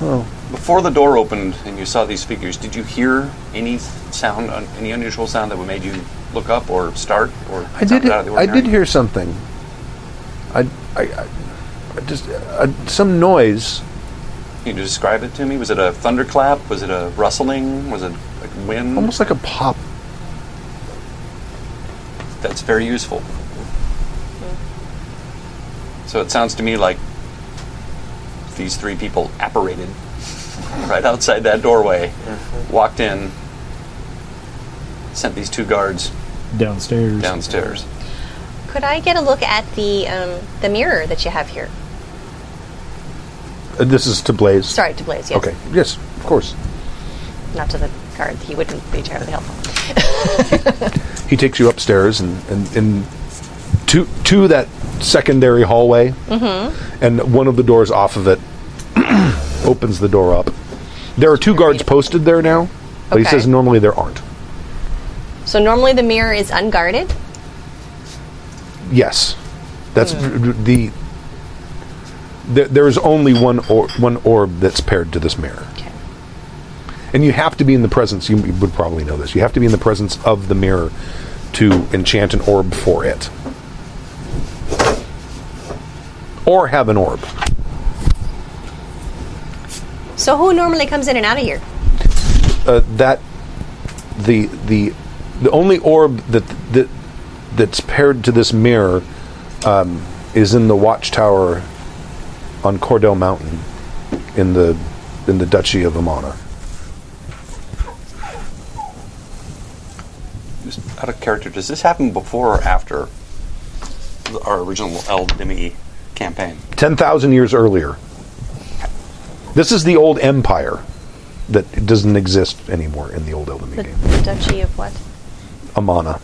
[SPEAKER 1] oh.
[SPEAKER 6] Before the door opened and you saw these figures, did you hear any sound, un- any unusual sound that would made you look up or start or
[SPEAKER 1] I did.
[SPEAKER 6] something out of the
[SPEAKER 1] I
[SPEAKER 6] ordinary?
[SPEAKER 1] did hear something. I, I, I, I just uh, some noise.
[SPEAKER 6] Can you describe it to me? Was it a thunderclap? Was it a rustling? Was it like wind?
[SPEAKER 1] almost like a pop.
[SPEAKER 6] That's very useful. So it sounds to me like these three people apparated right outside that doorway, walked in, sent these two guards
[SPEAKER 7] Downstairs.
[SPEAKER 6] downstairs.
[SPEAKER 3] Could I get a look at the um, the mirror that you have here?
[SPEAKER 1] Uh, this is to Blaze.
[SPEAKER 3] Sorry, to Blaze. Yes.
[SPEAKER 1] Okay. Yes, of course.
[SPEAKER 3] Not to the guard. He wouldn't be terribly helpful.
[SPEAKER 1] He takes you upstairs and and, and to to that secondary hallway, and one of the doors off of it opens the door up. There are two guards posted there now, but he
[SPEAKER 3] Okay.
[SPEAKER 1] says normally there aren't.
[SPEAKER 3] So normally the mirror is unguarded.
[SPEAKER 1] Yes, that's the. There, there is only one or, one orb that's paired to this mirror.
[SPEAKER 3] Okay.
[SPEAKER 1] and you have to be in the presence. You would probably know this. You have to be in the presence of the mirror to enchant an orb for it, or have an orb.
[SPEAKER 11] So who normally comes in and out of here?
[SPEAKER 1] Uh, that the the the only orb that that that's paired to this mirror um, is in the watchtower on Cordell Mountain in the in the Duchy of Amana.
[SPEAKER 6] Just out of character, does this happen before or after the- our original El Demi campaign?
[SPEAKER 1] Ten thousand years earlier. This is the old empire that doesn't exist anymore in the old Elden
[SPEAKER 11] The
[SPEAKER 1] Ring.
[SPEAKER 11] Duchy of what?
[SPEAKER 1] Amana.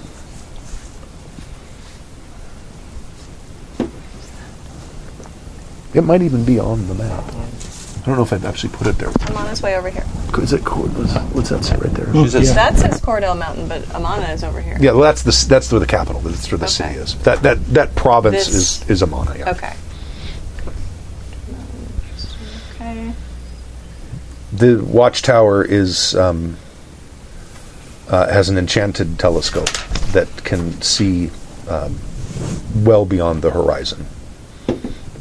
[SPEAKER 1] It might even be on the map. I don't know if I've actually put it there.
[SPEAKER 11] Amana's way over here.
[SPEAKER 1] Is it cord? What's, what's that say right there?
[SPEAKER 11] That says Cordell Mountain, but Amana is over here.
[SPEAKER 1] Yeah, well, that's the c- that's where the capital. That's where the city is. That that that province
[SPEAKER 11] This-
[SPEAKER 1] is is Amana. Yeah.
[SPEAKER 11] Okay. Okay.
[SPEAKER 1] The watchtower is um, uh, has an enchanted telescope that can see um, well beyond the horizon,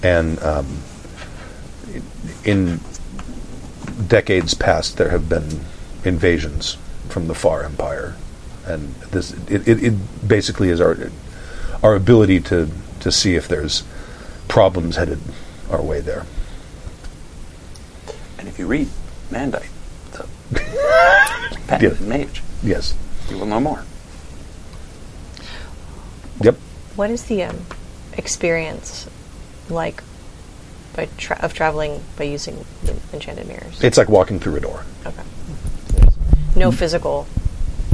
[SPEAKER 1] and um, in decades past, there have been invasions from the Far Empire, and this it, it, it basically is our our ability to to see if there's problems headed our way there.
[SPEAKER 6] And if you read Mandite, the
[SPEAKER 1] Yeah.
[SPEAKER 6] patented mage,
[SPEAKER 1] Yes.
[SPEAKER 6] you will know more.
[SPEAKER 1] Yep.
[SPEAKER 11] What is the um, experience like by tra- of traveling by using the enchanted mirrors?
[SPEAKER 1] It's like walking through a door.
[SPEAKER 11] Okay. There's no physical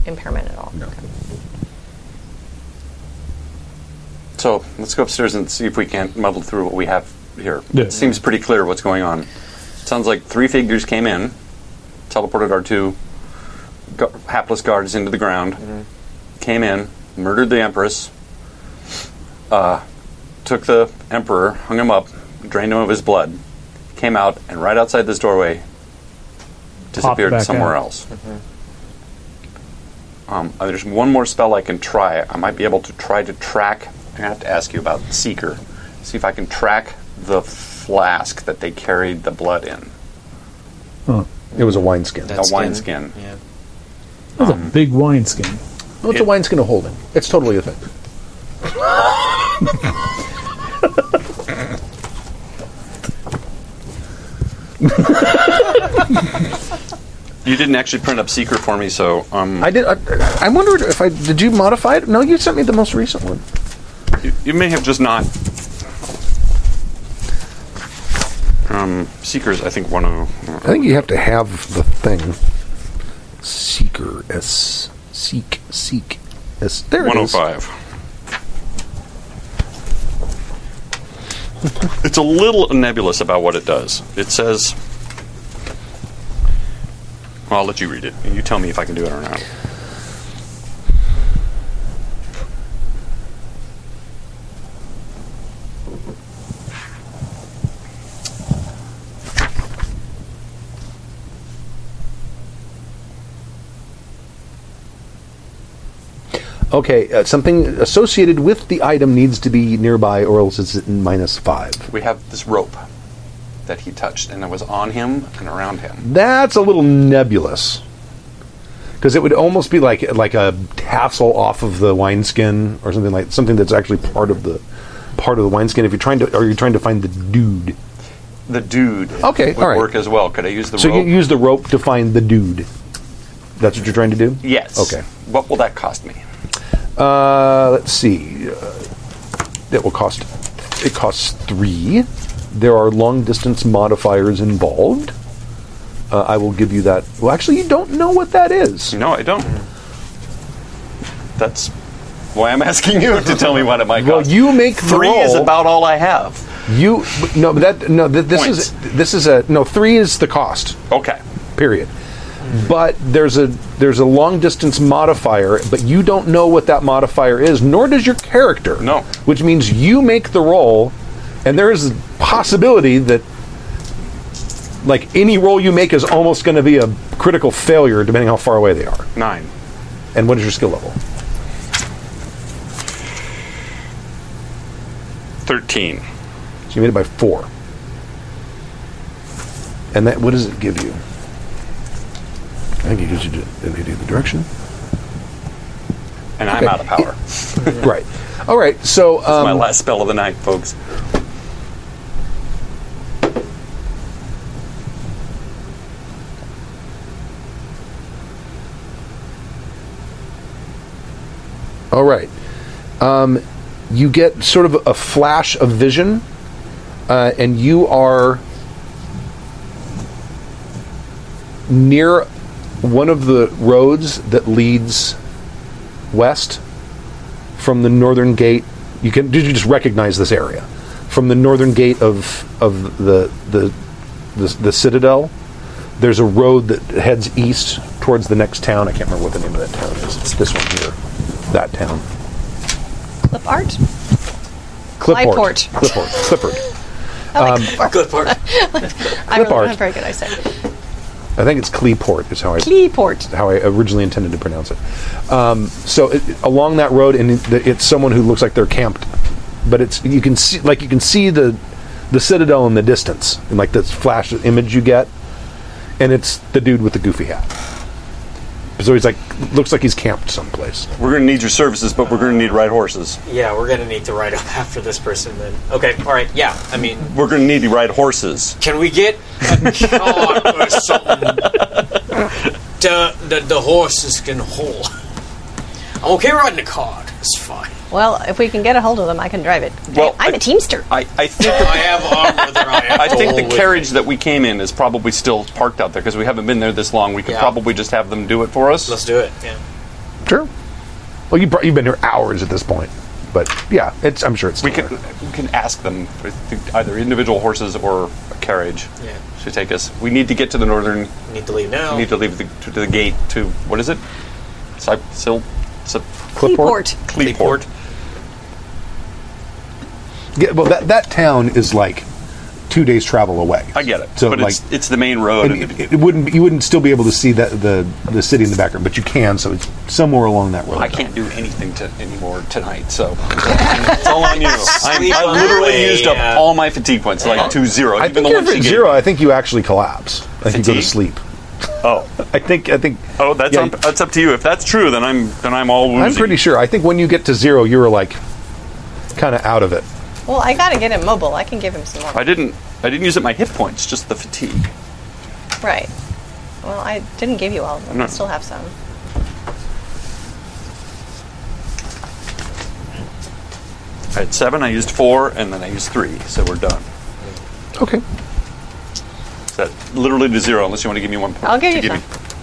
[SPEAKER 11] impairment at all. Okay.
[SPEAKER 6] So let's go upstairs and see if we can't muddle through what we have here.
[SPEAKER 7] Yeah.
[SPEAKER 6] It seems pretty clear what's going on. Sounds like three figures came in, teleported our two gu- hapless guards into the ground, came in, murdered the Empress, uh, took the Emperor, hung him up, drained him of his blood, came out, and right outside this doorway disappeared
[SPEAKER 7] back
[SPEAKER 6] somewhere
[SPEAKER 7] out.
[SPEAKER 6] else. Um, uh, there's one more spell I can try. I might be able to try to track. I'm gonna have to ask you about Seeker. See if I can track the flask that they carried the blood in.
[SPEAKER 1] It was a wineskin.
[SPEAKER 6] a wineskin.
[SPEAKER 10] Yeah.
[SPEAKER 7] That's a big wineskin.
[SPEAKER 1] What's a wineskin a holding? It's totally a thing.
[SPEAKER 6] You didn't actually print up Seeker for me, so um,
[SPEAKER 1] I did. I, I wondered if I did. You modify it? No, you sent me the most recent one.
[SPEAKER 6] you, you may have just not. Um, Seekers, I think one oh, of.
[SPEAKER 1] I think you have to have the thing. Seeker s seek seek s. There it is.
[SPEAKER 6] 105. it's a little nebulous about what it does. It says. Well, I'll let you read it, and you tell me if I can do it or not.
[SPEAKER 1] Okay, uh, something associated with the item needs to be nearby, or else it's in minus five.
[SPEAKER 6] We have this rope that he touched, and it was on him and around him.
[SPEAKER 1] That's a little nebulous. Because it would almost be like like a tassel off of the wineskin or something like something that's actually part of the part of the wineskin. If you're trying to, or you're trying to find the dude.
[SPEAKER 6] The dude
[SPEAKER 1] Okay,
[SPEAKER 6] would
[SPEAKER 1] all right.
[SPEAKER 6] work as well. Could I use the
[SPEAKER 1] so
[SPEAKER 6] rope?
[SPEAKER 1] you use the rope to find the dude. That's what you're trying to do.
[SPEAKER 6] yes.
[SPEAKER 1] Okay.
[SPEAKER 6] What will that cost me?
[SPEAKER 1] Uh, let's see. Uh, that will cost. It costs three. There are long distance modifiers involved. Uh, I will give you that. Well, actually, you don't know what that is.
[SPEAKER 6] No, I don't. That's why I'm asking you to tell me what it might
[SPEAKER 1] Well,
[SPEAKER 6] cost.
[SPEAKER 1] you make the
[SPEAKER 6] Three is
[SPEAKER 1] roll.
[SPEAKER 6] about all I have.
[SPEAKER 1] You no, but that no. Th- this is this is a no. Three is the cost.
[SPEAKER 6] Okay.
[SPEAKER 1] Period. But there's a there's a long distance modifier, but you don't know what that modifier is, nor does your character.
[SPEAKER 6] No.
[SPEAKER 1] Which means you make the roll, and there is a possibility that like any roll you make is almost going to be a critical failure depending how far away they are.
[SPEAKER 6] Nine.
[SPEAKER 1] And what is your skill level?
[SPEAKER 6] 13. So
[SPEAKER 1] you made it by four. And that, what does it give you?
[SPEAKER 17] I think it gives you an idea of the direction.
[SPEAKER 6] And I'm
[SPEAKER 1] Okay.
[SPEAKER 6] out of power.
[SPEAKER 1] right. All right. So um,
[SPEAKER 6] my last spell of the night, folks.
[SPEAKER 1] All right. Um, you get sort of a flash of vision, uh, and you are near one of the roads that leads west from the northern gate. You can did you just recognize this area from the northern gate of of the the the, the citadel. There's a road that heads east towards the next town. I can't remember what the name of that town is. It's this one here, that town.
[SPEAKER 11] Clip art?
[SPEAKER 1] Clipport.
[SPEAKER 11] Clyport.
[SPEAKER 1] Clipport. Clippard.
[SPEAKER 11] I like
[SPEAKER 1] Um,
[SPEAKER 11] clip art. I'm
[SPEAKER 1] Clip
[SPEAKER 11] really
[SPEAKER 1] art.
[SPEAKER 11] not very good, I said.
[SPEAKER 1] I think it's Cleeport is how I
[SPEAKER 11] Cleeport.
[SPEAKER 1] how I originally intended to pronounce it. Um, so it, it- along that road, and it, it's someone who looks like they're camped, but it's you can see like you can see the the citadel in the distance, and like this flash image you get, and it's the dude with the goofy hat. So he's like looks like he's camped someplace.
[SPEAKER 6] We're going to need your services, but we're going to need ride horses.
[SPEAKER 4] Yeah, we're gonna need to write up after this person then. Okay, all right. Yeah, I mean,
[SPEAKER 6] We're going to need to ride horses.
[SPEAKER 4] can we get a cart or something to, that the horses can haul? I'm okay riding a cart. It's fine.
[SPEAKER 11] Well, if we can get a hold of them, I can drive it.
[SPEAKER 6] Well,
[SPEAKER 11] I'm a teamster.
[SPEAKER 6] I, I think
[SPEAKER 4] I have armor that I have.
[SPEAKER 6] I
[SPEAKER 4] to
[SPEAKER 6] think
[SPEAKER 4] haul
[SPEAKER 6] the
[SPEAKER 4] with
[SPEAKER 6] carriage that we came in is probably still parked out there because we haven't been there this long. We could
[SPEAKER 4] Yeah.
[SPEAKER 6] probably just have them do it for us.
[SPEAKER 4] Let's do it. Yeah.
[SPEAKER 1] Sure. Well, you br- you've been here hours at this point, but yeah, it's I'm sure it's
[SPEAKER 6] We
[SPEAKER 1] still
[SPEAKER 6] can
[SPEAKER 1] there.
[SPEAKER 6] we can ask them if- either individual horses or a carriage
[SPEAKER 4] Yeah.
[SPEAKER 6] to take us. We need to get to the northern.
[SPEAKER 4] We Need to leave now.
[SPEAKER 6] We need to leave the, to, to the gate to what is it? Cy, Sil, Sil,
[SPEAKER 11] Cleeport.
[SPEAKER 6] Cleeport.
[SPEAKER 1] Yeah, well, that that town is like two days travel away.
[SPEAKER 6] I get it,
[SPEAKER 1] So
[SPEAKER 6] but
[SPEAKER 1] like,
[SPEAKER 6] it's it's the main road.
[SPEAKER 1] and
[SPEAKER 6] and-
[SPEAKER 1] it, it wouldn't be- you wouldn't still be able to see that the the city in the background, but you can. So it's somewhere along that road.
[SPEAKER 6] I can't do anything to, anymore tonight, so it's all on you. I'm, I literally used up all my fatigue points, like to zero.
[SPEAKER 1] I
[SPEAKER 6] even
[SPEAKER 1] think
[SPEAKER 6] the
[SPEAKER 1] if
[SPEAKER 6] ones
[SPEAKER 1] it's
[SPEAKER 6] you
[SPEAKER 1] zero, I think you actually collapse. I think you go to
[SPEAKER 6] Fatigue?
[SPEAKER 1] sleep.
[SPEAKER 6] Oh,
[SPEAKER 1] I think I think
[SPEAKER 6] oh, that's
[SPEAKER 1] Yeah.
[SPEAKER 6] up, that's up to you. If that's true, then I'm then I'm all woozy.
[SPEAKER 1] I'm pretty sure. I think when you get to zero, you're like kind of out of it.
[SPEAKER 11] Well, I gotta get him mobile. I can give him some more.
[SPEAKER 6] I didn't I didn't use up my hit points, just the fatigue.
[SPEAKER 11] Right. Well, I didn't give you all of them.
[SPEAKER 6] No.
[SPEAKER 11] I still have some.
[SPEAKER 6] I had seven, I used four, and then I used three, so we're done.
[SPEAKER 1] Okay.
[SPEAKER 6] So that Uh, literally to zero, unless you want to give me one point.
[SPEAKER 11] I'll give
[SPEAKER 6] to
[SPEAKER 11] you
[SPEAKER 6] me,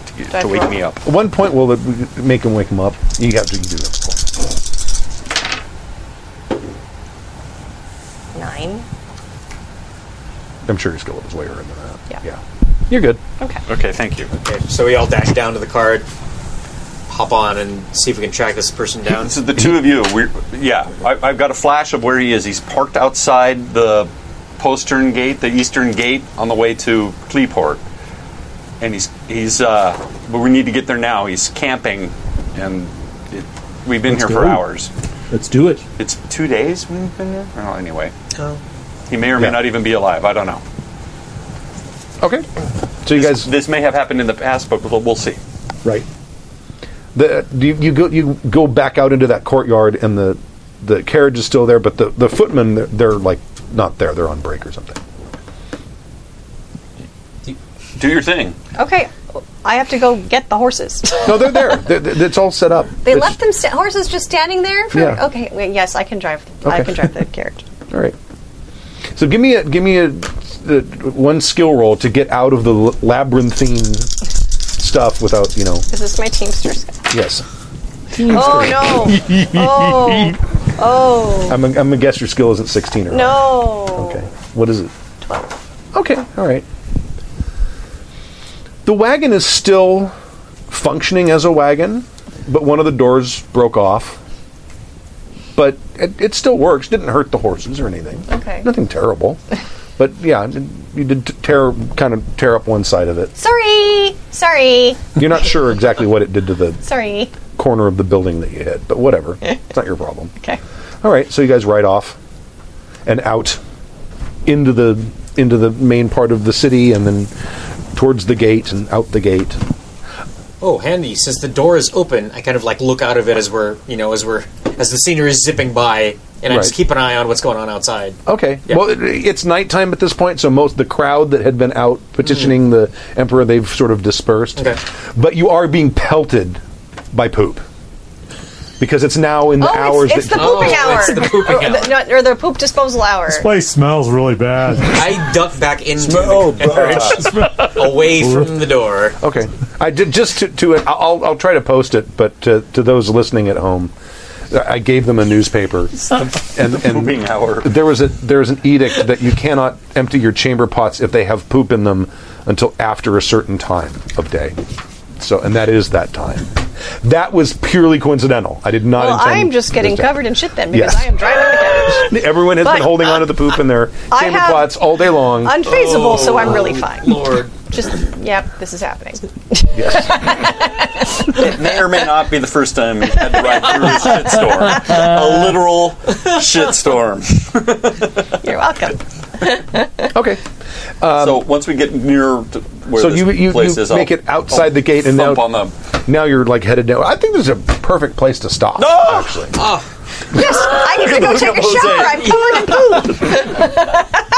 [SPEAKER 6] to, get- to wake me up.
[SPEAKER 1] At one point, will it make him wake him up? You have to do that.
[SPEAKER 11] Nine.
[SPEAKER 1] I'm sure his skill level's way higher than that.
[SPEAKER 11] Yeah.
[SPEAKER 1] You're good.
[SPEAKER 11] Okay.
[SPEAKER 6] Okay, thank you.
[SPEAKER 4] Okay, so we all dash down to the cart, hop on, and see if we can track this person down.
[SPEAKER 6] This is the two of you. We're, yeah, I, I've got a flash of where he is. He's parked outside the postern gate, the eastern gate, on the way to Cleeport, and he's he's. Uh, but we need to get there now. He's camping, and it, we've been
[SPEAKER 7] Let's
[SPEAKER 6] here for
[SPEAKER 7] go.
[SPEAKER 6] hours.
[SPEAKER 7] Let's do it.
[SPEAKER 6] It's two days we've been here. Well, anyway,
[SPEAKER 4] Oh.
[SPEAKER 6] he may or may
[SPEAKER 1] Yeah.
[SPEAKER 6] not even be alive. I don't know.
[SPEAKER 1] Okay. So you guys,
[SPEAKER 6] This may have happened in the past, but we'll, we'll see.
[SPEAKER 1] right? The, do you, you go you go back out into that courtyard, and the the carriage is still there, but the the footmen they're, they're like not there; they're on break or something.
[SPEAKER 6] Do your thing.
[SPEAKER 11] Okay. I have to go get the horses.
[SPEAKER 1] No, they're there. They're- they're- it's all set up.
[SPEAKER 11] They
[SPEAKER 1] It's-
[SPEAKER 11] left them sta- horses just standing there. For,
[SPEAKER 1] Yeah.
[SPEAKER 11] Okay. Wait, yes, I can drive. I
[SPEAKER 1] Okay.
[SPEAKER 11] can drive the carriage.
[SPEAKER 1] All right. So give me a give me a, the one skill roll to get out of the l- labyrinthine stuff without you know.
[SPEAKER 11] Is this my teamster's?
[SPEAKER 1] Yes.
[SPEAKER 11] Oh no! Oh, oh
[SPEAKER 1] I'm, I'm gonna guess your skill isn't 16 or
[SPEAKER 11] no!
[SPEAKER 1] Okay. What is it? 12. Okay, all right. The wagon is still functioning as a wagon, but one of the doors broke off. But it, it still works. Didn't hurt the horses or anything.
[SPEAKER 11] Okay.
[SPEAKER 1] Nothing terrible. But yeah, you did t- tear kind of tear up one side of it.
[SPEAKER 18] Sorry, sorry.
[SPEAKER 1] You're not sure exactly what it did to the
[SPEAKER 18] Sorry.
[SPEAKER 1] corner of the building that you hit, but whatever. it's not your problem.
[SPEAKER 19] Okay.
[SPEAKER 1] All right, so you guys ride off and out into the into the main part of the city and then towards the gate and out the gate.
[SPEAKER 4] Oh, handy! Since the door is open, I kind of like look out of it as we're, you know, as we're as the scenery is zipping by, and I just
[SPEAKER 1] Right.
[SPEAKER 4] keep an eye on what's going on outside.
[SPEAKER 1] Okay.
[SPEAKER 4] Yeah.
[SPEAKER 1] Well, it, it's nighttime at this point, so most the crowd that had been out petitioning the emperor they've sort of dispersed.
[SPEAKER 4] Okay.
[SPEAKER 1] But you are being pelted by poop because it's now in the
[SPEAKER 11] oh, it's-
[SPEAKER 1] hours
[SPEAKER 11] it's,
[SPEAKER 1] that
[SPEAKER 11] the pooping hour.
[SPEAKER 4] it's the pooping
[SPEAKER 11] or, The, no, or the poop disposal hour.
[SPEAKER 7] This place smells really bad.
[SPEAKER 4] I duck back into
[SPEAKER 7] oh,
[SPEAKER 4] the carriage, away from the door.
[SPEAKER 1] Okay, I did just to, to I'll I'll try to post it, but to, to those listening at home, I gave them a newspaper, and
[SPEAKER 6] pooping hour.
[SPEAKER 1] there was a there was an edict that you cannot empty your chamber pots if they have poop in them until after a certain time of day. So, and that is that time. That was purely coincidental. I did not.
[SPEAKER 11] Well,
[SPEAKER 1] intend
[SPEAKER 11] I'm just getting
[SPEAKER 1] this to-
[SPEAKER 11] covered in shit then because
[SPEAKER 1] Yes.
[SPEAKER 11] I am driving the carriage.
[SPEAKER 1] Everyone has
[SPEAKER 11] But, uh,
[SPEAKER 1] been holding on to the poop in their
[SPEAKER 11] I
[SPEAKER 1] chamber
[SPEAKER 11] have
[SPEAKER 1] pots all day long.
[SPEAKER 11] Unfazable, so I'm really
[SPEAKER 1] Oh.
[SPEAKER 11] fine.
[SPEAKER 4] Lord,
[SPEAKER 11] Just yep, this is happening.
[SPEAKER 6] It may or may not be the first time you've had to ride through a shitstorm. A literal shitstorm.
[SPEAKER 11] You're welcome.
[SPEAKER 1] okay.
[SPEAKER 6] so once we get near to where
[SPEAKER 1] Um, so
[SPEAKER 6] this
[SPEAKER 1] you you,
[SPEAKER 6] place
[SPEAKER 1] you
[SPEAKER 6] is,
[SPEAKER 1] make
[SPEAKER 6] I'll-
[SPEAKER 1] it outside the gate and now
[SPEAKER 6] thump on the
[SPEAKER 1] now you're like headed down. I think this is a perfect place to stop.
[SPEAKER 6] No!
[SPEAKER 1] actually.
[SPEAKER 11] Yes, I need to go
[SPEAKER 6] Look
[SPEAKER 11] take
[SPEAKER 6] at
[SPEAKER 11] a shower.
[SPEAKER 6] Jose.
[SPEAKER 11] I'm covered in poop.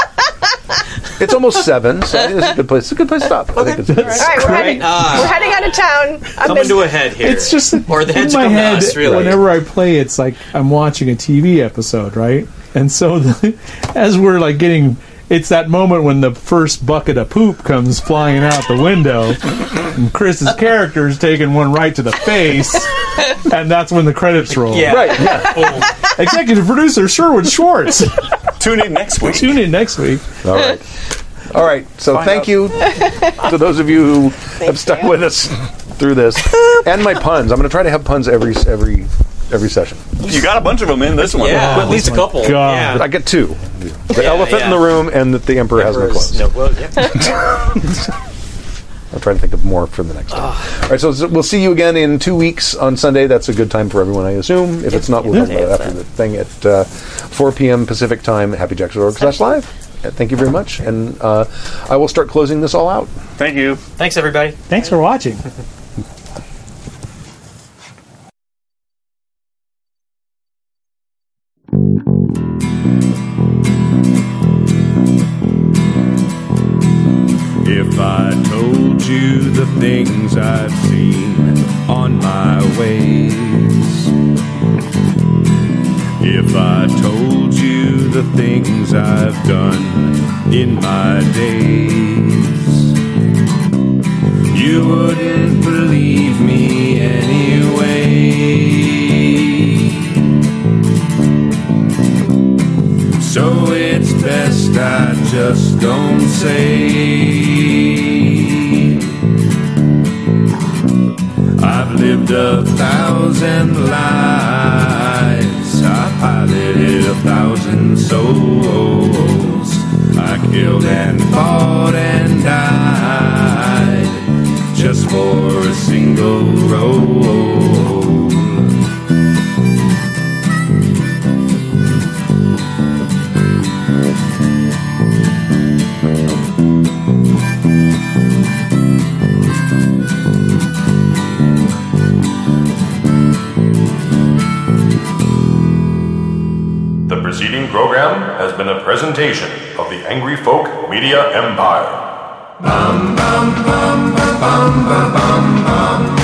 [SPEAKER 1] It's almost seven, so I think this is a good place. It's a good place to stop. I think it's
[SPEAKER 11] All right, we're heading, we're heading out of town. I'm
[SPEAKER 4] someone do a head here.
[SPEAKER 7] It's just
[SPEAKER 4] or the heads
[SPEAKER 7] in my
[SPEAKER 4] come
[SPEAKER 7] head.
[SPEAKER 4] to us, really.
[SPEAKER 7] Whenever I play, it's like I'm watching a TV episode, right? And so, the, as we're like getting, it's that moment when the first bucket of poop comes flying out the window, and Chris's character is taking one right to the face, and that's when the credits roll.
[SPEAKER 4] Yeah.
[SPEAKER 1] Right. Yeah.
[SPEAKER 7] Executive producer Sherwood Schwartz.
[SPEAKER 6] tune in next week.
[SPEAKER 7] Tune in next week.
[SPEAKER 1] All right. All right. So
[SPEAKER 6] Find
[SPEAKER 1] thank
[SPEAKER 6] out.
[SPEAKER 1] you to those of you who have stuck with us through this, and my puns. I'm going to try to have puns every every every session.
[SPEAKER 6] You got a bunch of them in this one.
[SPEAKER 4] yeah, at least a couple.
[SPEAKER 7] Oh God.
[SPEAKER 4] Yeah.
[SPEAKER 1] I get two: the
[SPEAKER 4] Yeah,
[SPEAKER 1] elephant in
[SPEAKER 4] yeah.
[SPEAKER 1] the room and that the emperor has no
[SPEAKER 4] Emperor's
[SPEAKER 1] clothes.
[SPEAKER 4] notebook, yeah.
[SPEAKER 1] I'll try to think of more for the next time. All right, so, so we'll see you again in two weeks on Sunday. That's a good time for everyone, I assume. If it's not, we'll talk about it after the thing at uh, 4 p.m. Pacific time. HappyJacks.org slash live. Uh, Thank you very much, and uh, I will start closing this all out.
[SPEAKER 6] Thank you.
[SPEAKER 4] Thanks, everybody.
[SPEAKER 7] Thanks for watching.
[SPEAKER 13] If I told you the things I've seen on my ways, if I told you the things I've done in my days, you wouldn't believe me anyway. So it's best I just don't say. I've lived a thousand lives. I piloted a thousand souls. I killed and fought and died just for a single role.
[SPEAKER 3] The preceding program has been a presentation of the Angry Folk Media Empire.
[SPEAKER 13] bum bum bum bum bum bum bum